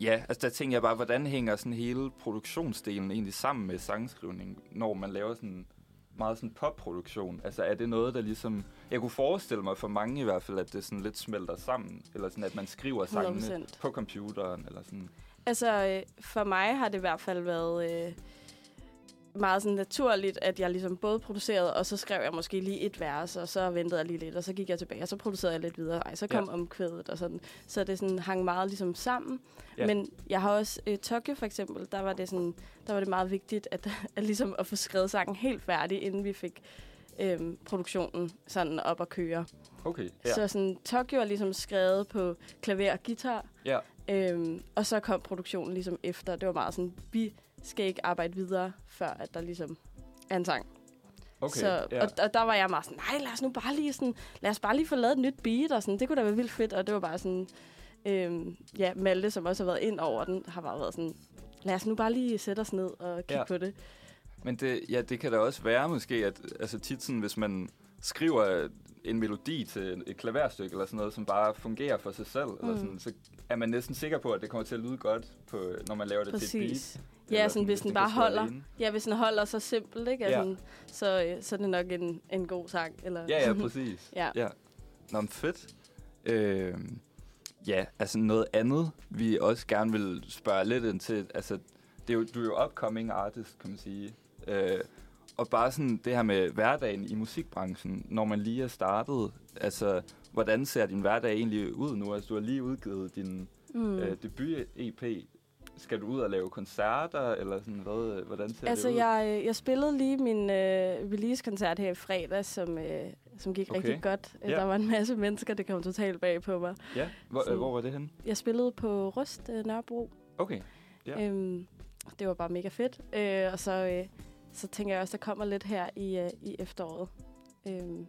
Speaker 3: ja, altså der tænker jeg bare, hvordan hænger sådan hele produktionsdelen egentlig sammen med sangskrivning, når man laver sådan meget sådan popproduktion? Altså er det noget, der ligesom... Jeg kunne forestille mig for mange i hvert fald, at det sådan lidt smelter sammen. Eller sådan, at man skriver sangene
Speaker 8: 100%.
Speaker 3: på computeren. Eller sådan.
Speaker 8: Altså, øh, for mig har det i hvert fald været øh, meget sådan naturligt, at jeg ligesom både producerede, og så skrev jeg måske lige et vers, og så ventede jeg lige lidt, og så gik jeg tilbage, og så producerede jeg lidt videre. Ej, så kom
Speaker 3: Ja.
Speaker 8: ja. omkvædet og sådan. Så det sådan hang meget ligesom sammen.
Speaker 3: Ja.
Speaker 8: Ja. Men jeg har også øh, Tokyo for eksempel, der var det sådan, der var det meget vigtigt, at, *laughs* at ligesom at få skrevet sangen helt færdig, inden vi fik øhm, produktionen sådan op at køre.
Speaker 3: Okay, ja.
Speaker 8: Ja. Så sådan, Tokyo er ligesom skrevet på klaver og guitar,
Speaker 3: ja.
Speaker 8: Øhm, og så kom produktionen ligesom efter. Det var meget sådan, vi skal ikke arbejde videre, før at der ligesom er en sang.
Speaker 3: Okay,
Speaker 8: så,
Speaker 3: ja.
Speaker 8: og, og, der var jeg meget sådan, nej, lad os nu bare lige, sådan, lad os bare lige få lavet et nyt beat, og sådan, det kunne da være vildt fedt. Og det var bare sådan, øhm, ja, Malte, som også har været ind over den, har bare været sådan, lad os nu bare lige sætte os ned og kigge
Speaker 3: Ja.
Speaker 8: ja. på det.
Speaker 3: Men det, ja, det kan da også være måske, at altså tit sådan, hvis man skriver en melodi til et klaverstykke eller sådan noget, som bare fungerer for sig selv, mm. eller sådan, så er man næsten sikker på, at det kommer til at lyde godt, på, når man laver det til et beat.
Speaker 8: Præcis.
Speaker 3: Eller
Speaker 8: Ja, sådan, hvis den
Speaker 3: det
Speaker 8: bare
Speaker 3: kan stå
Speaker 8: holder.
Speaker 3: alene.
Speaker 8: Ja, hvis den holder så simpelt, ikke? Altså,
Speaker 3: Ja.
Speaker 8: ja. så, øh, så er det nok en, en god sang. Eller...
Speaker 3: Ja,
Speaker 8: *laughs*
Speaker 3: ja, præcis.
Speaker 8: Ja.
Speaker 3: ja. Nå, men fedt. Øh, ja, altså noget andet, vi også gerne vil spørge lidt ind til, altså, det er jo, du er jo upcoming artist, kan man sige. Øh, og bare sådan det her med hverdagen i musikbranchen, når man lige er startet, altså, hvordan ser din hverdag egentlig ud nu? Altså, du har lige udgivet din mm. øh, debut-EP. Skal du ud og lave koncerter, eller sådan hvad? Hvordan ser
Speaker 8: Altså,
Speaker 3: det ud?
Speaker 8: jeg, øh, jeg spillede lige min øh, release-koncert her i fredag, som, øh, som gik
Speaker 3: Okay.
Speaker 8: okay. rigtig godt.
Speaker 3: Ja.
Speaker 8: Ja. Der var en masse mennesker, det kom totalt bag på mig.
Speaker 3: Ja, hvor, øh,
Speaker 8: sådan-
Speaker 3: hvor var det henne?
Speaker 8: Jeg spillede på Rust øh, Nørrebro.
Speaker 3: Okay, Ja.
Speaker 8: Ja. Øhm, det var bare mega fedt. Øh, og så, øh, så tænker jeg også, der kommer lidt her i, øh, i efteråret. Øhm,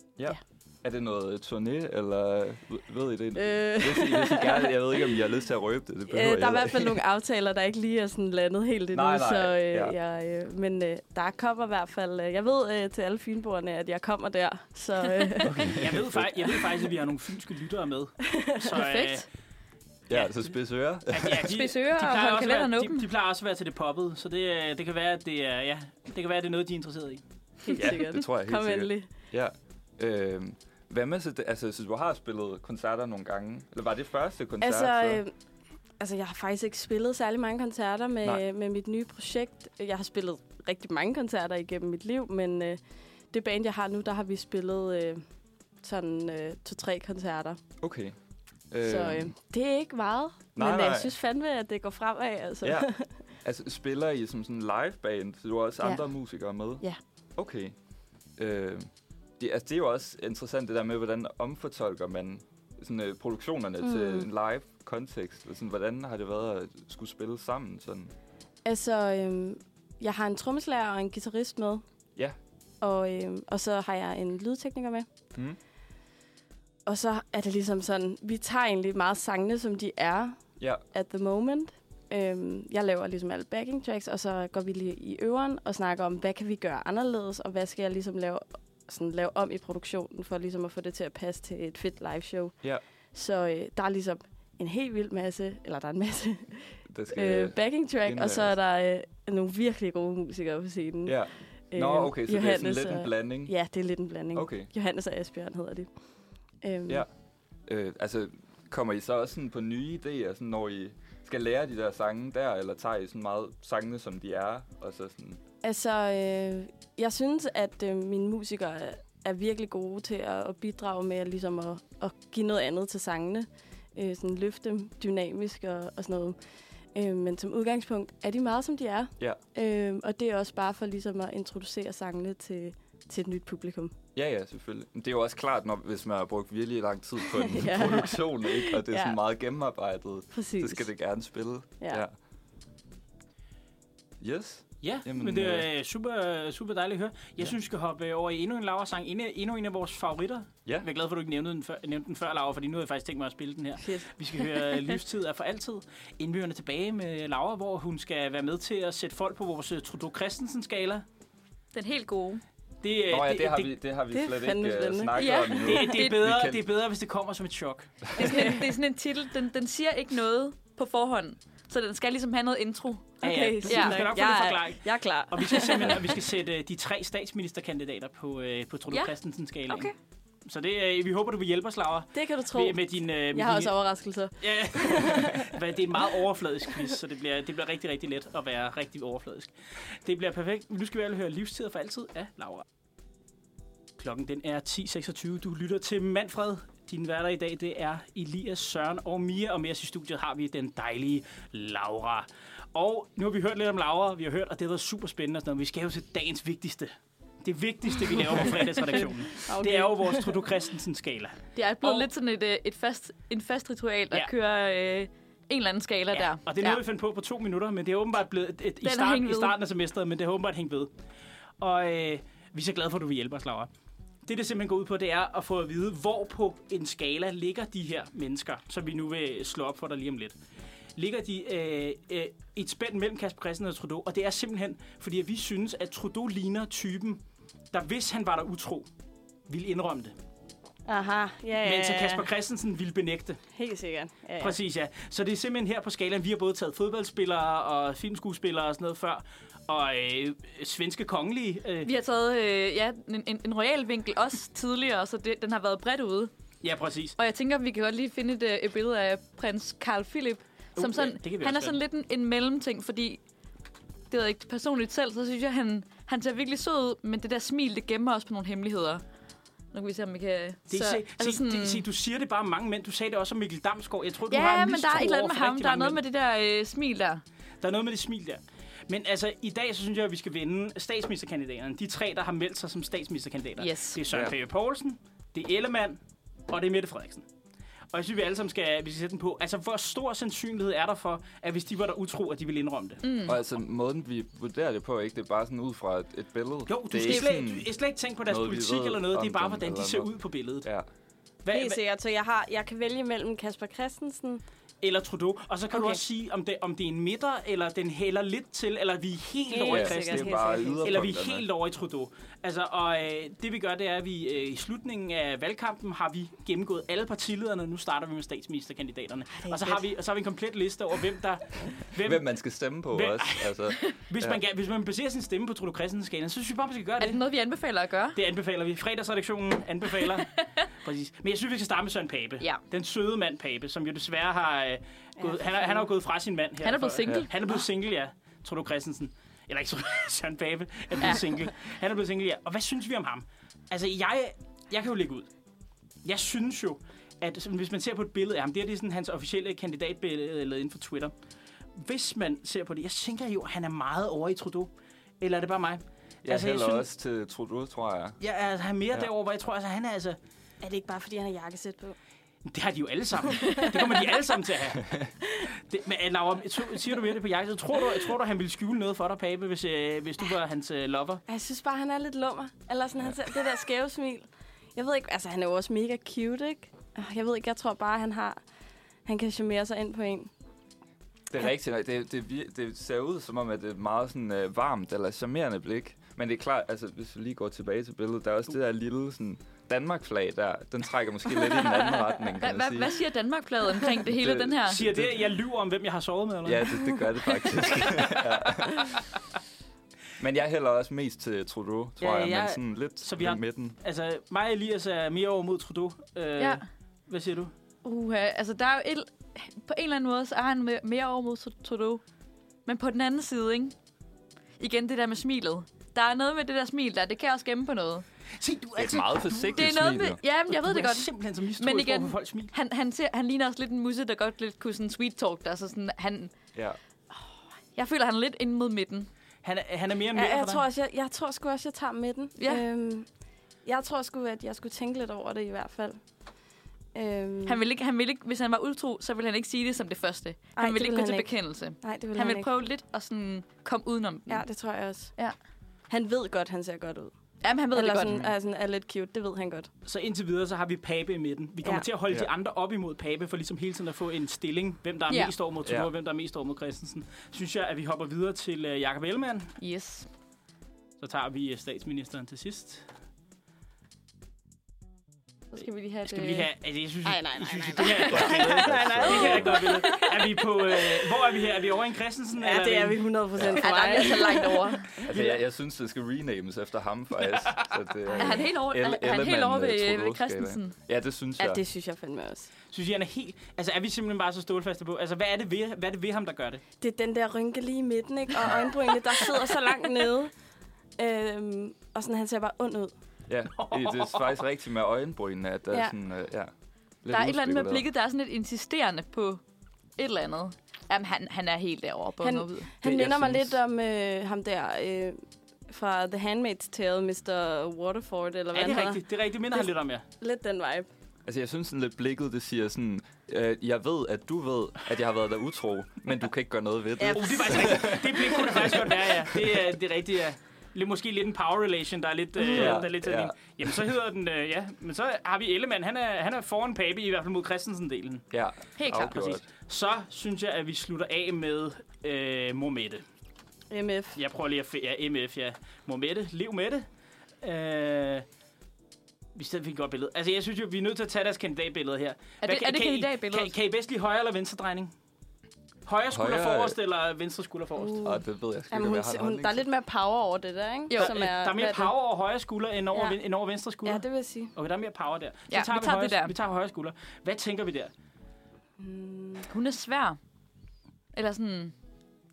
Speaker 3: er det noget øh, turné, eller ved- ved I det?
Speaker 8: øh,
Speaker 3: Hvis I, hvis I gerne, jeg ved ikke, om I har lyst til at røbe det. det
Speaker 8: Øh, der er i hvert fald nogle aftaler, der ikke lige er sådan landet helt endnu,
Speaker 3: Nej, nej,
Speaker 8: så øh,
Speaker 3: ja.
Speaker 8: ja. jeg, øh, men øh, der kommer i hvert fald, øh, jeg ved øh, til alle fynboerne, at jeg kommer der, så øh, *laughs*
Speaker 1: Jeg ved, fej- jeg ved faktisk, at vi har nogle fynske lyttere med. Så,
Speaker 2: Perfekt.
Speaker 3: Ja, så spids ører.
Speaker 1: Øh, at, ja, de,
Speaker 2: Spidsører og
Speaker 1: plejer
Speaker 2: hold
Speaker 1: også at være,
Speaker 2: kalenderen
Speaker 1: de,
Speaker 2: åben.
Speaker 1: de, plejer også at være til det poppede, så det, øh, det kan være, at det er, ja, det kan være, at det er noget, de er interesseret i.
Speaker 8: helt
Speaker 3: Ja,
Speaker 8: sikkert.
Speaker 3: det tror jeg helt
Speaker 8: Kom
Speaker 3: sikkert.
Speaker 8: endelig.
Speaker 3: Ja. Øhm, hvad med, så det, altså, så du har spillet koncerter nogle gange? Eller var det første koncert?
Speaker 8: Altså,
Speaker 3: så?
Speaker 8: øh, altså, jeg har faktisk ikke spillet særlig mange koncerter
Speaker 3: Nej.
Speaker 8: med, med mit nye projekt. Jeg har spillet rigtig mange koncerter igennem mit liv, men øh, det band, jeg har nu, der har vi spillet øh, sådan øh, to-tre koncerter.
Speaker 3: okay. Øhm,
Speaker 8: Øh, så øh, det er ikke meget,
Speaker 3: nej,
Speaker 8: men
Speaker 3: nej.
Speaker 8: jeg synes fandme, at det går fremad. Altså.
Speaker 3: ja. Altså, spiller I som sådan en liveband? Så du har også
Speaker 8: Ja.
Speaker 3: andre musikere med?
Speaker 8: Ja.
Speaker 3: Okay. Øh, det, altså, det er jo også interessant, det der med, hvordan omfortolker man sådan, øh, produktionerne mm. til
Speaker 8: Mm.
Speaker 3: en live kontekst. Sådan, hvordan har det været at skulle spille sammen? Sådan?
Speaker 8: *laughs* Altså, øhm, jeg har en trommeslager og en guitarist med.
Speaker 3: Ja.
Speaker 8: Og, øhm, og så har jeg en lydtekniker med.
Speaker 3: Mm.
Speaker 8: Og så er det ligesom sådan, vi tager egentlig meget sangene, som de er
Speaker 3: Ja.
Speaker 8: at the moment. Øhm, jeg laver ligesom alle backing tracks, og så går vi lige i øveren og snakker om, hvad kan vi gøre anderledes, og hvad skal jeg ligesom lave, sådan lave om i produktionen, for ligesom at få det til at passe til et fedt live show.
Speaker 3: Ja.
Speaker 8: Så øh, der er ligesom en helt vild masse, eller der er en masse,
Speaker 3: Der skal,
Speaker 8: øh, backing track, og så er der øh, nogle virkelig gode musikere på scenen.
Speaker 3: Ja. Nå,
Speaker 8: Øh,
Speaker 3: okay, så Johannes det er sådan lidt en
Speaker 8: og-
Speaker 3: blanding.
Speaker 8: Ja, det er lidt en blanding.
Speaker 3: Okay.
Speaker 8: Johannes og Asbjørn hedder de. Øhm,
Speaker 3: Ja. Øh, altså, kommer I så også sådan på nye idéer, sådan, når I skal lære de der sange der, eller tager I sådan meget sangene, som de er? Og så sådan,
Speaker 8: Altså, øh, jeg synes, at øh, mine musikere er- er virkelig gode til at, at bidrage med at, ligesom at, at give noget andet til sangene. Øh, sådan løfte dem dynamisk og, og sådan noget. Øh, men som udgangspunkt er de meget, som de er.
Speaker 3: Ja.
Speaker 8: Øh, og det er også bare for ligesom at introducere sangene til, til et nyt publikum. *laughs*
Speaker 3: ja, ja, selvfølgelig. Men det er jo også klart, når, hvis man har brugt virkelig lang tid
Speaker 8: *laughs*
Speaker 3: på en ja.
Speaker 8: Ja.
Speaker 3: produktion, ikke? og det er ja.
Speaker 8: Ja.
Speaker 3: sådan meget gennemarbejdet,
Speaker 8: Præcis.
Speaker 3: så skal det gerne spille.
Speaker 8: Ja.
Speaker 3: Yes.
Speaker 1: Ja,
Speaker 3: Jamen,
Speaker 1: Jamen, men det
Speaker 3: øh,
Speaker 1: er øh, super, super dejligt at høre. Jeg
Speaker 3: ja.
Speaker 1: ja. synes, vi skal hoppe øh, over i endnu en Laura-sang. Endnu, endnu en af vores favoritter.
Speaker 3: Ja.
Speaker 1: Jeg er glad for, at du ikke nævnte den, før, nævnte den før, Laura, fordi nu har jeg faktisk tænkt mig at spille den her.
Speaker 8: Fedt.
Speaker 1: Vi skal
Speaker 2: *laughs*
Speaker 1: høre øh, Livstid er for altid. Inden vi vender tilbage med Laura, hvor hun skal være med til at sætte folk på vores øh, Trudeau Christensen-skala.
Speaker 2: Den helt gode.
Speaker 1: Det, øh,
Speaker 3: Nå ja, det, har
Speaker 1: det,
Speaker 3: vi, det har vi
Speaker 8: det er
Speaker 3: slet
Speaker 8: fandme
Speaker 3: ikke uh,
Speaker 8: spændende.
Speaker 3: snakket
Speaker 2: Ja.
Speaker 3: om
Speaker 1: *laughs*
Speaker 3: endnu.
Speaker 1: det, det, er
Speaker 2: det-
Speaker 1: bedre,
Speaker 3: *laughs* vi kan-
Speaker 1: det er bedre, hvis det kommer som et chok. *laughs*
Speaker 2: Det er sådan en, det er sådan en titel, den, den siger ikke noget på forhånd. Så den skal ligesom have noget intro.
Speaker 1: Okay, ja. Du skal nok få
Speaker 2: jeg,
Speaker 1: det
Speaker 2: er-
Speaker 1: forklaring.
Speaker 2: jeg er klar.
Speaker 1: Og vi skal simpelthen og vi skal sætte øh, de tre statsministerkandidater på, øh, på Trude
Speaker 2: Ja.
Speaker 1: ja. Christensen skalaen.
Speaker 2: Okay.
Speaker 1: Så det, øh, vi håber, du vil hjælpe os, Laura.
Speaker 8: Det kan du tro.
Speaker 1: Med, med din, øh, med
Speaker 8: Jeg har
Speaker 1: din,
Speaker 8: også overraskelser.
Speaker 1: Ja. *laughs* Hvad, det er en meget overfladisk quiz, så det bliver, det bliver rigtig, rigtig let at være rigtig overfladisk. Det bliver perfekt. Nu skal vi alle høre Livstider for altid af Laura. Klokken den er 10.26. Du lytter til Manfred. Din værter i dag, det er Elias, Søren og Mia. Og med os i studiet har vi den dejlige Laura. Og nu har vi hørt lidt om Laura. Vi har hørt, og det har været super spændende. Og sådan noget. Vi skal jo til dagens vigtigste. Det vigtigste, vi laver på fredagsredaktionen. okay. Det er jo vores Trudo Christensen-skala.
Speaker 2: Det er blevet
Speaker 1: Og-
Speaker 2: og... lidt sådan et, øh, et fast, en fast ritual at
Speaker 1: Ja.
Speaker 2: ja. køre øh, en eller anden skala der.
Speaker 1: Og det er noget, vi fandt på på to minutter, men det er åbenbart blevet et, et, i,
Speaker 2: er
Speaker 1: starten,
Speaker 2: hængt
Speaker 1: i
Speaker 2: ved.
Speaker 1: starten af semesteret, men det har åbenbart hængt ved. Og øh, vi er så glade for, at du vil hjælpe os, Laura. Det, det simpelthen går ud på, det er at få at vide, hvor på en skala ligger de her mennesker, som vi nu vil slå op for dig lige om lidt. Ligger de øh, øh, et spænd mellem Kasper Christensen og Trudeau, og det er simpelthen, fordi at vi synes, at Trudeau ligner typen, der hvis han var der utro, ville indrømme det,
Speaker 8: Aha, ja, ja,
Speaker 1: mens at
Speaker 2: Øh.
Speaker 8: ja.
Speaker 1: Kasper Christensen ville benægte.
Speaker 8: Helt sikkert. Ja, ja.
Speaker 1: Præcis, ja. Så det er simpelthen her på skalaen. Vi har både taget fodboldspillere og filmskuespillere og sådan noget før. Og øh, svenske kongelige. Øh,
Speaker 2: Vi har taget øh, ja, en, en, en royal vinkel også tidligere, så det, den har været bredt ude.
Speaker 1: ja, præcis.
Speaker 2: Og jeg tænker, vi kan godt lige finde et, øh, et billede af prins Carl Philip.
Speaker 1: Uh,
Speaker 2: Som
Speaker 1: ja,
Speaker 2: sådan,
Speaker 1: det kan vi
Speaker 2: han
Speaker 1: også
Speaker 2: er sådan lidt en, en mellemting, fordi det ved jeg ikke personligt selv, så synes jeg, han, han ser virkelig sød ud, men det der smil, det gemmer også på nogle hemmeligheder. Nu kan vi se, om vi kan...
Speaker 1: Det er,
Speaker 2: så,
Speaker 1: se, altså sådan... det, se, du siger det bare om mange mænd. Du sagde det også om Mikkel Damsgaard. Jeg tror, du har
Speaker 2: ja,
Speaker 1: en
Speaker 2: men der er
Speaker 1: mistro
Speaker 2: et eller andet
Speaker 1: over
Speaker 2: med
Speaker 1: for
Speaker 2: ham.
Speaker 1: rigtig
Speaker 2: Der er
Speaker 1: mange
Speaker 2: noget
Speaker 1: mænd.
Speaker 2: med det der øh, smil der.
Speaker 1: Der er noget med det smil der. Men altså, i dag, så synes jeg, at vi skal vende statsministerkandidaterne. De tre, der har meldt sig som statsministerkandidater.
Speaker 2: Yes.
Speaker 1: Det er Søren
Speaker 3: Ja.
Speaker 1: Pape Poulsen, det er Ellemann, og det er Mette Frederiksen. Og jeg synes, vi alle sammen skal, vi skal sætte den på. Altså, hvor stor sandsynlighed er der for, at hvis de var der utro, at de ville indrømme det?
Speaker 3: Og altså, måden vi vurderer det på, ikke? Det er bare sådan ud fra et, et billede.
Speaker 1: Jo, du
Speaker 3: det
Speaker 1: skal
Speaker 3: ikke
Speaker 1: slet, du skal slet ikke tænke på deres
Speaker 3: noget, vi
Speaker 1: politik
Speaker 3: ved
Speaker 1: eller noget. Det er
Speaker 3: om
Speaker 1: bare,
Speaker 3: dem
Speaker 1: hvordan de
Speaker 3: eller
Speaker 1: ser
Speaker 3: noget.
Speaker 1: ud på billedet.
Speaker 3: Ja.
Speaker 1: Hvad,
Speaker 8: Helt
Speaker 1: hvad,
Speaker 8: sikkert. Så jeg, har, jeg kan vælge mellem Kasper Christensen.
Speaker 1: eller Trudeau. Og så kan okay. du
Speaker 8: Okay.
Speaker 1: også sige, om det, om det er en midter, eller den hælder lidt til, eller vi er helt
Speaker 8: Helt
Speaker 1: over i
Speaker 3: Ja,
Speaker 8: sikkert.
Speaker 1: Christensen.
Speaker 3: det er bare
Speaker 8: Helt sikkert.
Speaker 1: Eller vi er
Speaker 3: yderpunkterne.
Speaker 1: helt over i Trudeau. Altså, og øh, det vi gør, det er, at vi øh, i slutningen af valgkampen har vi gennemgået alle partilederne. Nu starter vi med statsministerkandidaterne. Og så, har vi, og så har vi en komplet liste over, hvem der... Hvem,
Speaker 3: Hvem
Speaker 1: hvem
Speaker 3: man skal stemme på
Speaker 1: Hvem-
Speaker 3: også.
Speaker 1: *laughs*
Speaker 3: Altså,
Speaker 1: hvis, man, ja. hvis man baserer sin stemme på Trudeau Christensen-skalaen, så synes vi bare, man skal gøre
Speaker 2: Er det
Speaker 1: det.
Speaker 2: noget, vi anbefaler at gøre?
Speaker 1: Det anbefaler vi. Fredagsredaktionen
Speaker 2: *laughs*
Speaker 1: anbefaler. Præcis. Men jeg synes, vi skal starte med Søren Pape.
Speaker 2: Ja.
Speaker 1: Den søde mand Pape, som jo desværre har... Øh, gået, han, er, han er jo gået fra sin mand her.
Speaker 2: Han er blevet
Speaker 1: for-
Speaker 2: single. Ah.
Speaker 1: Han er blevet single, ja. Trude Christensen. Eller ikke Trude, *laughs* Søren Pape er blevet ja. single. Han er blevet single, ja. Og hvad synes vi om ham? Altså, jeg, jeg kan jo lægge ud. Jeg synes jo, at sådan, hvis man ser på et billede af ham, det her det er sådan hans officielle kandidatbillede eller inden for Twitter. Hvis man ser på det, jeg tænker jo, at han er meget over i Trudeau. Eller er det bare mig?
Speaker 3: jeg altså, hælder synes... også til Trudeau, tror jeg.
Speaker 1: Jeg er altså, han er mere ja.
Speaker 3: Ja.
Speaker 1: derovre, hvor jeg tror, altså, han er altså...
Speaker 8: Er det ikke bare, fordi han har jakkesæt på?
Speaker 1: Det har de jo alle sammen. Det kommer de alle sammen til at have. *laughs* Det, men øh, Laura, tro- siger du virkelig på jagt? Tror du, tror du, han ville skjule noget for dig, Pape, hvis, øh, hvis du var hans øh, lover?
Speaker 8: Jeg synes bare, han er lidt lummer. Eller sådan, han ser det der skæve smil. Jeg ved ikke, altså han er jo også mega cute, ikke? Ah, Jeg ved ikke, jeg tror bare, han har... Han kan charmere sig ind på en.
Speaker 3: Det er rigtigt. nok. Det, det, vir- det ser ud som om, at det er et meget sådan, øh, varmt eller charmerende blik. Men det er klart, altså, hvis vi lige går tilbage til billedet, der er også det der lille sådan, Danmark-flag der. Den trækker måske lidt i den anden retning,
Speaker 2: Hva, hva,
Speaker 3: kan man sige.
Speaker 2: hvad siger Danmark-pladen omkring det hele,
Speaker 3: *laughs* Det-
Speaker 2: den her?
Speaker 1: Siger det, at jeg lyver om, hvem jeg har sovet med? Eller?
Speaker 3: Ja,
Speaker 1: hvad?
Speaker 3: det, det gør det faktisk. ja. Men jeg hælder også mest til Trudeau, tror
Speaker 1: Ja,
Speaker 3: ja, jeg. Men
Speaker 1: jeg-
Speaker 3: sådan lidt
Speaker 1: Så
Speaker 3: så
Speaker 1: vi
Speaker 3: vi
Speaker 1: har-
Speaker 3: midten.
Speaker 1: Altså, mig og Elias er mere over mod Trudeau. Øh,
Speaker 2: Ja.
Speaker 1: Hvad siger du?
Speaker 2: Uha, altså der er jo et, på en eller anden måde, så er han me- mere over mod Tru- Trudeau. Men på den anden side, ikke? Igen det der med smilet. Der er noget med det der smil der, det kan også gemme på noget.
Speaker 1: Se, du
Speaker 3: Det er et meget forsigtigt
Speaker 2: Det er noget
Speaker 3: smil,
Speaker 2: med...
Speaker 3: jo.
Speaker 2: Jamen, jeg ved
Speaker 1: du
Speaker 2: det
Speaker 1: er
Speaker 2: godt.
Speaker 1: simpelthen så mistroisk
Speaker 2: Men
Speaker 1: over
Speaker 2: igen-
Speaker 1: for folks smil.
Speaker 2: Han, han, ser, han ligner også lidt en musse, der godt lidt kunne sådan sweet talk der, så sådan han...
Speaker 3: Ja.
Speaker 2: Jeg føler, han er lidt inde mod midten.
Speaker 1: Han er, han er mere end mere
Speaker 8: Ja, jeg,
Speaker 1: for
Speaker 8: tror
Speaker 1: dig.
Speaker 8: også, jeg, jeg tror sgu også, jeg tager midten.
Speaker 2: Ja.
Speaker 8: Øhm, jeg tror sgu, at jeg skulle tænke lidt over det i hvert fald. Øhm,
Speaker 2: Han vil ikke, han vil ikke, hvis han var utro, så ville han ikke sige det som det første. Han
Speaker 8: det
Speaker 2: vil ikke
Speaker 8: ville
Speaker 2: gå
Speaker 8: han
Speaker 2: til
Speaker 8: ikke.
Speaker 2: bekendelse.
Speaker 8: nej, det vil
Speaker 2: Han
Speaker 8: han,
Speaker 2: vil
Speaker 8: ikke.
Speaker 2: prøve lidt at sådan komme udenom den.
Speaker 8: Ja, det tror jeg også.
Speaker 2: Ja.
Speaker 8: Han ved godt, han ser godt ud.
Speaker 2: Jamen, han ved
Speaker 8: Eller
Speaker 2: det godt.
Speaker 8: sådan, er, sådan, er lidt cute, det ved han godt.
Speaker 1: Så indtil videre, så har vi Pape i midten. Vi kommer ja.
Speaker 8: Ja.
Speaker 1: til at holde ja.
Speaker 3: Ja.
Speaker 1: de andre op imod Pape, for ligesom hele tiden at få en stilling. Hvem der er ja.
Speaker 2: Ja.
Speaker 1: mest over mod Trudeau, ja.
Speaker 3: Ja.
Speaker 1: og hvem der er mest over mod Christensen. Synes jeg, at vi hopper videre til øh, Jakob Ellemann.
Speaker 2: Yes.
Speaker 1: Så tager vi øh, statsministeren til sidst.
Speaker 2: Så skal vi lige have
Speaker 1: Skal
Speaker 2: et,
Speaker 1: vi lige
Speaker 2: øh,
Speaker 1: have... Altså, jeg synes,
Speaker 9: Ej, nej,
Speaker 1: jeg
Speaker 9: nej,
Speaker 1: synes,
Speaker 9: nej,
Speaker 1: det her er et godt billede. Det her er et godt billede. Er vi på... Øh, hvor er vi her? Er vi over i en Christensen?
Speaker 8: Ja, det er vi
Speaker 2: *laughs*
Speaker 8: 100%
Speaker 2: Ja,
Speaker 8: for
Speaker 2: der er
Speaker 8: mig.
Speaker 2: lige så langt over.
Speaker 3: Altså, jeg, jeg synes, det skal renames efter ham, faktisk. Så det,
Speaker 2: *laughs* Er han helt over,
Speaker 3: Elle-
Speaker 2: er, er han helt
Speaker 3: Ellemann,
Speaker 2: over ved,
Speaker 3: øh, tror du
Speaker 2: ved
Speaker 3: også, skal
Speaker 2: Christensen?
Speaker 3: Ja, det synes jeg.
Speaker 8: Ja, det synes jeg fandme også.
Speaker 1: Synes I, han er helt... Altså, er vi simpelthen bare så stålfaste på? Altså, hvad er det ved, hvad er det ved ham, der gør det?
Speaker 8: Det er den der rynke lige i midten, ikke?
Speaker 1: *laughs*
Speaker 8: Og øjenbrynene, der sidder så langt nede. Øhm, og sådan, han ser bare ond ud.
Speaker 3: Ja, det, det er faktisk rigtigt med øjenbrynene, at der ja.
Speaker 8: Ja.
Speaker 3: er sådan... Øh, ja, lidt
Speaker 2: Der er et eller andet med
Speaker 3: udspekuleret.
Speaker 2: blikket, der er sådan lidt insisterende på et eller andet. Jamen, han, han er helt derovre på
Speaker 8: Han-
Speaker 2: noget hvid.
Speaker 3: jeg
Speaker 8: Han det, minder mig
Speaker 3: synes-
Speaker 8: lidt om øh, ham der øh, fra The Handmaid's Tale, Mr. Waterford, eller hvad
Speaker 1: Er det
Speaker 8: han hedder.
Speaker 1: rigtigt? Det er rigtigt. Minder han lidt om jer.
Speaker 8: Lidt den vibe.
Speaker 3: Altså, jeg synes sådan lidt blikket, det siger sådan... Øh, jeg ved, at du ved, at jeg har været der utro, men du kan ikke gøre noget ved det.
Speaker 1: Oh, det er faktisk rigtigt. Det blik kunne det faktisk godt være, ja. Det er det er rigtigt, ja. Lidt, måske lidt en power relation, der er lidt, øh,
Speaker 3: Ja,
Speaker 1: der er lidt sådan
Speaker 3: ja.
Speaker 1: en. Jamen, så hedder den, øh, ja. Men så har vi Ellemann. Han er, han er foran Pape, i hvert fald mod Christensen-delen.
Speaker 3: Ja,
Speaker 2: Helt klart.
Speaker 3: afgjort.
Speaker 1: præcis. Så synes jeg, at vi slutter af med øh, mor Mette.
Speaker 8: MF.
Speaker 1: Jeg prøver lige at finde... Ja, MF, ja. Mor Mette. Lev med det. Øh, vi stedet fik et godt billede. Altså, jeg synes jo, vi er nødt til at tage deres kandidatbillede her.
Speaker 2: Er
Speaker 1: Hvad
Speaker 2: det, er det
Speaker 1: I-
Speaker 2: kandidatbilledet?
Speaker 1: Kan, kan I bedst lige højre eller venstre drejning? Højre skulder
Speaker 3: Højre, øh.
Speaker 1: forrest, eller venstre skulder forrest?
Speaker 3: Ah, det ved jeg sgu ikke,
Speaker 8: Jamen,
Speaker 3: om
Speaker 8: hun,
Speaker 3: jeg har en
Speaker 8: hun,
Speaker 3: holdning
Speaker 8: der er
Speaker 3: til.
Speaker 8: lidt mere power over det der, ikke?
Speaker 2: Jo.
Speaker 8: Som
Speaker 1: Øh, der er
Speaker 8: hvad
Speaker 1: mere
Speaker 8: det?
Speaker 1: power over højre skulder, end over,
Speaker 8: Ja.
Speaker 1: ja. end over venstre skulder?
Speaker 8: Ja, det vil jeg sige.
Speaker 1: Okay, der er mere power der. Så
Speaker 2: Ja,
Speaker 1: tager
Speaker 2: vi
Speaker 1: vi,
Speaker 2: tager
Speaker 1: højre,
Speaker 2: det der.
Speaker 1: vi tager højre skulder. Hvad tænker vi der?
Speaker 2: Hun er svær. Eller sådan...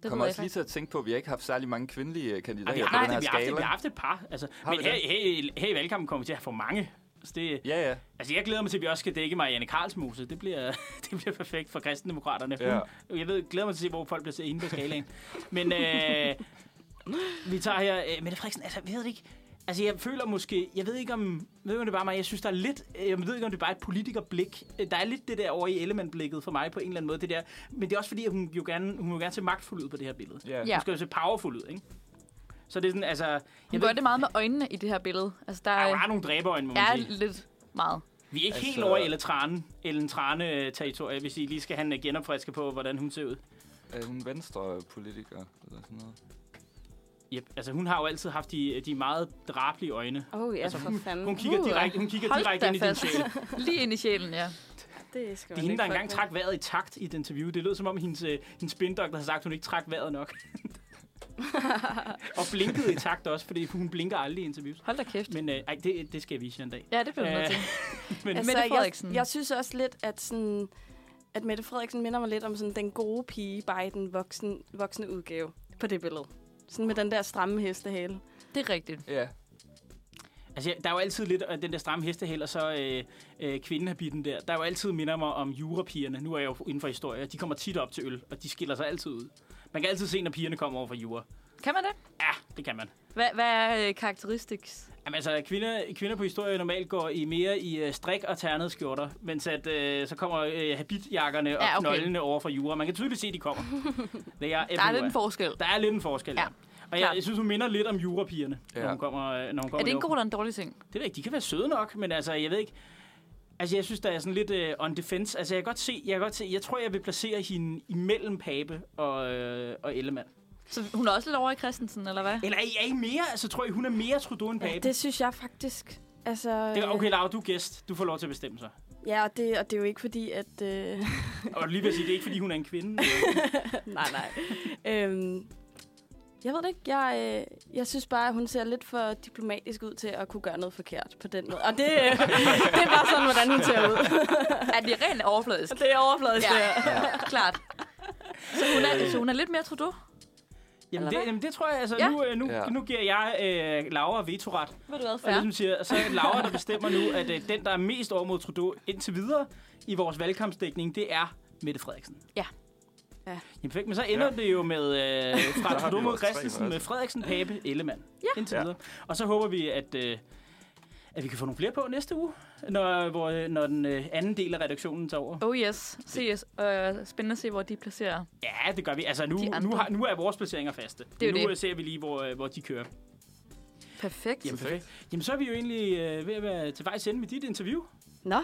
Speaker 2: Det
Speaker 3: kommer
Speaker 2: ved jeg
Speaker 3: også lige
Speaker 2: faktisk.
Speaker 3: til at tænke på, at vi ikke har haft særlig mange kvindelige øh,
Speaker 1: Ej, vi
Speaker 3: kandidater
Speaker 1: har,
Speaker 3: på den her
Speaker 1: haft, vi, har haft, vi
Speaker 3: skala.
Speaker 1: har haft et par. Altså,
Speaker 3: Har
Speaker 1: men
Speaker 3: vi
Speaker 1: her,
Speaker 3: det?
Speaker 1: her, her, i valgkampen kommer vi til at få mange. Så det,
Speaker 3: Ja, ja.
Speaker 1: altså, jeg glæder mig til, at vi også skal dække Marianne Karlsmose. Det bliver, *laughs* det bliver perfekt for kristendemokraterne.
Speaker 3: Ja.
Speaker 1: Hun, jeg ved, glæder mig til at se, hvor folk bliver set inde på skalaen. Men øh, vi tager her... Øh, Mette Frederiksen, altså, jeg ved det ikke... Altså, jeg føler måske... Jeg ved ikke, om, ved ikke, om det er bare mig. Jeg synes, der er lidt... øh, Jeg ved ikke, om det er bare et politikerblik. Øh, Der er lidt det der over i Ellemann-blikket for mig på en eller anden måde. Det der. Men det er også fordi, at hun jo gerne, hun vil gerne se magtfuld ud på det her billede.
Speaker 3: ja.
Speaker 2: Ja.
Speaker 1: Hun skal jo se powerful ud, ikke? Så det er sådan, altså... Jeg
Speaker 2: Hun gør det meget med øjnene i det her billede. Altså, der
Speaker 1: Der
Speaker 2: er,
Speaker 1: er nogle dræberøjne, må man
Speaker 2: er
Speaker 1: sige.
Speaker 2: lidt meget.
Speaker 1: Vi er ikke altså... helt
Speaker 3: Altså-
Speaker 1: over i Ellen Trane, Ellen Trane øh, territorie, hvis I lige skal han genopfriske på, hvordan hun ser ud.
Speaker 3: Er hun venstre politiker eller sådan noget?
Speaker 1: Yep. Altså, hun har jo altid haft de, de meget drabelige øjne.
Speaker 8: Åh, oh, ja,
Speaker 1: Altså,
Speaker 8: for fanden.
Speaker 1: Hun kigger
Speaker 2: Uh,
Speaker 1: direkte, hun kigger
Speaker 2: hold
Speaker 1: direkte
Speaker 2: da
Speaker 1: ind i din
Speaker 2: *laughs* fast.
Speaker 1: sjæl.
Speaker 2: Lige ind i sjælen, ja.
Speaker 8: Det er sgu
Speaker 1: Det er hende, der engang trak vejret i takt i et interview. Det lød som om, hendes, øh, hendes spindoktor har sagt, at hun ikke trak vejret
Speaker 2: *laughs*
Speaker 1: nok. og blinkede i takt også, fordi hun blinker aldrig i interviews.
Speaker 2: Hold da kæft.
Speaker 1: Men øh, ej, det, det skal jeg vise jer en dag.
Speaker 2: Ja, det bliver
Speaker 1: Øh,
Speaker 2: noget til.
Speaker 1: men,
Speaker 8: Altså,
Speaker 2: Mette Frederiksen.
Speaker 8: Jeg, jeg synes også lidt, at sådan at Mette Frederiksen minder mig lidt om sådan den gode pige bare i den voksen, voksne udgave på det billede. Sådan med den der stramme hestehale.
Speaker 2: Det er rigtigt.
Speaker 3: Ja.
Speaker 1: Altså, jeg- der er jo altid lidt af den der stramme hestehæl, og så øh, øh, kvindehabiten der. Der er jo altid minder mig om jurapigerne. Nu er jeg jo inden for historie. og De kommer tit op til øl, og de skiller sig altid ud. Man kan altid se, når pigerne kommer over fra jura.
Speaker 2: Kan man det?
Speaker 1: Ja, det kan man.
Speaker 2: Hvad, hvad er øh, karakteristiks?
Speaker 1: Jamen, altså, kvinder, kvinder på historie normalt går i mere i øh, strik og ternede skjorter, mens at, øh, så kommer øh, habitjakkerne og ja,
Speaker 2: Ja,
Speaker 1: okay.
Speaker 2: okay.
Speaker 1: knoldene over fra jura. Man kan tydeligt se, at de
Speaker 2: *laughs*
Speaker 1: kommer. They are
Speaker 2: Der er lidt
Speaker 1: everywhere.
Speaker 2: en forskel.
Speaker 1: der er lidt en forskel, ja.
Speaker 2: Ja,
Speaker 1: Og jeg,
Speaker 2: klart.
Speaker 1: jeg synes, hun minder lidt om jurapigerne, ja. når
Speaker 3: Ja.
Speaker 1: hun kommer, øh, når hun kommer
Speaker 2: Er det en
Speaker 1: derover.
Speaker 2: god eller en dårlig ting?
Speaker 1: Det ved jeg ikke, de kan være søde nok, men altså, jeg ved ikke... Altså, jeg synes, der er sådan lidt uh, on defense. Altså, jeg kan godt se, jeg kan godt se, jeg tror, jeg vil placere hende imellem Pape og, øh, og Ellemann.
Speaker 2: Så hun er også lidt over i Christensen, eller hvad?
Speaker 1: Eller er I, er I mere? Altså, tror I, hun er mere Trudeau end Pape?
Speaker 8: Ja,
Speaker 1: Ja,
Speaker 8: det synes jeg faktisk. Altså, øh,
Speaker 1: det... er- Okay, Laura, du er gæst. Du får lov til at bestemme sig.
Speaker 8: Ja, og det, og det er jo ikke fordi, at... Øh,
Speaker 1: Og lige ved at sige, det er ikke, fordi hun er en kvinde.
Speaker 8: nej, nej. øhm, jeg ved det ikke. Jeg, øh, jeg synes bare, at hun ser lidt for diplomatisk ud til at kunne gøre noget forkert på den måde. Og det, øh, det er bare sådan, hvordan hun ser ud.
Speaker 2: Er det rent overfladisk?
Speaker 8: det er overfladisk.
Speaker 2: Ja.
Speaker 8: Ja.
Speaker 2: Klart. Så hun er, så hun er lidt mere Trudeau?
Speaker 1: Jamen, det,
Speaker 2: hvad?
Speaker 1: jamen, det tror jeg, altså, ja.
Speaker 2: Ja.
Speaker 1: nu, øh, nu, ja.
Speaker 3: Ja.
Speaker 1: nu giver jeg øh, Laura vetoret.
Speaker 2: Ved du hvad,
Speaker 1: Og ligesom siger, så er Laura,
Speaker 2: *laughs*
Speaker 1: der bestemmer nu, at øh, den, der er mest over mod Trudeau indtil videre i vores valgkampsdækning, det er Mette Frederiksen.
Speaker 2: Ja.
Speaker 8: Ja.
Speaker 1: Jamen, perfekt, men så ender ja. det jo med øh, fra
Speaker 3: har
Speaker 1: Trudeau
Speaker 3: vi
Speaker 1: mod
Speaker 3: vores tre
Speaker 1: Christensen med
Speaker 3: først.
Speaker 1: Frederiksen, Pape, Ellemann. Ja. Indtil videre. Og så håber vi, at, øh, at vi kan få nogle flere på næste uge, når, hvor, øh, når den øh, anden del af redaktionen tager over.
Speaker 2: Oh yes. Se, øh, spændende at se, hvor de placerer.
Speaker 1: Ja, det gør vi. Altså, nu,
Speaker 2: De andre.
Speaker 1: nu, har, nu er vores placeringer faste.
Speaker 2: er jo
Speaker 1: nu
Speaker 2: det.
Speaker 1: øh, ser vi lige, hvor, øh, hvor de kører.
Speaker 2: Perfekt.
Speaker 1: Jamen, perfekt. Jamen, så er vi jo egentlig øh, ved at være til vejs ende med dit interview.
Speaker 8: Nå,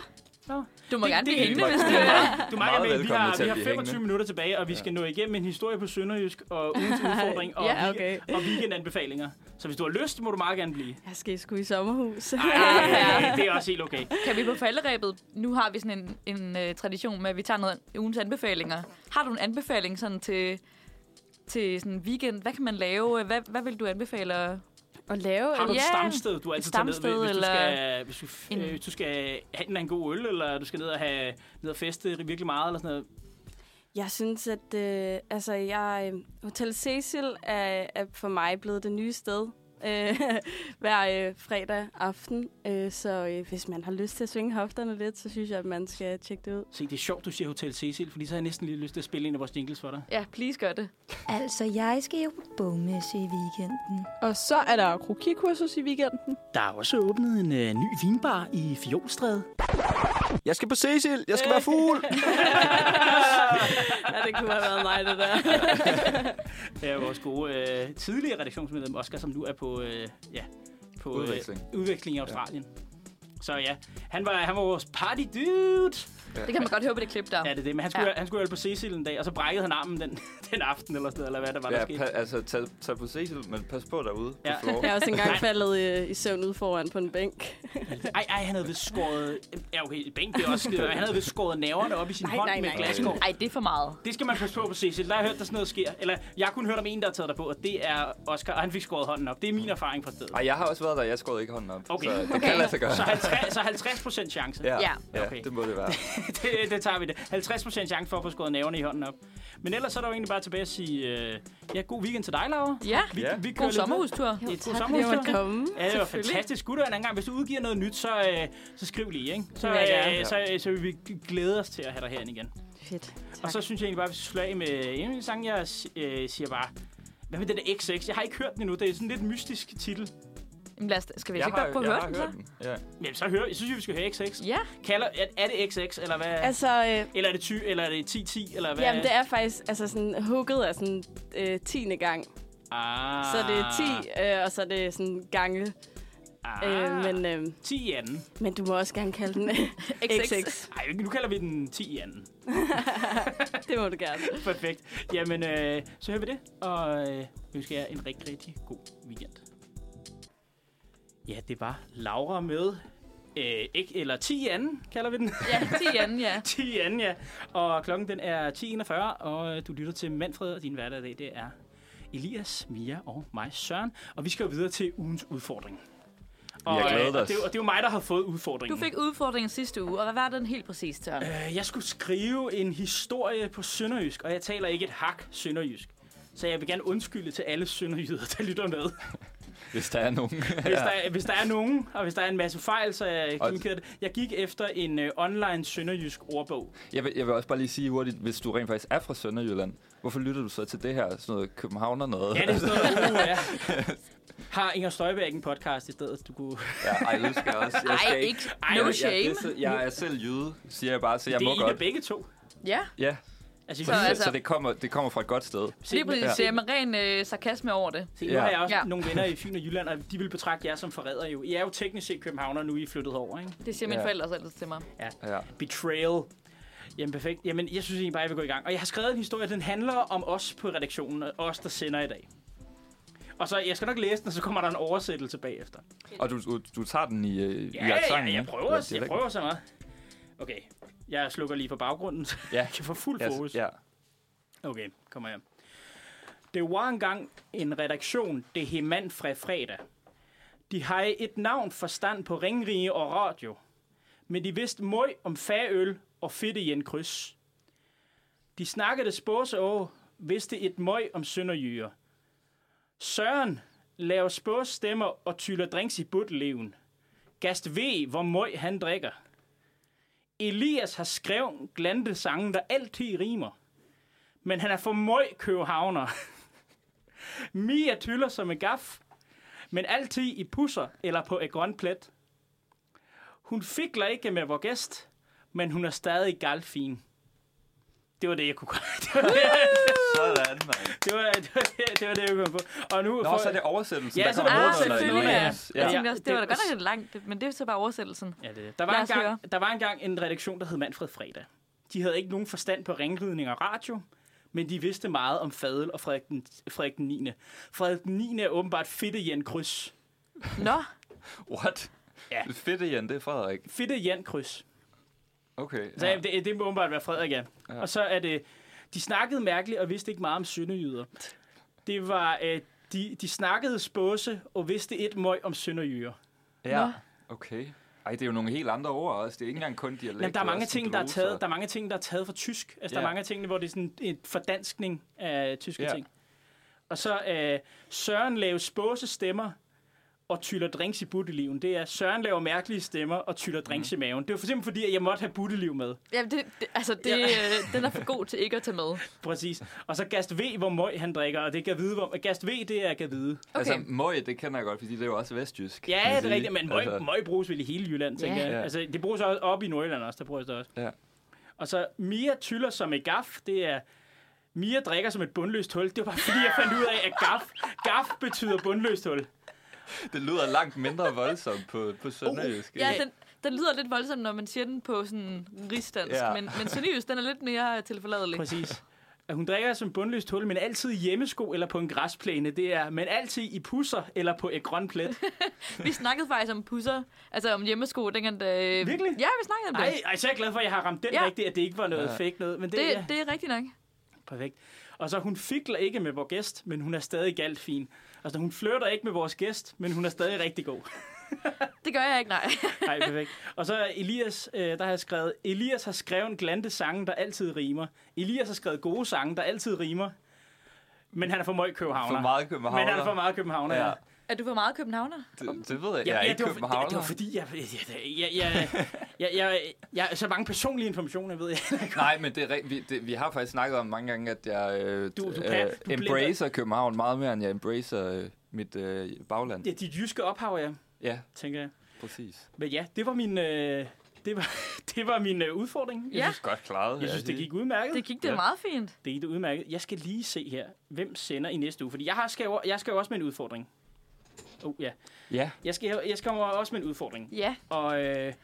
Speaker 2: Du må
Speaker 1: Det-
Speaker 2: gerne
Speaker 1: det-
Speaker 2: blive hængende,
Speaker 3: det-
Speaker 2: hvis du
Speaker 1: Du
Speaker 3: Meget
Speaker 1: Maja, vi,
Speaker 3: velkommen
Speaker 1: har,
Speaker 3: til
Speaker 1: vi
Speaker 3: at
Speaker 1: har
Speaker 3: blive
Speaker 1: 25
Speaker 3: hængende.
Speaker 1: minutter tilbage, og vi skal nå igennem en historie på Sønderjysk
Speaker 2: *laughs*
Speaker 1: og ugens udfordring og,
Speaker 2: Ja,
Speaker 1: week-
Speaker 8: okay.
Speaker 1: og weekendanbefalinger. Så hvis du har lyst, må du meget gerne blive.
Speaker 8: Jeg skal sgu i sommerhus.
Speaker 1: Ej, det er også helt okay.
Speaker 2: Kan vi på falderæbet, nu har vi sådan en, en uh, tradition med, at vi tager noget ugens anbefalinger. Har du en anbefaling sådan til, til sådan en weekend? Hvad kan man lave? Hvad, hvad vil du anbefale?
Speaker 8: *laughs* Og lave
Speaker 1: Har du
Speaker 8: en...
Speaker 1: et
Speaker 2: Ja.
Speaker 1: stamsted, du altid tager ned ved,
Speaker 2: stamsted
Speaker 1: hvis, du
Speaker 2: eller
Speaker 1: skal, hvis, du,
Speaker 2: en-
Speaker 1: øh, hvis du skal have en, en god øl, eller du skal ned og, have, ned og feste virkelig meget, eller sådan noget?
Speaker 8: Jeg synes, at øh, altså, jeg, øh, Hotel Cecil er, er for mig blevet det nye sted øh, *laughs* hver øh, fredag aften. Øh, så øh, hvis man har lyst til at svinge hofterne lidt, så synes jeg, at man skal tjekke det ud.
Speaker 1: Se, det er sjovt, du siger Hotel Cecil, fordi så har jeg næsten lige lyst til at spille en af vores jingles for dig.
Speaker 2: Ja, please gør *laughs* det.
Speaker 7: Altså, jeg skal jo på bogmesse i weekenden.
Speaker 6: Og så er der krokikursus i weekenden.
Speaker 1: Der er også åbnet en øh, ny vinbar i Fjolstræde.
Speaker 9: Jeg skal på Cecil! Jeg skal
Speaker 1: Øh.
Speaker 9: være fugl!
Speaker 8: Ja, det kunne have været mig, det der.
Speaker 1: Det er vores gode øh, tidligere redaktionsmedlem, Oscar, som nu er på, øh, ja, på
Speaker 3: Udveksling.
Speaker 1: Øh, udveksling i Australien. Så ja, han var, han var vores party dude.
Speaker 2: Det kan man godt høre på det klip der.
Speaker 1: Ja, det er det, men han skulle,
Speaker 2: Ja.
Speaker 1: han skulle jo på Cecil en dag, og så brækkede han armen den, *laughs* den aften eller sådan noget, eller hvad der var, der
Speaker 3: Ja,
Speaker 1: skete.
Speaker 3: pa- altså, tag, tag på Cecil, men pas på derude
Speaker 1: Ja.
Speaker 3: ja. på floor.
Speaker 8: *laughs* Jeg er også engang faldet øh, i søvn ude foran på en bænk.
Speaker 1: Ej, ej, han havde vist skåret... Ja, okay, Bengt, det er også skide. Han havde vist skåret næverne op i sin
Speaker 8: Nej,
Speaker 1: hånd
Speaker 8: nej,
Speaker 1: med
Speaker 8: nej.
Speaker 1: glaskår.
Speaker 2: Ej, det er for meget.
Speaker 1: Det skal man passe på på Cecil. Der har jeg hørt, der sådan noget sker. Eller jeg har kun hørt om en, der har taget dig på, og det er Oscar, og han fik skåret hånden op. Det er min erfaring fra stedet.
Speaker 3: Mm. Ej, jeg har også været der. Jeg skårede ikke hånden op.
Speaker 1: Okay.
Speaker 3: Så det
Speaker 2: Okay.
Speaker 3: kan lade sig gøre.
Speaker 1: Så 50, så 50 chance.
Speaker 2: Ja.
Speaker 3: Ja, ja. ja
Speaker 1: Okay.
Speaker 3: okay. det må det være.
Speaker 1: det, *laughs* det tager vi det. 50 chance for at få skåret næverne i hånden op. Men ellers så er der jo egentlig bare tilbage at sige, øh, ja, god weekend til dig, Laura.
Speaker 2: Ja,
Speaker 1: Vi,
Speaker 3: Ja.
Speaker 1: vi kører
Speaker 2: god
Speaker 1: lidt
Speaker 2: sommerhustur.
Speaker 1: videre. Det er god
Speaker 8: Tak fordi jeg
Speaker 1: sommerhustur.
Speaker 8: måtte komme.
Speaker 1: Ja, det var
Speaker 2: Selvfølgelig.
Speaker 1: fantastisk. Gutter, en anden gang, hvis du udgiver noget nyt, så, øh, så skriv lige, ikke? Så,
Speaker 8: Det vil jeg gerne.
Speaker 1: øh, så, øh, så vil vi glæde os til at have dig herinde igen.
Speaker 8: Fedt.
Speaker 1: Og så synes jeg egentlig bare, at vi skal slå af med endnu en sang, jeg øh, siger bare... Hvad med den der XX? Jeg har ikke hørt den endnu. Det er sådan en lidt mystisk titel.
Speaker 2: Jamen, lad os, skal vi
Speaker 3: Jeg
Speaker 2: ikke
Speaker 3: har,
Speaker 2: bare prøve
Speaker 3: jeg
Speaker 2: at
Speaker 3: har
Speaker 2: høre den så?
Speaker 3: hørt den. Ja.
Speaker 1: Men så hører, jeg synes, vi skal høre XX.
Speaker 2: Ja,
Speaker 1: Kalder, er, er det XX, eller hvad? Altså,
Speaker 8: Altså, øh,
Speaker 1: eller er det 20, eller er det 10-10, eller hvad?
Speaker 8: jamen, det er faktisk altså, sådan, hugget af sådan øh, tiende gang.
Speaker 1: Ah.
Speaker 8: Så det er 10, øh, og så er det sådan gange.
Speaker 1: Ah.
Speaker 8: Øh, men, øh,
Speaker 1: 10 i anden.
Speaker 8: men du må også gerne kalde den
Speaker 2: XX.
Speaker 8: XX.
Speaker 1: Ej, nu kalder vi den 10 i anden.
Speaker 8: Det må du gerne.
Speaker 1: Perfekt. Jamen, øh, så hører vi det, og øh, vi ønsker jer en rigtig, rigtig god weekend. Ja, det var Laura med, øh, ikke, eller 10 i anden, kalder vi den. *laughs*
Speaker 2: Ja, 10 anden, ja.
Speaker 1: 10 i anden, ja. Og klokken den er 10.41, og øh, du lytter til Manfred, og din hverdag i dag, det er Elias, Mia og mig, Søren. Og vi skal jo videre til ugens udfordring. Og,
Speaker 3: har glædet
Speaker 1: øh, og,
Speaker 3: os.
Speaker 1: det, er jo- og det er jo mig, der har fået
Speaker 2: Du
Speaker 1: udfordringen.
Speaker 2: fik udfordringen sidste uge, og hvad var den helt præcis, Søren?
Speaker 1: Øh, Jeg skulle skrive en historie på sønderjysk, og jeg taler ikke et hak sønderjysk. Så jeg vil gerne undskylde til alle sønderjyder, der lytter med.
Speaker 3: Hvis der er nogen.
Speaker 1: Hvis, der, er- hvis der er nogen, og hvis der er en masse fejl, så er jeg
Speaker 3: Og-
Speaker 1: ked af det. Jeg gik efter en øh, online sønderjysk ordbog.
Speaker 3: Jeg vil, jeg vil også bare lige sige hurtigt, hvis du rent faktisk er fra Sønderjylland, hvorfor lytter du så til det her, sådan noget københavner noget?
Speaker 1: Ja, det er sådan noget, uh, ja. *laughs* Har Inger Støjberg ikke en podcast i stedet, du kunne...
Speaker 3: *laughs* ja, ej, nu skal jeg også. Jeg skal
Speaker 2: Ej, ikke.
Speaker 1: Ej,
Speaker 2: No
Speaker 1: jeg-
Speaker 3: Jeg,
Speaker 2: shame.
Speaker 3: det er så- jeg er selv jyde, siger jeg bare, så jeg
Speaker 1: det
Speaker 3: må
Speaker 1: er I da
Speaker 3: godt.
Speaker 1: begge to.
Speaker 2: Ja,
Speaker 3: Ja,
Speaker 1: Altså,
Speaker 2: Så
Speaker 1: så,
Speaker 2: altså-
Speaker 3: så det kommer, det kommer fra et godt sted.
Speaker 1: se,
Speaker 2: lige præcis.
Speaker 1: ja.
Speaker 2: Ja. Med ren øh, sarkasme over det.
Speaker 1: se, nu har jeg også
Speaker 2: Ja.
Speaker 1: nogle venner i Fyn og Jylland, og de vil betragte jer som forrædere jo. I er jo teknisk set københavner, nu I er flyttet over, ikke?
Speaker 2: Det siger mine
Speaker 3: Ja.
Speaker 2: forældre også altid til mig.
Speaker 3: Ja.
Speaker 1: Betrayal. Jamen perfekt. Jamen, jeg synes egentlig bare, at jeg vil gå i gang. Og jeg har skrevet en historie, den handler om os på redaktionen, og os, der sender i dag. Og så, jeg skal nok læse den, og så kommer der en oversættelse bagefter.
Speaker 3: Og du, du, du tager den i, øh,
Speaker 1: Ja,
Speaker 3: i accenten,
Speaker 1: ja, jeg
Speaker 3: ikke?
Speaker 1: prøver,
Speaker 3: Eller
Speaker 1: jeg
Speaker 3: dialekten.
Speaker 1: prøver så meget. Okay, jeg slukker lige for baggrunden, så
Speaker 3: Ja.
Speaker 1: jeg kan få fuld
Speaker 3: Ja,
Speaker 1: fokus.
Speaker 3: ja.
Speaker 1: Okay, kommer jeg. Det var engang en redaktion, det hed Manfred Fredag. De havde et navn forstand på ringrige og radio, men de vidste møj om fagøl og fedte i en kryds. De snakkede spåse og vidste et møj om sønderjyger. Søren laver spås stemmer og tyller drinks i buttleven. Gast ved, hvor møj han drikker. Elias har skrevet glante sange, der altid rimer men han er for møg *laughs* københavner. Mia tyller som en gaf, men altid i pusser eller på et grønt plet. Hun fikler ikke med vores gæst, men hun er stadig galfin. *laughs* Det var det, jeg kunne gøre. Det var det.
Speaker 3: Sådan, mand.
Speaker 1: Det var det, var, det, var det jeg kom på. Og nu
Speaker 3: Nå,
Speaker 1: får-
Speaker 3: så er det oversættelsen,
Speaker 1: Ja,
Speaker 3: der
Speaker 1: så-
Speaker 3: kommer
Speaker 1: Ah,
Speaker 3: nedenunder i.
Speaker 1: selvfølgelig,
Speaker 3: Ja,
Speaker 1: ja.
Speaker 2: Jeg
Speaker 3: ja.
Speaker 2: tænkte også, det var da
Speaker 1: det-
Speaker 2: godt nok lidt langt, men det er så bare oversættelsen.
Speaker 1: Ja, det er det. Der,
Speaker 2: Lad
Speaker 1: var
Speaker 2: os høre.
Speaker 1: engang, der var engang en redaktion, der hed Manfred Fredag. De havde ikke nogen forstand på ringridning og radio, men de vidste meget om Fadel og Frederik den, Frederik den 9. Frederik den 9. er åbenbart Fitte Jan Kryds.
Speaker 2: Nå,
Speaker 3: What?
Speaker 1: Ja.
Speaker 3: Ja. Fedt igen, det er Frederik.
Speaker 1: Fitte Jan Kryds.
Speaker 3: Okay.
Speaker 1: Så ja. det, det må åbenbart være Frederik, ja. ja.
Speaker 3: Ja.
Speaker 1: Og så er det... De snakkede mærkeligt og vidste ikke meget om sønderjyder. Det var... Øh, de, de snakkede spåse og vidste et møg om sønderjyder.
Speaker 3: ja. Okay. Ej, det er jo nogle helt andre ord også. Det er ikke engang kun dialekt.
Speaker 1: Jamen, der er mange ting, der er taget, der
Speaker 3: Der...
Speaker 1: er mange ting, der er taget fra tysk. Altså, der
Speaker 3: Ja.
Speaker 1: er mange af tingene, hvor det er sådan en fordanskning af tyske
Speaker 3: Ja.
Speaker 1: ting. Og så øh, Søren laver spåse stemmer og tyller drinks i butteliven. Det er, Søren laver mærkelige stemmer og tyller drinks
Speaker 3: Mhm.
Speaker 1: i maven. Det var for simpelthen fordi, at jeg måtte have butteliv med.
Speaker 2: Jamen, det, det, altså, det, øh, den er for god til ikke at tage med.
Speaker 1: Præcis. Og så Gast V, hvor møg han drikker, og det er Gavide, hvor... Gast V, det er Gavide.
Speaker 3: Okay. Altså, møg, det kender jeg godt, fordi det er jo også vestjysk. kan
Speaker 1: Ja,
Speaker 3: man
Speaker 1: det er
Speaker 3: sige.
Speaker 1: rigtigt, men møg,
Speaker 3: Altså,
Speaker 1: møg bruges vel i hele Jylland, tænker
Speaker 2: Ja.
Speaker 1: jeg.
Speaker 3: Ja.
Speaker 1: Altså, det bruges også op i Nordjylland også, der bruges det også.
Speaker 3: Ja.
Speaker 1: Og så Mia tyller som et gaf, det er... Mia drikker som et bundløst hul. Det var bare fordi, jeg fandt ud af, at gaf, gaf betyder bundløst hul.
Speaker 3: Det lyder langt mindre voldsomt på, på sønderjysk.
Speaker 2: Ja, den, den lyder lidt voldsom, når man siger den på sådan rigsdansk, ja.
Speaker 3: Ja.
Speaker 2: men, men sønderjysk, den er lidt mere tilforladelig.
Speaker 1: Præcis. At hun drikker som bundløst hul, men altid i hjemmesko eller på en græsplæne. Det er, men altid i pusser eller på et grøn plet.
Speaker 2: *laughs* Vi snakkede faktisk om pusser, altså om hjemmesko dengang. Da...
Speaker 1: Virkelig?
Speaker 2: Ja, vi snakkede om det.
Speaker 1: Ej, ej, så er jeg glad for, at jeg har ramt den
Speaker 2: Ja.
Speaker 1: ja. rigtigt, at det ikke var noget
Speaker 3: Ja.
Speaker 1: fake noget. Men det,
Speaker 2: Det,
Speaker 1: ja.
Speaker 2: det er rigtigt nok.
Speaker 1: Perfekt. Og så hun fikler ikke med vores gæst, men hun er stadig galt fin. Altså hun flirter ikke med vores gæst, men hun er stadig rigtig god.
Speaker 2: Det gør jeg ikke, nej.
Speaker 1: Nej, perfekt. Og så er Elias, øh, der har jeg skrevet, Elias har skrevet en glante sange, der altid rimer. Elias har skrevet gode sange, der altid rimer. Men han er for meget københavner.
Speaker 3: For meget
Speaker 1: Men han er
Speaker 3: københavner.
Speaker 1: for meget københavner, ja.
Speaker 3: Ja.
Speaker 2: *laughs* Er du for meget københavner?
Speaker 3: Det, det ved jeg. Jeg er ikke
Speaker 1: det, var, det, det
Speaker 3: københavner.
Speaker 1: var fordi, jeg, jeg, jeg, jeg, jeg, jeg, jeg, jeg, så mange personlige informationer, ved jeg.
Speaker 3: Nej, men det er, rigt- vi, det, vi har faktisk snakket om mange gange, at jeg øh,
Speaker 1: Du- du
Speaker 3: øh,
Speaker 1: kan- du blinder.
Speaker 3: embracer København meget mere, end jeg embracer øh, mit øh, bagland.
Speaker 1: Det er dit jyske ophav, jeg
Speaker 3: Ja,
Speaker 1: tænker jeg.
Speaker 3: præcis.
Speaker 1: Men ja, det var min, øh, det var, *laughs* det var min øh, udfordring.
Speaker 2: Ja.
Speaker 3: Jeg synes godt klaret. vil
Speaker 1: Jeg synes, det
Speaker 3: sige.
Speaker 1: gik udmærket.
Speaker 2: Det gik det ja. meget fint.
Speaker 1: Det er det udmærket. Jeg skal lige se her, hvem sender i næste uge. Fordi jeg, har, skal, jo, jeg skal jo også med en udfordring. Oh, ja.
Speaker 3: Ja,
Speaker 1: Jeg skal, jeg skal jo også med en udfordring.
Speaker 2: Ja,
Speaker 1: Og øh, jeg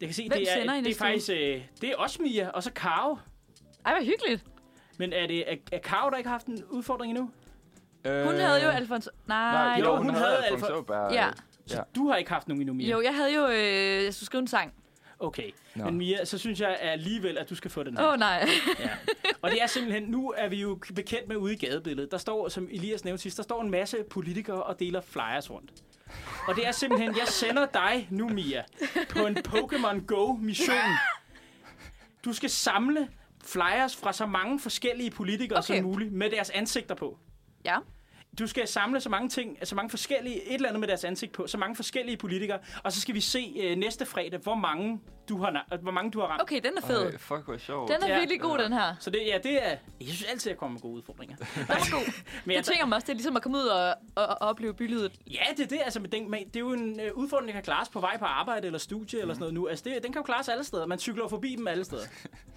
Speaker 1: kan se,
Speaker 2: Hvem
Speaker 1: det er,
Speaker 2: sender i
Speaker 1: det er
Speaker 2: næste
Speaker 1: faktisk... Øh, det er også Mia, og så Karo.
Speaker 2: ej, hvor hyggeligt.
Speaker 1: Men er det er, er Karo, der ikke har haft en udfordring endnu?
Speaker 2: Hun øh... havde jo Alfons... Nej,
Speaker 3: Nej, jo, hun, hun havde,
Speaker 1: altså-
Speaker 3: Alfons Åberg.
Speaker 2: Ja.
Speaker 1: Så
Speaker 3: Ja.
Speaker 1: du har ikke haft nogen endnu, Mia?
Speaker 2: jo, jeg havde jo... Øh, jeg skulle skrive en sang.
Speaker 1: Okay.
Speaker 3: Nå.
Speaker 1: Men Mia, så synes jeg alligevel, at du skal få den
Speaker 2: Åh,
Speaker 1: her.
Speaker 2: oh, nej. *laughs*
Speaker 1: Og det er simpelthen, nu er vi jo bekendt med ude i gadebilledet. Der står, som Elias nævnte sidst, der står en masse politikere og deler flyers rundt. Og det er simpelthen, jeg sender dig nu, Mia, på en Pokémon Go-mission. Du skal samle flyers fra så mange forskellige politikere okay.
Speaker 2: Okay.
Speaker 1: som muligt med deres ansigter på.
Speaker 2: Ja.
Speaker 1: Du skal samle så mange ting, så mange forskellige, et eller andet med deres ansigt på, så mange forskellige politikere, og så skal vi se øh, næste fredag, hvor mange du har, na- hvor mange du har ramt.
Speaker 2: Okay, den er fed.
Speaker 3: Ej, Øh, fuck, hvor sjovt.
Speaker 2: Den er
Speaker 1: Ja.
Speaker 2: virkelig god, den her.
Speaker 1: Så det, ja, det er, jeg synes altid, jeg kommer med gode udfordringer.
Speaker 2: Den var god.
Speaker 1: Men jeg,
Speaker 2: Det tvinger mig også til ligesom at komme ud og, og, og opleve bylivet.
Speaker 1: Ja, det er det. Altså, men den, men det er jo en øh, udfordring, der kan klares på vej på arbejde eller studie mm. eller sådan noget nu. Altså, det, den kan jo klares alle steder. Man cykler jo forbi dem alle steder.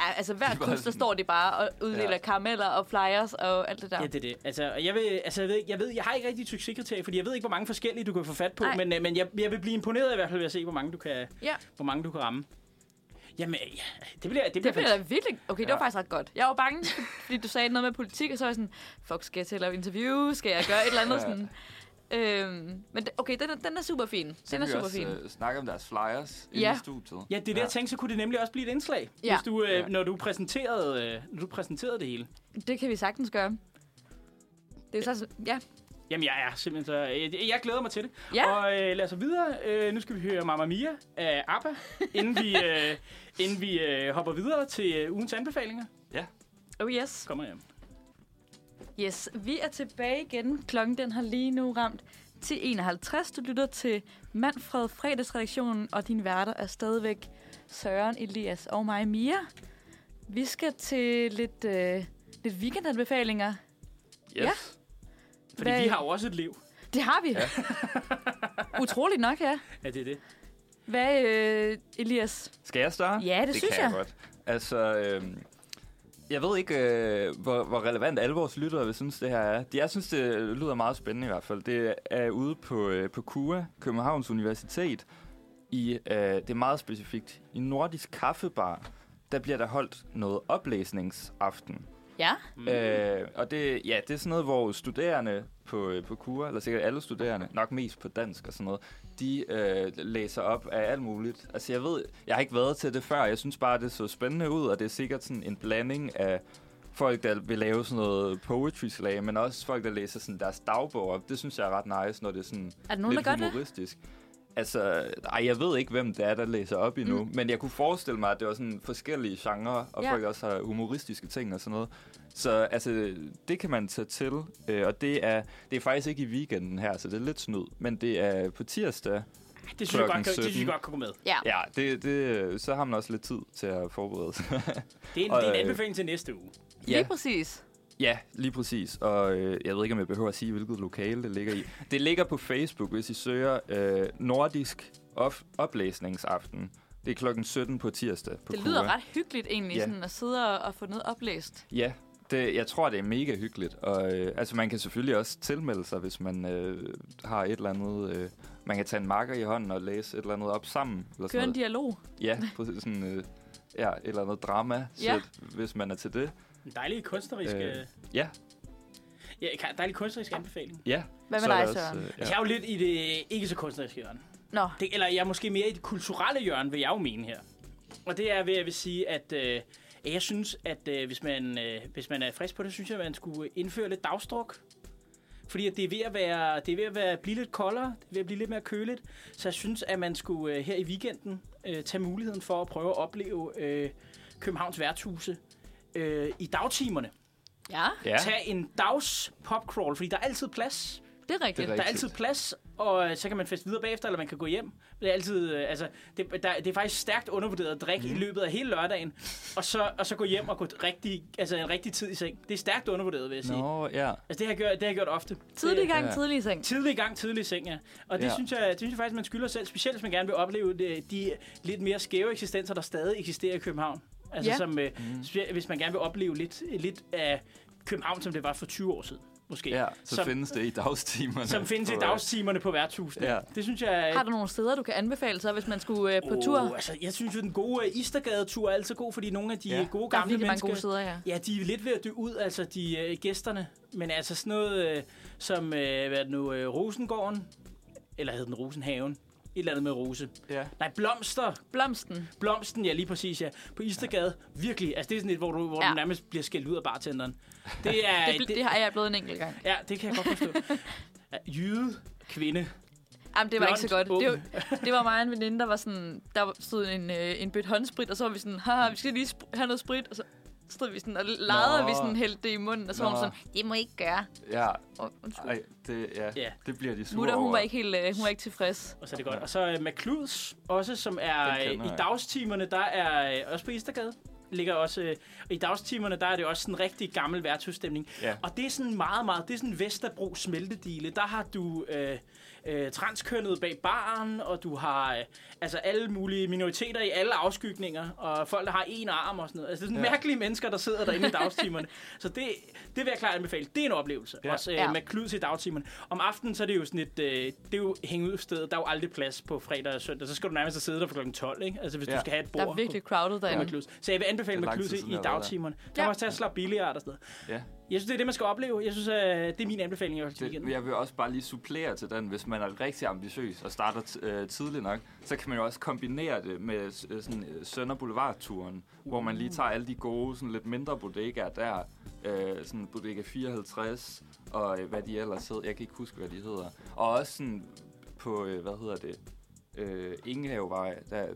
Speaker 2: Ja, altså hver
Speaker 3: var
Speaker 2: kunst, der
Speaker 3: sådan-
Speaker 2: står de bare og uddeler ja. karameller og flyers og alt det der.
Speaker 1: Ja, det er det. Altså, og jeg, ved, altså, jeg, ved, ikke- jeg, ved, jeg har ikke rigtig et succeskriterie, fordi jeg ved ikke, hvor mange forskellige du kan få fat på.
Speaker 2: Nej.
Speaker 1: Men, øh, men jeg, jeg vil blive imponeret i hvert fald ved at se, hvor mange du kan,
Speaker 2: Ja.
Speaker 1: hvor mange du kan ramme. Jamen, øh, ja, det bliver... Det
Speaker 2: Det
Speaker 1: bliver,
Speaker 2: bliver
Speaker 1: fantastisk.
Speaker 2: da virkelig... Okay, ja. det var faktisk ret godt. Jeg var bange, fordi du sagde noget med politik, og så var jeg sådan, fuck, skal jeg til at lave interview? Skal jeg gøre et eller andet
Speaker 3: Ja.
Speaker 2: sådan? Øhm, men det- okay, den er, den er super fin. Den er
Speaker 3: Vi
Speaker 2: super
Speaker 3: også,
Speaker 2: fin.
Speaker 3: øh, snakke om deres flyers
Speaker 2: Ja.
Speaker 3: ja. i studiet.
Speaker 1: Ja, det er det, jeg tænkte, så kunne det nemlig også blive et indslag,
Speaker 2: Ja.
Speaker 1: hvis du, øh,
Speaker 3: Ja.
Speaker 1: når, du præsenterede, øh, når du præsenterede det hele.
Speaker 2: Det kan vi sagtens gøre. Det er så... Ja.
Speaker 1: Jamen, jeg er simpelthen så... Jeg, jeg glæder mig til det.
Speaker 2: Ja.
Speaker 1: Og øh, lad os så videre. Øh, nu skal vi høre Mamma Mia af ABBA, inden vi,
Speaker 2: *laughs*
Speaker 1: øh, inden vi øh, hopper videre til øh, ugens anbefalinger.
Speaker 2: Oh yes.
Speaker 1: Kommer hjem.
Speaker 2: Yes, vi er tilbage igen. Klokken den har lige nu ramt 10.51. Du lytter til Manfred fredagsredaktionen, og din værter er stadigvæk Søren, Elias og mig, Mia. Vi skal til lidt, øh, lidt weekendanbefalinger. Ja.
Speaker 1: Fordi
Speaker 2: Hvad-
Speaker 1: vi har jo også et liv.
Speaker 2: Det har vi. Ja. *laughs* Utroligt nok, ja.
Speaker 1: Ja, det er det.
Speaker 2: Hvad, øh, Elias?
Speaker 3: Skal jeg starte?
Speaker 2: Ja, det synes
Speaker 3: kan
Speaker 2: jeg.
Speaker 3: godt. Altså, øhm, Jeg ved ikke, øh, hvor, hvor relevant alle vores lyttere vil synes, det her er. De- Jeg synes, det lyder meget spændende i hvert fald. Det er ude på, øh, på KUA, Københavns Universitet. I, øh, det er meget specifikt. I Nordisk Kaffebar, der bliver der holdt noget oplæsningsaften.
Speaker 2: Ja.
Speaker 3: Øh, og det, ja, det er sådan noget, hvor studerende på, øh, på KUA, eller sikkert alle studerende, nok mest på dansk og sådan noget, de øh, læser op af alt muligt. Altså jeg ved, jeg har ikke været til det før, jeg synes bare, det så spændende ud, og det er sikkert sådan en blanding af folk, der vil lave sådan noget poetry slam, men også folk, der læser sådan deres dagbog op. Det synes jeg er ret nice, når det er sådan
Speaker 2: Er der nogen,
Speaker 3: lidt
Speaker 2: der gør det?
Speaker 3: humoristisk. Altså, ej, jeg ved ikke, hvem det er, der læser op endnu, mm. men jeg kunne forestille mig, at det var sådan forskellige genrer, og
Speaker 2: Ja.
Speaker 3: ja. folk også har humoristiske ting og sådan noget. Så altså, det kan man tage til, øh, og det er, det er faktisk ikke i weekenden her, så det er lidt snyd, men det er på tirsdag.
Speaker 1: Det synes, jeg godt,
Speaker 3: Klokken
Speaker 1: kan- det synes jeg
Speaker 3: 17.
Speaker 1: godt kunne gå med.
Speaker 3: Ja, det, det, så har man også lidt tid til at forberede sig. *laughs*
Speaker 1: Det er en,
Speaker 3: Og,
Speaker 1: det er en
Speaker 3: øh,
Speaker 1: anbefaling til næste uge.
Speaker 2: Lige præcis.
Speaker 3: Ja, lige præcis. Og øh, jeg ved ikke, om jeg behøver at sige, hvilket lokale det ligger i. Det ligger på Facebook, hvis I søger øh, Nordisk of Oplæsningsaften. Det er klokken 17 på tirsdag på
Speaker 2: Det
Speaker 3: Kura.
Speaker 2: lyder ret hyggeligt egentlig,
Speaker 3: Ja.
Speaker 2: sådan at sidde og, og få noget oplæst.
Speaker 3: Ja, det, jeg tror, det er mega hyggeligt. Og øh, altså, man kan selvfølgelig også tilmelde sig, hvis man øh, har et eller andet... Øh, man kan tage en marker i hånden og læse et eller andet op sammen. Eller
Speaker 2: Køre en
Speaker 3: sådan noget.
Speaker 2: dialog.
Speaker 3: Ja, præcis sådan... Øh, ja, et eller andet drama
Speaker 2: Ja.
Speaker 3: ja. hvis man er til det.
Speaker 1: En dejlig kunstnerisk,
Speaker 3: Øh,
Speaker 1: øh,
Speaker 3: Ja,
Speaker 1: ja, en dejlig kunstnerisk anbefaling.
Speaker 3: ja.
Speaker 2: Hvad
Speaker 3: Så
Speaker 2: med
Speaker 3: er
Speaker 2: dig,
Speaker 3: der også,
Speaker 2: Søren?
Speaker 3: øh,
Speaker 1: Altså, jeg er jo lidt i det ikke så kunstneriske hjørne.
Speaker 2: Nå,
Speaker 1: Det, eller jeg er måske mere i det kulturelle hjørne, vil jeg jo mene her. Og det er ved, at jeg vil sige, at øh, at jeg synes, at øh, hvis, man, øh, hvis man er frisk på det, synes jeg, at man skulle indføre lidt dagstruk. Fordi at det er ved at, være, det er ved at være, blive lidt koldere, det er ved at blive lidt mere køligt. Så jeg synes, at man skulle øh, her i weekenden øh, tage muligheden for at prøve at opleve øh, Københavns værtshuse øh, i dagtimerne.
Speaker 2: ja,
Speaker 3: Ja,
Speaker 1: Ja. Tag en dags popcrawl, fordi der er altid plads.
Speaker 2: det er rigtigt.
Speaker 3: Det er
Speaker 1: Der er
Speaker 3: Rigtigt.
Speaker 1: altid plads, og øh, så kan man feste videre bagefter, eller man kan gå hjem. Det er altid, øh, altså, det, der, det er faktisk stærkt undervurderet at drikke mm. i
Speaker 3: Mhm.
Speaker 1: løbet af hele lørdagen, og så, og så gå hjem og gå rigtig, altså en rigtig tid i seng. Det er stærkt undervurderet, vil jeg sige. No.
Speaker 3: Nå, ja.
Speaker 1: Altså, det har, jeg gjort, det har jeg gjort ofte.
Speaker 2: Tidlig
Speaker 1: Det-
Speaker 2: gang,
Speaker 3: Ja.
Speaker 2: tidlig seng.
Speaker 1: Tidlig i gang, tidlig i seng, ja. Og det, ja.
Speaker 3: Ja.
Speaker 1: Synes jeg, det synes jeg faktisk, man skylder selv, specielt hvis man gerne vil opleve det, de lidt mere skæve eksistenser, der stadig eksisterer i København. Altså,
Speaker 2: Ja.
Speaker 1: ja. som, øh,
Speaker 3: Mhm.
Speaker 1: mm. hvis man gerne vil opleve lidt, lidt af København, som det var for 20 år siden, måske.
Speaker 3: Ja, så
Speaker 1: som,
Speaker 3: findes det i *laughs* dagstimerne.
Speaker 1: som findes i
Speaker 3: Alright.
Speaker 1: dagstimerne på værtshusene.
Speaker 3: Ja.
Speaker 1: Ja. Det synes jeg...
Speaker 2: Har du nogle steder, du kan anbefale så, hvis man skulle øh, på tur?
Speaker 1: Oh, altså, jeg synes jo, den gode øh, Istergade-tur er altid god, fordi nogle af de
Speaker 3: Ja.
Speaker 1: ja. gode
Speaker 2: Der er
Speaker 1: gamle
Speaker 2: virkelig mange
Speaker 1: mennesker...
Speaker 2: gode steder, ja.
Speaker 1: Ja, de er lidt ved at dø ud, altså de øh, gæsterne. Men altså sådan noget øh, som, øh, hvad er det nu, øh, Rosengården, eller hed den Rosenhaven? Et eller andet med rose.
Speaker 3: Ja.
Speaker 1: Nej, blomster.
Speaker 2: Blomsten.
Speaker 1: Blomsten, ja, lige præcis, ja. På Istergade. Virkelig. Altså, det er sådan et, hvor du, hvor ja.
Speaker 2: Ja.
Speaker 1: du nærmest bliver skældt ud af
Speaker 2: *laughs*
Speaker 1: bartenderen. Det er...
Speaker 2: Det, bl- det har jeg blevet en enkelt gang.
Speaker 1: ja, det kan jeg godt forstå. Ja, Jyde kvinde.
Speaker 2: Jamen, det var
Speaker 1: Blond,
Speaker 2: ikke så godt. Det
Speaker 1: ung.
Speaker 2: var, det var mig og en veninde, der var sådan... Der stod en, øh, en bødt håndsprit, og så var vi sådan... Haha, vi skal lige sp- have noget sprit. Og så stod vi sådan og legede,
Speaker 3: Nå.
Speaker 2: og vi sådan hældte det i munden. Og så var hun
Speaker 3: Nå.
Speaker 2: sådan, det må I ikke gøre.
Speaker 3: Ja,
Speaker 2: Og, undskyld.
Speaker 3: Ej, det, ja,
Speaker 1: Ja.
Speaker 3: ja. det bliver de sure
Speaker 2: Mutter, hun
Speaker 3: over.
Speaker 2: var ikke helt øh, hun var ikke tilfreds.
Speaker 1: Og så er det godt. Og så øh, McCludes, også, som er
Speaker 3: Den kender
Speaker 1: øh, i
Speaker 3: jeg.
Speaker 1: dagstimerne, der er øh, også på Istergade. Ligger også, øh, og i dagstimerne, der er det også sådan en rigtig gammel værtshusstemning.
Speaker 3: Ja.
Speaker 1: Og det er sådan meget, meget, det er sådan Vesterbro smeltedile. Der har du øh, øh, transkønnet bag baren, og du har øh, altså alle mulige minoriteter i alle afskygninger, og folk, der har en arm og sådan noget. Altså det er sådan ja.
Speaker 3: Ja.
Speaker 1: mærkelige mennesker, der sidder derinde i dagstimerne. Så det, det vil jeg klart anbefale. Det er en oplevelse. Ja.
Speaker 3: Ja.
Speaker 1: Også øh,
Speaker 2: Ja.
Speaker 1: med klud til dagtimerne. Om aftenen, så er det jo sådan et, øh, det er jo hængeudstedet. Der er jo aldrig plads på fredag og søndag. Så skal du nærmest sidde der fra kl. 12, ikke? Altså hvis ja.
Speaker 3: Ja.
Speaker 1: du skal have et bord.
Speaker 2: Der er virkelig
Speaker 1: på-
Speaker 2: crowded
Speaker 1: på
Speaker 2: derinde.
Speaker 1: McClude's. Så jeg vil anbefale
Speaker 3: Det er lang
Speaker 1: med
Speaker 3: tid
Speaker 1: klud
Speaker 3: siden,
Speaker 1: i
Speaker 3: jeg har været der.
Speaker 1: dagtimerne. Der
Speaker 2: Ja.
Speaker 1: må også tage at slappe billigart og sådan noget.
Speaker 3: Ja.
Speaker 1: Jeg synes, det er det, man skal opleve. Jeg synes, øh, det er min anbefaling i hvert fald til
Speaker 3: Det,
Speaker 1: weekenden.
Speaker 3: jeg vil også bare lige supplere til den, hvis man er rigtig ambitiøs og starter t- øh, tidligt nok, så kan man jo også kombinere det med s- øh, sådan, øh, Sønder Boulevard-turen, hvor man lige tager alle de gode, sådan lidt mindre bodegaer der, øh, sådan bodega 54 og øh, hvad de ellers hedder, jeg kan ikke huske, hvad de hedder, og også sådan på, øh, hvad hedder det, øh, Ingehavevej, der er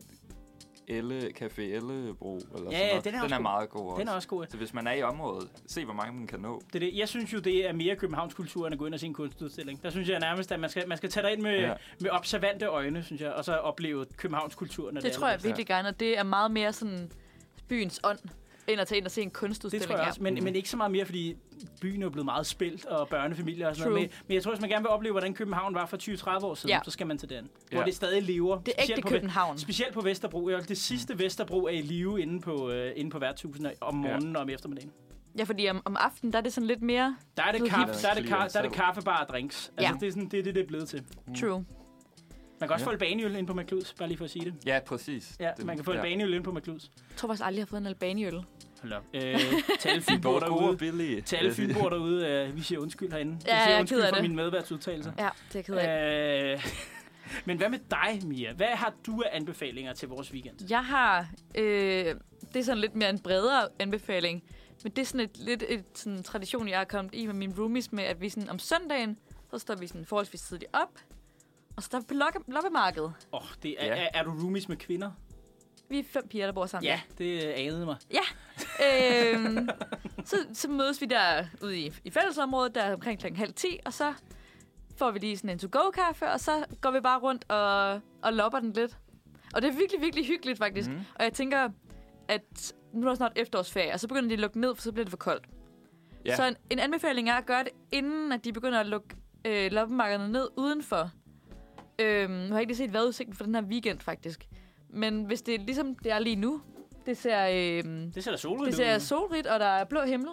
Speaker 3: Elle, Café Ellebro, eller
Speaker 1: Ja,
Speaker 3: sådan
Speaker 1: ja,
Speaker 3: noget.
Speaker 1: den er
Speaker 3: den
Speaker 1: også
Speaker 3: er
Speaker 1: god.
Speaker 3: meget god også.
Speaker 1: Den er også god.
Speaker 3: Så hvis man er i området, se hvor mange man kan nå.
Speaker 1: Det er det. Jeg synes jo, det er mere Københavns kultur, end at gå ind og se en kunstudstilling. Der synes jeg nærmest, at man skal, man skal tage dig ind med, ja.
Speaker 3: Ja.
Speaker 1: med observante øjne, synes jeg, og så opleve Københavns kultur. Når
Speaker 2: Det tror jeg
Speaker 1: er der.
Speaker 2: virkelig gerne, og det er meget mere sådan byens ånd. end at tage ind og se en
Speaker 1: Det
Speaker 2: kunstudstilling
Speaker 1: tror jeg også,
Speaker 2: her.
Speaker 1: men, men ikke så meget mere, fordi byen er blevet meget spilt, og børnefamilier og sådan noget.
Speaker 2: True.
Speaker 1: Men, men jeg tror, hvis man gerne vil opleve, hvordan København var for 20-30 år siden,
Speaker 2: Ja.
Speaker 1: så skal man til den.
Speaker 3: Ja.
Speaker 1: Hvor det stadig lever.
Speaker 2: Det er
Speaker 1: specielt
Speaker 2: ægte
Speaker 1: på Ve-
Speaker 2: København.
Speaker 1: Mm. Specielt på Vesterbro. Ja, Det sidste Vesterbro er i live inde på, øh, inde på værtshusene om morgenen og om eftermiddagen.
Speaker 2: Ja, fordi om, om aftenen, der er det sådan lidt mere
Speaker 1: Der er det,
Speaker 2: Blevet
Speaker 1: kaffe,
Speaker 3: hipt.
Speaker 1: der er det, ka- der er det
Speaker 3: Clear.
Speaker 1: kaffebar og drinks. Altså,
Speaker 2: Ja.
Speaker 1: det, er sådan, det er det, det er blevet til.
Speaker 2: true.
Speaker 1: Man kan også
Speaker 3: Ja.
Speaker 1: få et baneøl ind på McLuds, bare lige for at sige det.
Speaker 3: Ja, præcis.
Speaker 1: Ja, man kan få et baneøl ind på McLuds.
Speaker 2: Jeg tror faktisk aldrig, jeg har fået en albaniøl.
Speaker 1: Hold op. Øh, til *laughs* alle
Speaker 3: De er
Speaker 1: fynboer
Speaker 3: både gode og
Speaker 1: derude.
Speaker 3: billige.
Speaker 1: Til alle fynboer derude. Øh, vi siger undskyld herinde.
Speaker 2: Ja,
Speaker 1: vi
Speaker 2: jeg
Speaker 1: siger
Speaker 2: er
Speaker 1: undskyld
Speaker 2: ked af
Speaker 1: for
Speaker 2: det.
Speaker 1: mine medværtsudtalelser.
Speaker 2: Ja, det er jeg ked af.
Speaker 1: Øh, *laughs* men hvad med dig, Mia? Hvad har du af anbefalinger til vores weekend?
Speaker 2: Jeg har... Øh, det er sådan lidt mere en bredere anbefaling. Men det er sådan et, lidt et sådan tradition, jeg har kommet i med mine roomies med, at vi sådan om søndagen, så står vi sådan forholdsvis tidligt op, og så der er vi på lokke- loppemarked.
Speaker 1: Åh, oh, det er,
Speaker 3: Ja.
Speaker 1: er, er, du roomies med kvinder?
Speaker 2: Vi er fem piger, der bor sammen.
Speaker 1: Det øh, anede mig.
Speaker 2: øhm, så, så mødes vi der ude i, i fællesområdet, der er omkring klokken halv ti, og så får vi lige sådan en to-go-kaffe, og så går vi bare rundt og, og lopper den lidt. Og det er virkelig, virkelig hyggeligt faktisk. Mm. Og jeg tænker, at nu er der snart efterårsferie, og så begynder de at lukke ned, for så bliver det for koldt.
Speaker 3: Ja.
Speaker 2: Ja. Så en, en anbefaling er at gøre det, inden at de begynder at lukke øh, loppemarkederne ned udenfor. Øhm, nu har jeg ikke lige set vejrudsigten for den her weekend, faktisk. Men hvis det er ligesom det er lige nu, det ser øh,
Speaker 1: Det ser da solrigt
Speaker 2: det ser
Speaker 1: ud.
Speaker 2: solrigt, og der er blå himmel.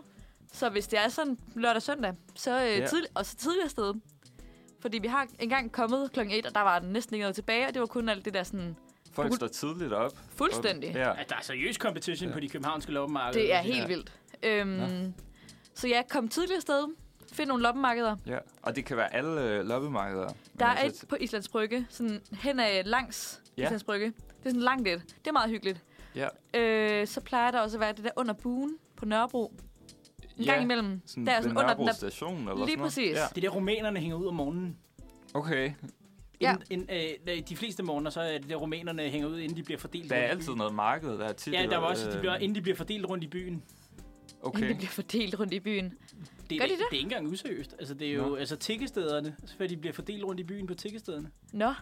Speaker 2: Så hvis det er sådan lørdag og søndag, så øh,
Speaker 3: Ja.
Speaker 2: yeah. tidlig, og så tidligere sted. Fordi vi har engang kommet klokken 1, og der var den næsten ikke noget tilbage, og det var kun alt det der sådan
Speaker 3: Folk står tidligt op.
Speaker 2: fuldstændig.
Speaker 3: Ja.
Speaker 1: Ja, der er seriøs competition ja. på de københavnske loppemarkeder.
Speaker 2: Det er
Speaker 3: Ja.
Speaker 2: helt vildt. Øhm, så ja, kom tidligere sted. Find nogle loppemarkeder.
Speaker 3: ja. Og det kan være alle øh, loppemarkeder.
Speaker 2: Der er
Speaker 3: Men altså,
Speaker 2: et på Islands Brygge, sådan hen ad langs
Speaker 3: Ja.
Speaker 2: ja. Islands Brygge. Det er sådan langt lidt. Det er meget hyggeligt.
Speaker 3: Ja.
Speaker 2: Øh, så plejer der også at være det der under buen på Nørrebro. En gang imellem.
Speaker 3: Sådan
Speaker 2: der er
Speaker 3: ved
Speaker 2: sådan under den
Speaker 3: Nørrebro
Speaker 2: der...
Speaker 3: station eller sådan
Speaker 2: Lige
Speaker 3: noget.
Speaker 2: præcis.
Speaker 3: Ja.
Speaker 1: Det er der, rumænerne hænger ud om morgenen.
Speaker 3: Okay.
Speaker 2: Ja.
Speaker 1: Inden, inden, øh, de fleste morgener, så er det der, rumænerne hænger ud, inden de bliver fordelt.
Speaker 3: Der er
Speaker 1: rundt i
Speaker 3: altid
Speaker 1: byen.
Speaker 3: noget marked, der er tit.
Speaker 1: Ja, der var
Speaker 3: øh,
Speaker 1: også, de bliver, inden de bliver fordelt rundt i byen.
Speaker 2: Okay. *laughs*
Speaker 3: Okay.
Speaker 2: Det bliver fordelt rundt i byen.
Speaker 1: Det,
Speaker 2: Gør de
Speaker 1: det,
Speaker 2: det?
Speaker 1: det er ikke engang useriøst. Altså, det er jo
Speaker 3: Nå.
Speaker 1: altså, tikkestederne, så før de bliver fordelt rundt i byen på tikkestederne.
Speaker 2: Nå,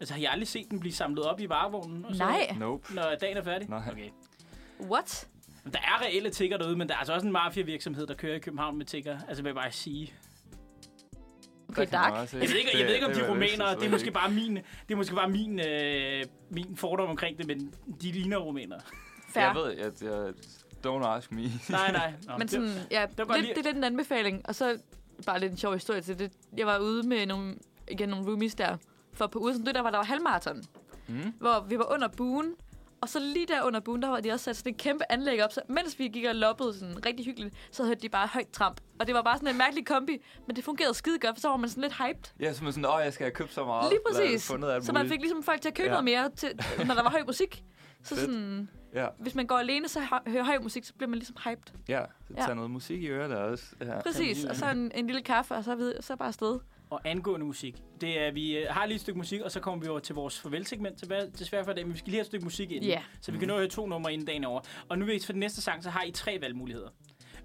Speaker 1: Altså, har jeg aldrig set dem blive samlet op i varevognen? Og så,
Speaker 2: nej.
Speaker 3: Nope.
Speaker 1: Når dagen er færdig?
Speaker 3: Nej.
Speaker 1: Okay.
Speaker 2: What?
Speaker 1: Men Der er reelle tigger derude, men der er altså også en mafia-virksomhed, der kører i København med tigger. Altså, vil jeg bare sige.
Speaker 2: Okay, dark.
Speaker 1: Jeg ved ikke, jeg ved ikke om de rumænere, det er måske bare min, det er måske bare min, øh, min fordom omkring det, men de ligner rumænere.
Speaker 2: Fair.
Speaker 3: Jeg ved, at jeg... Don't ask me.
Speaker 1: *laughs*
Speaker 3: *laughs*
Speaker 1: Nej, nej. Nå,
Speaker 2: Men sådan, ja, det,
Speaker 1: var
Speaker 2: lidt,
Speaker 1: godt lige-
Speaker 2: det er lidt en anbefaling. Og så bare lidt en sjov historie til det. Jeg var ude med nogle, igen, nogle roomies der. For på ude, som det der var, der var halvmarathon.
Speaker 3: Mm.
Speaker 2: Hvor vi var under buen. Og så lige der under buen, der var de også sat sådan et kæmpe anlæg op. Så mens vi gik og loppede sådan rigtig hyggeligt, så hørte de bare højt tramp. Og det var bare sådan en mærkelig kombi. Men det fungerede skide godt, for så var man sådan lidt hyped.
Speaker 3: Ja, så man sådan, åh, jeg skal have købt så meget.
Speaker 2: Lige
Speaker 3: eller
Speaker 2: præcis.
Speaker 3: Fundet alt
Speaker 2: Så man
Speaker 3: muligt.
Speaker 2: fik ligesom folk til at købe ja.
Speaker 3: Ja.
Speaker 2: noget mere, til, når der var høj musik. Så
Speaker 3: Fedt.
Speaker 2: sådan,
Speaker 3: Ja.
Speaker 2: hvis man går alene, så hø- hører høj musik, så bliver man ligesom hyped.
Speaker 3: Ja, så
Speaker 2: Ja.
Speaker 3: tager noget musik i øret der også. Ja.
Speaker 2: Præcis, og så en, en lille kaffe, og så, vid- så bare afsted.
Speaker 1: Og angående musik. Det er, vi øh, har lige et stykke musik, og så kommer vi over til vores farvelsegment tilbage, desværre for i dag, men vi skal lige have et stykke musik ind,
Speaker 2: Ja.
Speaker 1: så vi kan nå at høre to numre inden dagen er over. Og nu ved I, for den næste sang, så har I tre valgmuligheder.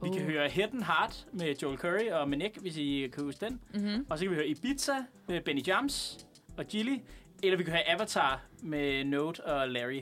Speaker 1: Vi kan
Speaker 2: Uh.
Speaker 1: høre Head and Heart med Joel Curry og Manek, hvis I kan huske den.
Speaker 2: Mm-hmm.
Speaker 1: Og så kan vi høre Ibiza med Benny Jams og Gilly. Eller vi kan høre Avatar med Note og Larry.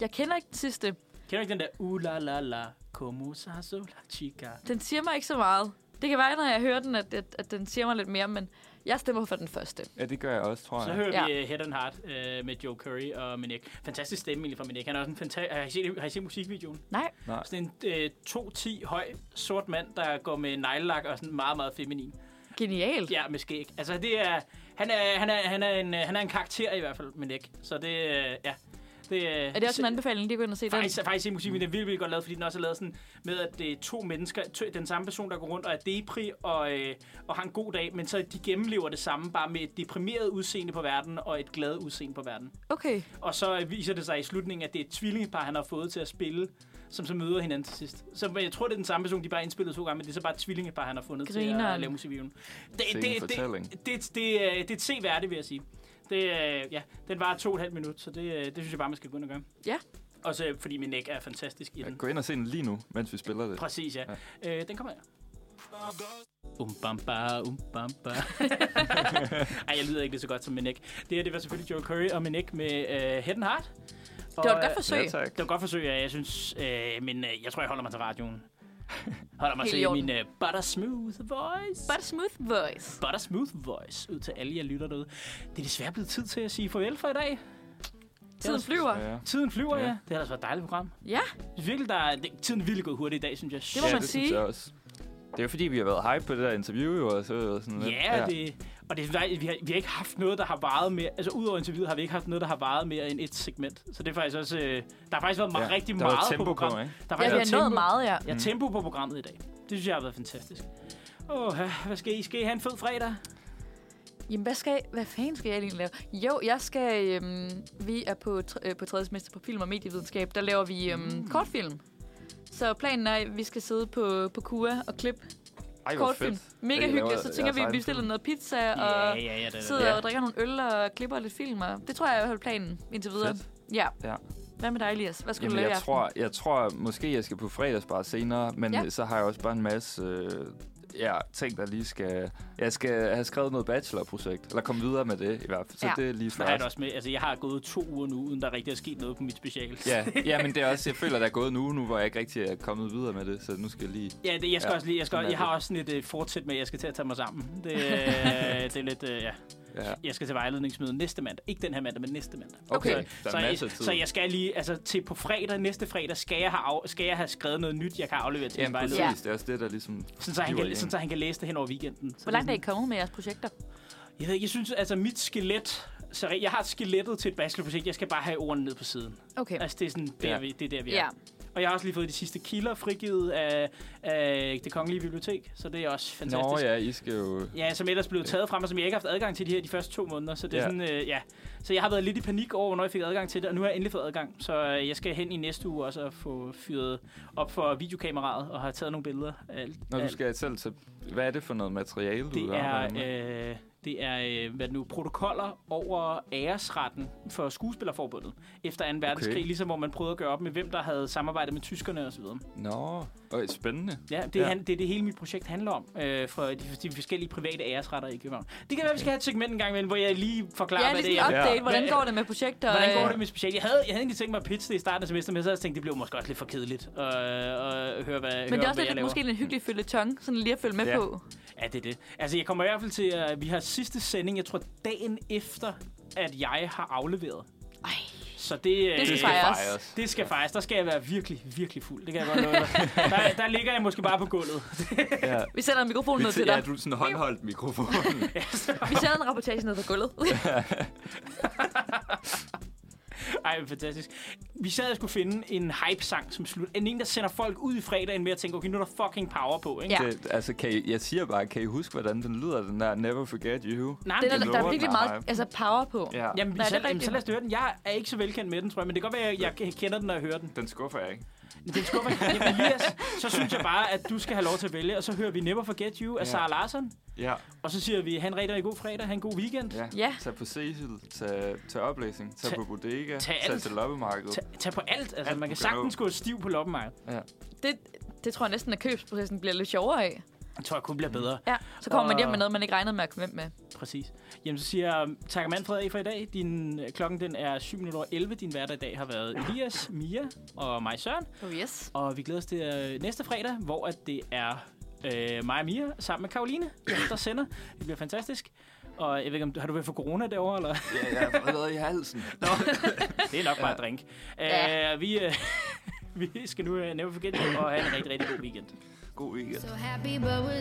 Speaker 2: Jeg kender ikke den sidste.
Speaker 1: Kender du ikke den der Uh la la la, como sa sola chica?
Speaker 2: Den siger mig ikke så meget. Det kan være, når jeg hører den, at, at, at den siger mig lidt mere, men jeg stemmer for den første.
Speaker 3: Ja, det gør jeg også, tror jeg.
Speaker 1: Så hører
Speaker 2: Ja.
Speaker 1: vi øh, Head and Heart øh, med Joe Curry og Manek. Fantastisk stemme egentlig fra Manek. Han er også en fantastisk... Har I set, har I set musikvideoen?
Speaker 2: Nej.
Speaker 3: Nej.
Speaker 1: Sådan en øh, 2-10 høj sort mand, der går med neglelak og sådan meget, meget feminin.
Speaker 2: Genialt.
Speaker 1: Ja, med skæg. Altså det er... Han er, han er, han er, en, øh, han er en karakter i hvert fald, Manek. Så det... Øh, ja. Det,
Speaker 2: Er det også en anbefaling, lige at gå ind og se den?
Speaker 1: Faktisk, faktisk i musikken, den er virkelig, virkelig godt lavet, fordi den også er lavet sådan med, at det er to mennesker, to, den samme person, der går rundt og er depri og, øh, og har en god dag, men så de gennemlever det samme, bare med et deprimeret udseende på verden og et glad udseende på verden.
Speaker 2: Okay.
Speaker 1: Og så øh, viser det sig i slutningen, at det er et tvillingepar, han har fået til at spille, som så møder hinanden til sidst. Så men jeg tror, det er den samme person, de bare har indspillet to gange, men det er så bare et tvillingepar, han har fundet til at
Speaker 2: Grineren.
Speaker 1: lave musikvideoen. Det,
Speaker 3: Sikke
Speaker 1: det,
Speaker 3: en
Speaker 1: det, det,
Speaker 3: fortælling.
Speaker 1: det, det, det, er- det er et C-værdigt, vil jeg sige. Det, øh, ja, den var to og et halvt minut, så det, øh, det synes jeg bare, man skal gå ind og gøre.
Speaker 2: Ja.
Speaker 1: Og så fordi min æg er fantastisk i
Speaker 3: Ja,
Speaker 1: den.
Speaker 3: gå ind og se den lige nu, mens vi spiller det.
Speaker 1: Præcis, ja. Øh, den kommer her. Um bam ba, um bam *laughs* ba. Ej, jeg lyder ikke lige så godt som Minek. Det her, det var selvfølgelig Joel Curry og Minek med øh, Head and Heart.
Speaker 2: Det var et
Speaker 1: Og,
Speaker 2: godt
Speaker 1: øh,
Speaker 2: forsøg.
Speaker 9: Ja, tak.
Speaker 1: Det var et godt forsøg, ja, jeg synes. Øh, men øh, jeg tror, jeg holder mig til radioen. *laughs* holder mig
Speaker 2: Helt i
Speaker 1: til
Speaker 2: orden.
Speaker 1: min øh, butter smooth voice.
Speaker 2: But smooth voice.
Speaker 1: Butter smooth voice ud til alle jer lytter derude. Det er desværre blevet tid til at sige farvel for i dag.
Speaker 2: Tiden flyver.
Speaker 3: Ja.
Speaker 1: Tiden flyver, ja.
Speaker 3: Ja.
Speaker 1: ja. Det har altså været et dejligt program.
Speaker 2: Ja,
Speaker 1: Jeg synes Virkelig, der er, det, tiden er virkelig gået hurtigt i dag, synes jeg.
Speaker 2: må
Speaker 3: ja,
Speaker 2: man
Speaker 3: det
Speaker 2: sige.
Speaker 3: Synes jeg også. Det er jo fordi, vi har været hype på det der interview, jo, og så og sådan lidt.
Speaker 1: Ja, ja. Det, og det, er faktisk- vi, har, vi har ikke haft noget, der har varet mere... Altså, udover interviewet har vi ikke haft noget, der har varet mere end et segment. Så det er faktisk også... Øh, der har faktisk været ja, rigtig
Speaker 3: der var
Speaker 1: meget
Speaker 3: tempo
Speaker 1: på
Speaker 3: på,
Speaker 1: programmet.
Speaker 3: ikke?
Speaker 1: der
Speaker 2: ja vi
Speaker 1: været
Speaker 2: har nået
Speaker 1: tempo.
Speaker 2: meget, ja.
Speaker 1: Ja, tempo på programmet i dag. Det synes jeg har været fantastisk. Åh, hvad skal I? Skal I have en fed fredag?
Speaker 2: Jamen, hvad, skal, jeg- hvad fanden skal jeg egentlig lave? Jo, jeg skal... Øhm, vi er på, tr- øh, på tredje semester på film og medievidenskab. Der laver vi øhm, kortfilm. Så planen er, at vi skal sidde på, på KUA og klippe
Speaker 3: Ej, hvor
Speaker 2: kortfilm.
Speaker 3: fedt.
Speaker 2: Mega
Speaker 3: I
Speaker 2: hyggeligt.
Speaker 3: laver
Speaker 2: Så tænker
Speaker 3: jeres
Speaker 2: vi, at vi
Speaker 3: egen
Speaker 2: bestiller
Speaker 3: film?
Speaker 2: noget pizza og
Speaker 1: ja, ja, ja. Det, det,
Speaker 2: sidder
Speaker 3: Ja.
Speaker 2: og drikker nogle øl og klipper lidt film. Og det tror jeg er i hvert fald planen indtil videre.
Speaker 3: Fedt.
Speaker 2: Ja.
Speaker 3: Ja.
Speaker 2: Hvad med dig, Elias? Hvad skal du
Speaker 3: Jamen,
Speaker 2: lave i
Speaker 3: jeg
Speaker 2: aften?
Speaker 3: tror, jeg tror måske, jeg skal på fredagsbar senere, men
Speaker 2: Ja.
Speaker 3: ja. så har jeg også bare en masse øh, ja, ting, der lige skal... Jeg skal have skrevet noget bachelorprojekt, eller komme videre med det i hvert fald. Så
Speaker 2: Ja.
Speaker 3: ja. det er lige
Speaker 1: der har jeg
Speaker 3: færdigt.
Speaker 1: det også med. Altså, jeg har gået to uger nu, uden der rigtig er sket noget på mit special.
Speaker 3: Ja, ja, men det er også, jeg føler, der er gået en uge nu, hvor jeg ikke rigtig er kommet videre med det, så nu skal jeg lige...
Speaker 1: Ja, det, jeg skal ja,
Speaker 3: Ja,
Speaker 1: også lige, jeg, skal,
Speaker 3: sådan er
Speaker 1: jeg har
Speaker 3: det.
Speaker 1: også sådan et øh, fortsæt med, at jeg skal til at tage mig sammen.
Speaker 3: *laughs*
Speaker 1: Det, øh, det er lidt, øh, ja.
Speaker 3: Ja.
Speaker 1: Jeg skal til vejledningsmøde næste mandag. Ikke den her mandag, men næste mandag.
Speaker 3: Okay,
Speaker 1: Så,
Speaker 3: der er
Speaker 1: så, jeg,
Speaker 3: masser af tid.
Speaker 1: så jeg skal lige, altså til på fredag, næste fredag, skal jeg have, af, skal jeg have skrevet noget nyt, jeg kan aflevere til min
Speaker 3: Jamen, præcis.
Speaker 1: vejleder.
Speaker 3: Det er også det, der ligesom...
Speaker 1: Sådan, så han
Speaker 3: hiver i
Speaker 1: kan,
Speaker 3: en.
Speaker 1: sådan, så han kan læse det hen over weekenden. Så
Speaker 2: Hvor langt
Speaker 1: det
Speaker 2: er
Speaker 1: er
Speaker 2: I kommet med jeres projekter?
Speaker 1: sådan- Jeg ved ikke, jeg synes, altså mit skelet... Så jeg har skelettet til et bachelorprojekt. Jeg skal bare have ordene ned på siden.
Speaker 2: Okay.
Speaker 1: Altså, det er, sådan, der,
Speaker 3: Ja.
Speaker 1: vi, det er der, vi er.
Speaker 2: Ja.
Speaker 1: Og jeg har også lige fået de sidste kilder frigivet af, af det kongelige bibliotek, så det er også fantastisk.
Speaker 3: Nå ja, I skal jo...
Speaker 1: Ja, som ellers blev taget frem, og som jeg ikke har haft adgang til de her de første to måneder. Så det er
Speaker 3: Ja.
Speaker 1: sådan, øh, ja. Så jeg har været lidt i panik over, hvornår jeg fik adgang til det, og nu har jeg endelig fået adgang. Så øh, jeg skal hen i næste uge også og få fyret op for videokameraet og have taget nogle billeder. af Alt,
Speaker 3: Når du
Speaker 1: alt.
Speaker 3: skal selv til... Hvad er det for noget materiale, du
Speaker 1: Det er,
Speaker 3: arbejder med?
Speaker 1: øh, det er øh, hvad er det nu, protokoller over æresretten for Skuespillerforbundet efter 2. verdenskrig, okay. ligesom hvor man prøvede at gøre op med, hvem der havde samarbejdet med tyskerne osv.
Speaker 3: Nå, okay, spændende.
Speaker 1: Ja, det, ja.
Speaker 3: Ja.
Speaker 1: Han, det er det hele mit projekt handler om, øh, for de, de forskellige private æresretter i København. Det kan være, vi skal have et segment en gang imellem, hvor jeg lige forklarer,
Speaker 2: Ja,
Speaker 1: hvad
Speaker 2: lige
Speaker 1: det
Speaker 2: sådan
Speaker 1: er.
Speaker 2: en update.
Speaker 3: Ja.
Speaker 2: Hvordan
Speaker 1: Hvad-
Speaker 2: går det med projekter?
Speaker 1: Hvordan går
Speaker 2: Øh,
Speaker 1: det med specielt? Jeg havde, jeg havde egentlig tænkt mig at pitche det i starten af semesteret, men så havde jeg tænkt, det blev måske også lidt for kedeligt øh, at høre, hvad,
Speaker 2: Men
Speaker 1: høre,
Speaker 2: det er også
Speaker 1: hvad jeg
Speaker 2: lidt,
Speaker 1: laver.
Speaker 2: måske en hyggelig følgetong, sådan lige at følge med
Speaker 3: Ja.
Speaker 2: på.
Speaker 1: Ja, det er det. Altså, jeg kommer i hvert fald til, at vi har sidste sending, jeg tror, dagen efter, at jeg har afleveret.
Speaker 2: Ej.
Speaker 1: Så det, øh,
Speaker 2: Det skal
Speaker 1: det
Speaker 2: fejres.
Speaker 1: det skal faktisk. Der skal jeg være virkelig, virkelig fuld. Det kan jeg godt
Speaker 2: *laughs*
Speaker 1: love dig. der, der ligger jeg måske bare på gulvet.
Speaker 3: Ja.
Speaker 2: Vi sender en mikrofon ned til
Speaker 3: Ja,
Speaker 2: dig.
Speaker 3: du er sådan håndholdt mikrofonen.
Speaker 2: Vi sender en rapportage ned på gulvet.
Speaker 1: *laughs* Ej, men fantastisk. Vi sad og skulle finde en hype-sang som slut. En, en der sender folk ud i fredagen med at tænke, okay, nu er der fucking power på, ikke?
Speaker 2: Ja.
Speaker 3: Det, altså, kan I, jeg siger bare, kan I huske, hvordan den lyder, den der Never Forget You?
Speaker 1: Nej,
Speaker 2: Den
Speaker 1: men
Speaker 2: er,
Speaker 1: det-
Speaker 2: der er
Speaker 3: lover
Speaker 2: virkelig
Speaker 3: den,
Speaker 2: meget
Speaker 3: nej.
Speaker 2: altså, power på.
Speaker 3: Ja. Jamen.
Speaker 1: Jamen, Nej,
Speaker 2: Nej, det er
Speaker 1: så, jamen,
Speaker 2: rigtigt.
Speaker 1: så lad os da høre den. Jeg er ikke så velkendt med den, tror jeg, men det kan godt være, at jeg jeg kender den, når jeg hører den.
Speaker 3: Den skuffer jeg ikke.
Speaker 1: Det er skuffende. Jamen, Elias, så synes jeg bare, at du skal have lov til at vælge, og så hører vi Never Forget You af ja.
Speaker 3: Ja.
Speaker 1: Sarah Larsen.
Speaker 3: Ja,
Speaker 1: Og så siger vi, han rigtig rigtig god fredag, han god weekend. Ja.
Speaker 3: ja.
Speaker 2: Ja.
Speaker 3: Tag på Cecil, tag, tag oplæsning, tag,
Speaker 1: Tag-
Speaker 3: tag på bodega,
Speaker 1: tag
Speaker 3: tag,
Speaker 1: alt.
Speaker 3: tag til loppemarkedet.
Speaker 1: Tag, tag på alt. Altså,
Speaker 3: Alt,
Speaker 1: man kan
Speaker 3: du kan
Speaker 1: sagtens gå stiv på loppemarkedet.
Speaker 2: Det, det tror jeg næsten, at købsprocessen bliver lidt sjovere af.
Speaker 1: Jeg tror, jeg kunne blive bedre.
Speaker 2: Ja. Så kommer man
Speaker 1: Og-
Speaker 2: hjem med noget, man ikke regnede med at komme hjem med.
Speaker 1: Præcis. Jamen, så siger jeg, tak Manfred af for i dag. Din, øh, klokken den er 7 minutter over 11. Din hverdag i dag har været Elias, Mia og mig Søren.
Speaker 2: Oh yes.
Speaker 1: Og vi glæder os til øh, næste fredag, hvor at det er øh, mig og Mia sammen med Karoline, der sender. Det bliver fantastisk. Og jeg ved ikke, om, har du været for corona derovre, eller?
Speaker 3: Ja, jeg har fået noget i halsen.
Speaker 1: *laughs* Det er nok bare ja. drink.
Speaker 2: Ja.
Speaker 1: Uh, vi, *laughs* uh, øh, vi skal nu uh, never forget you, og have en rigtig, rigtig god weekend.
Speaker 3: God weekend.
Speaker 4: So happy, but we're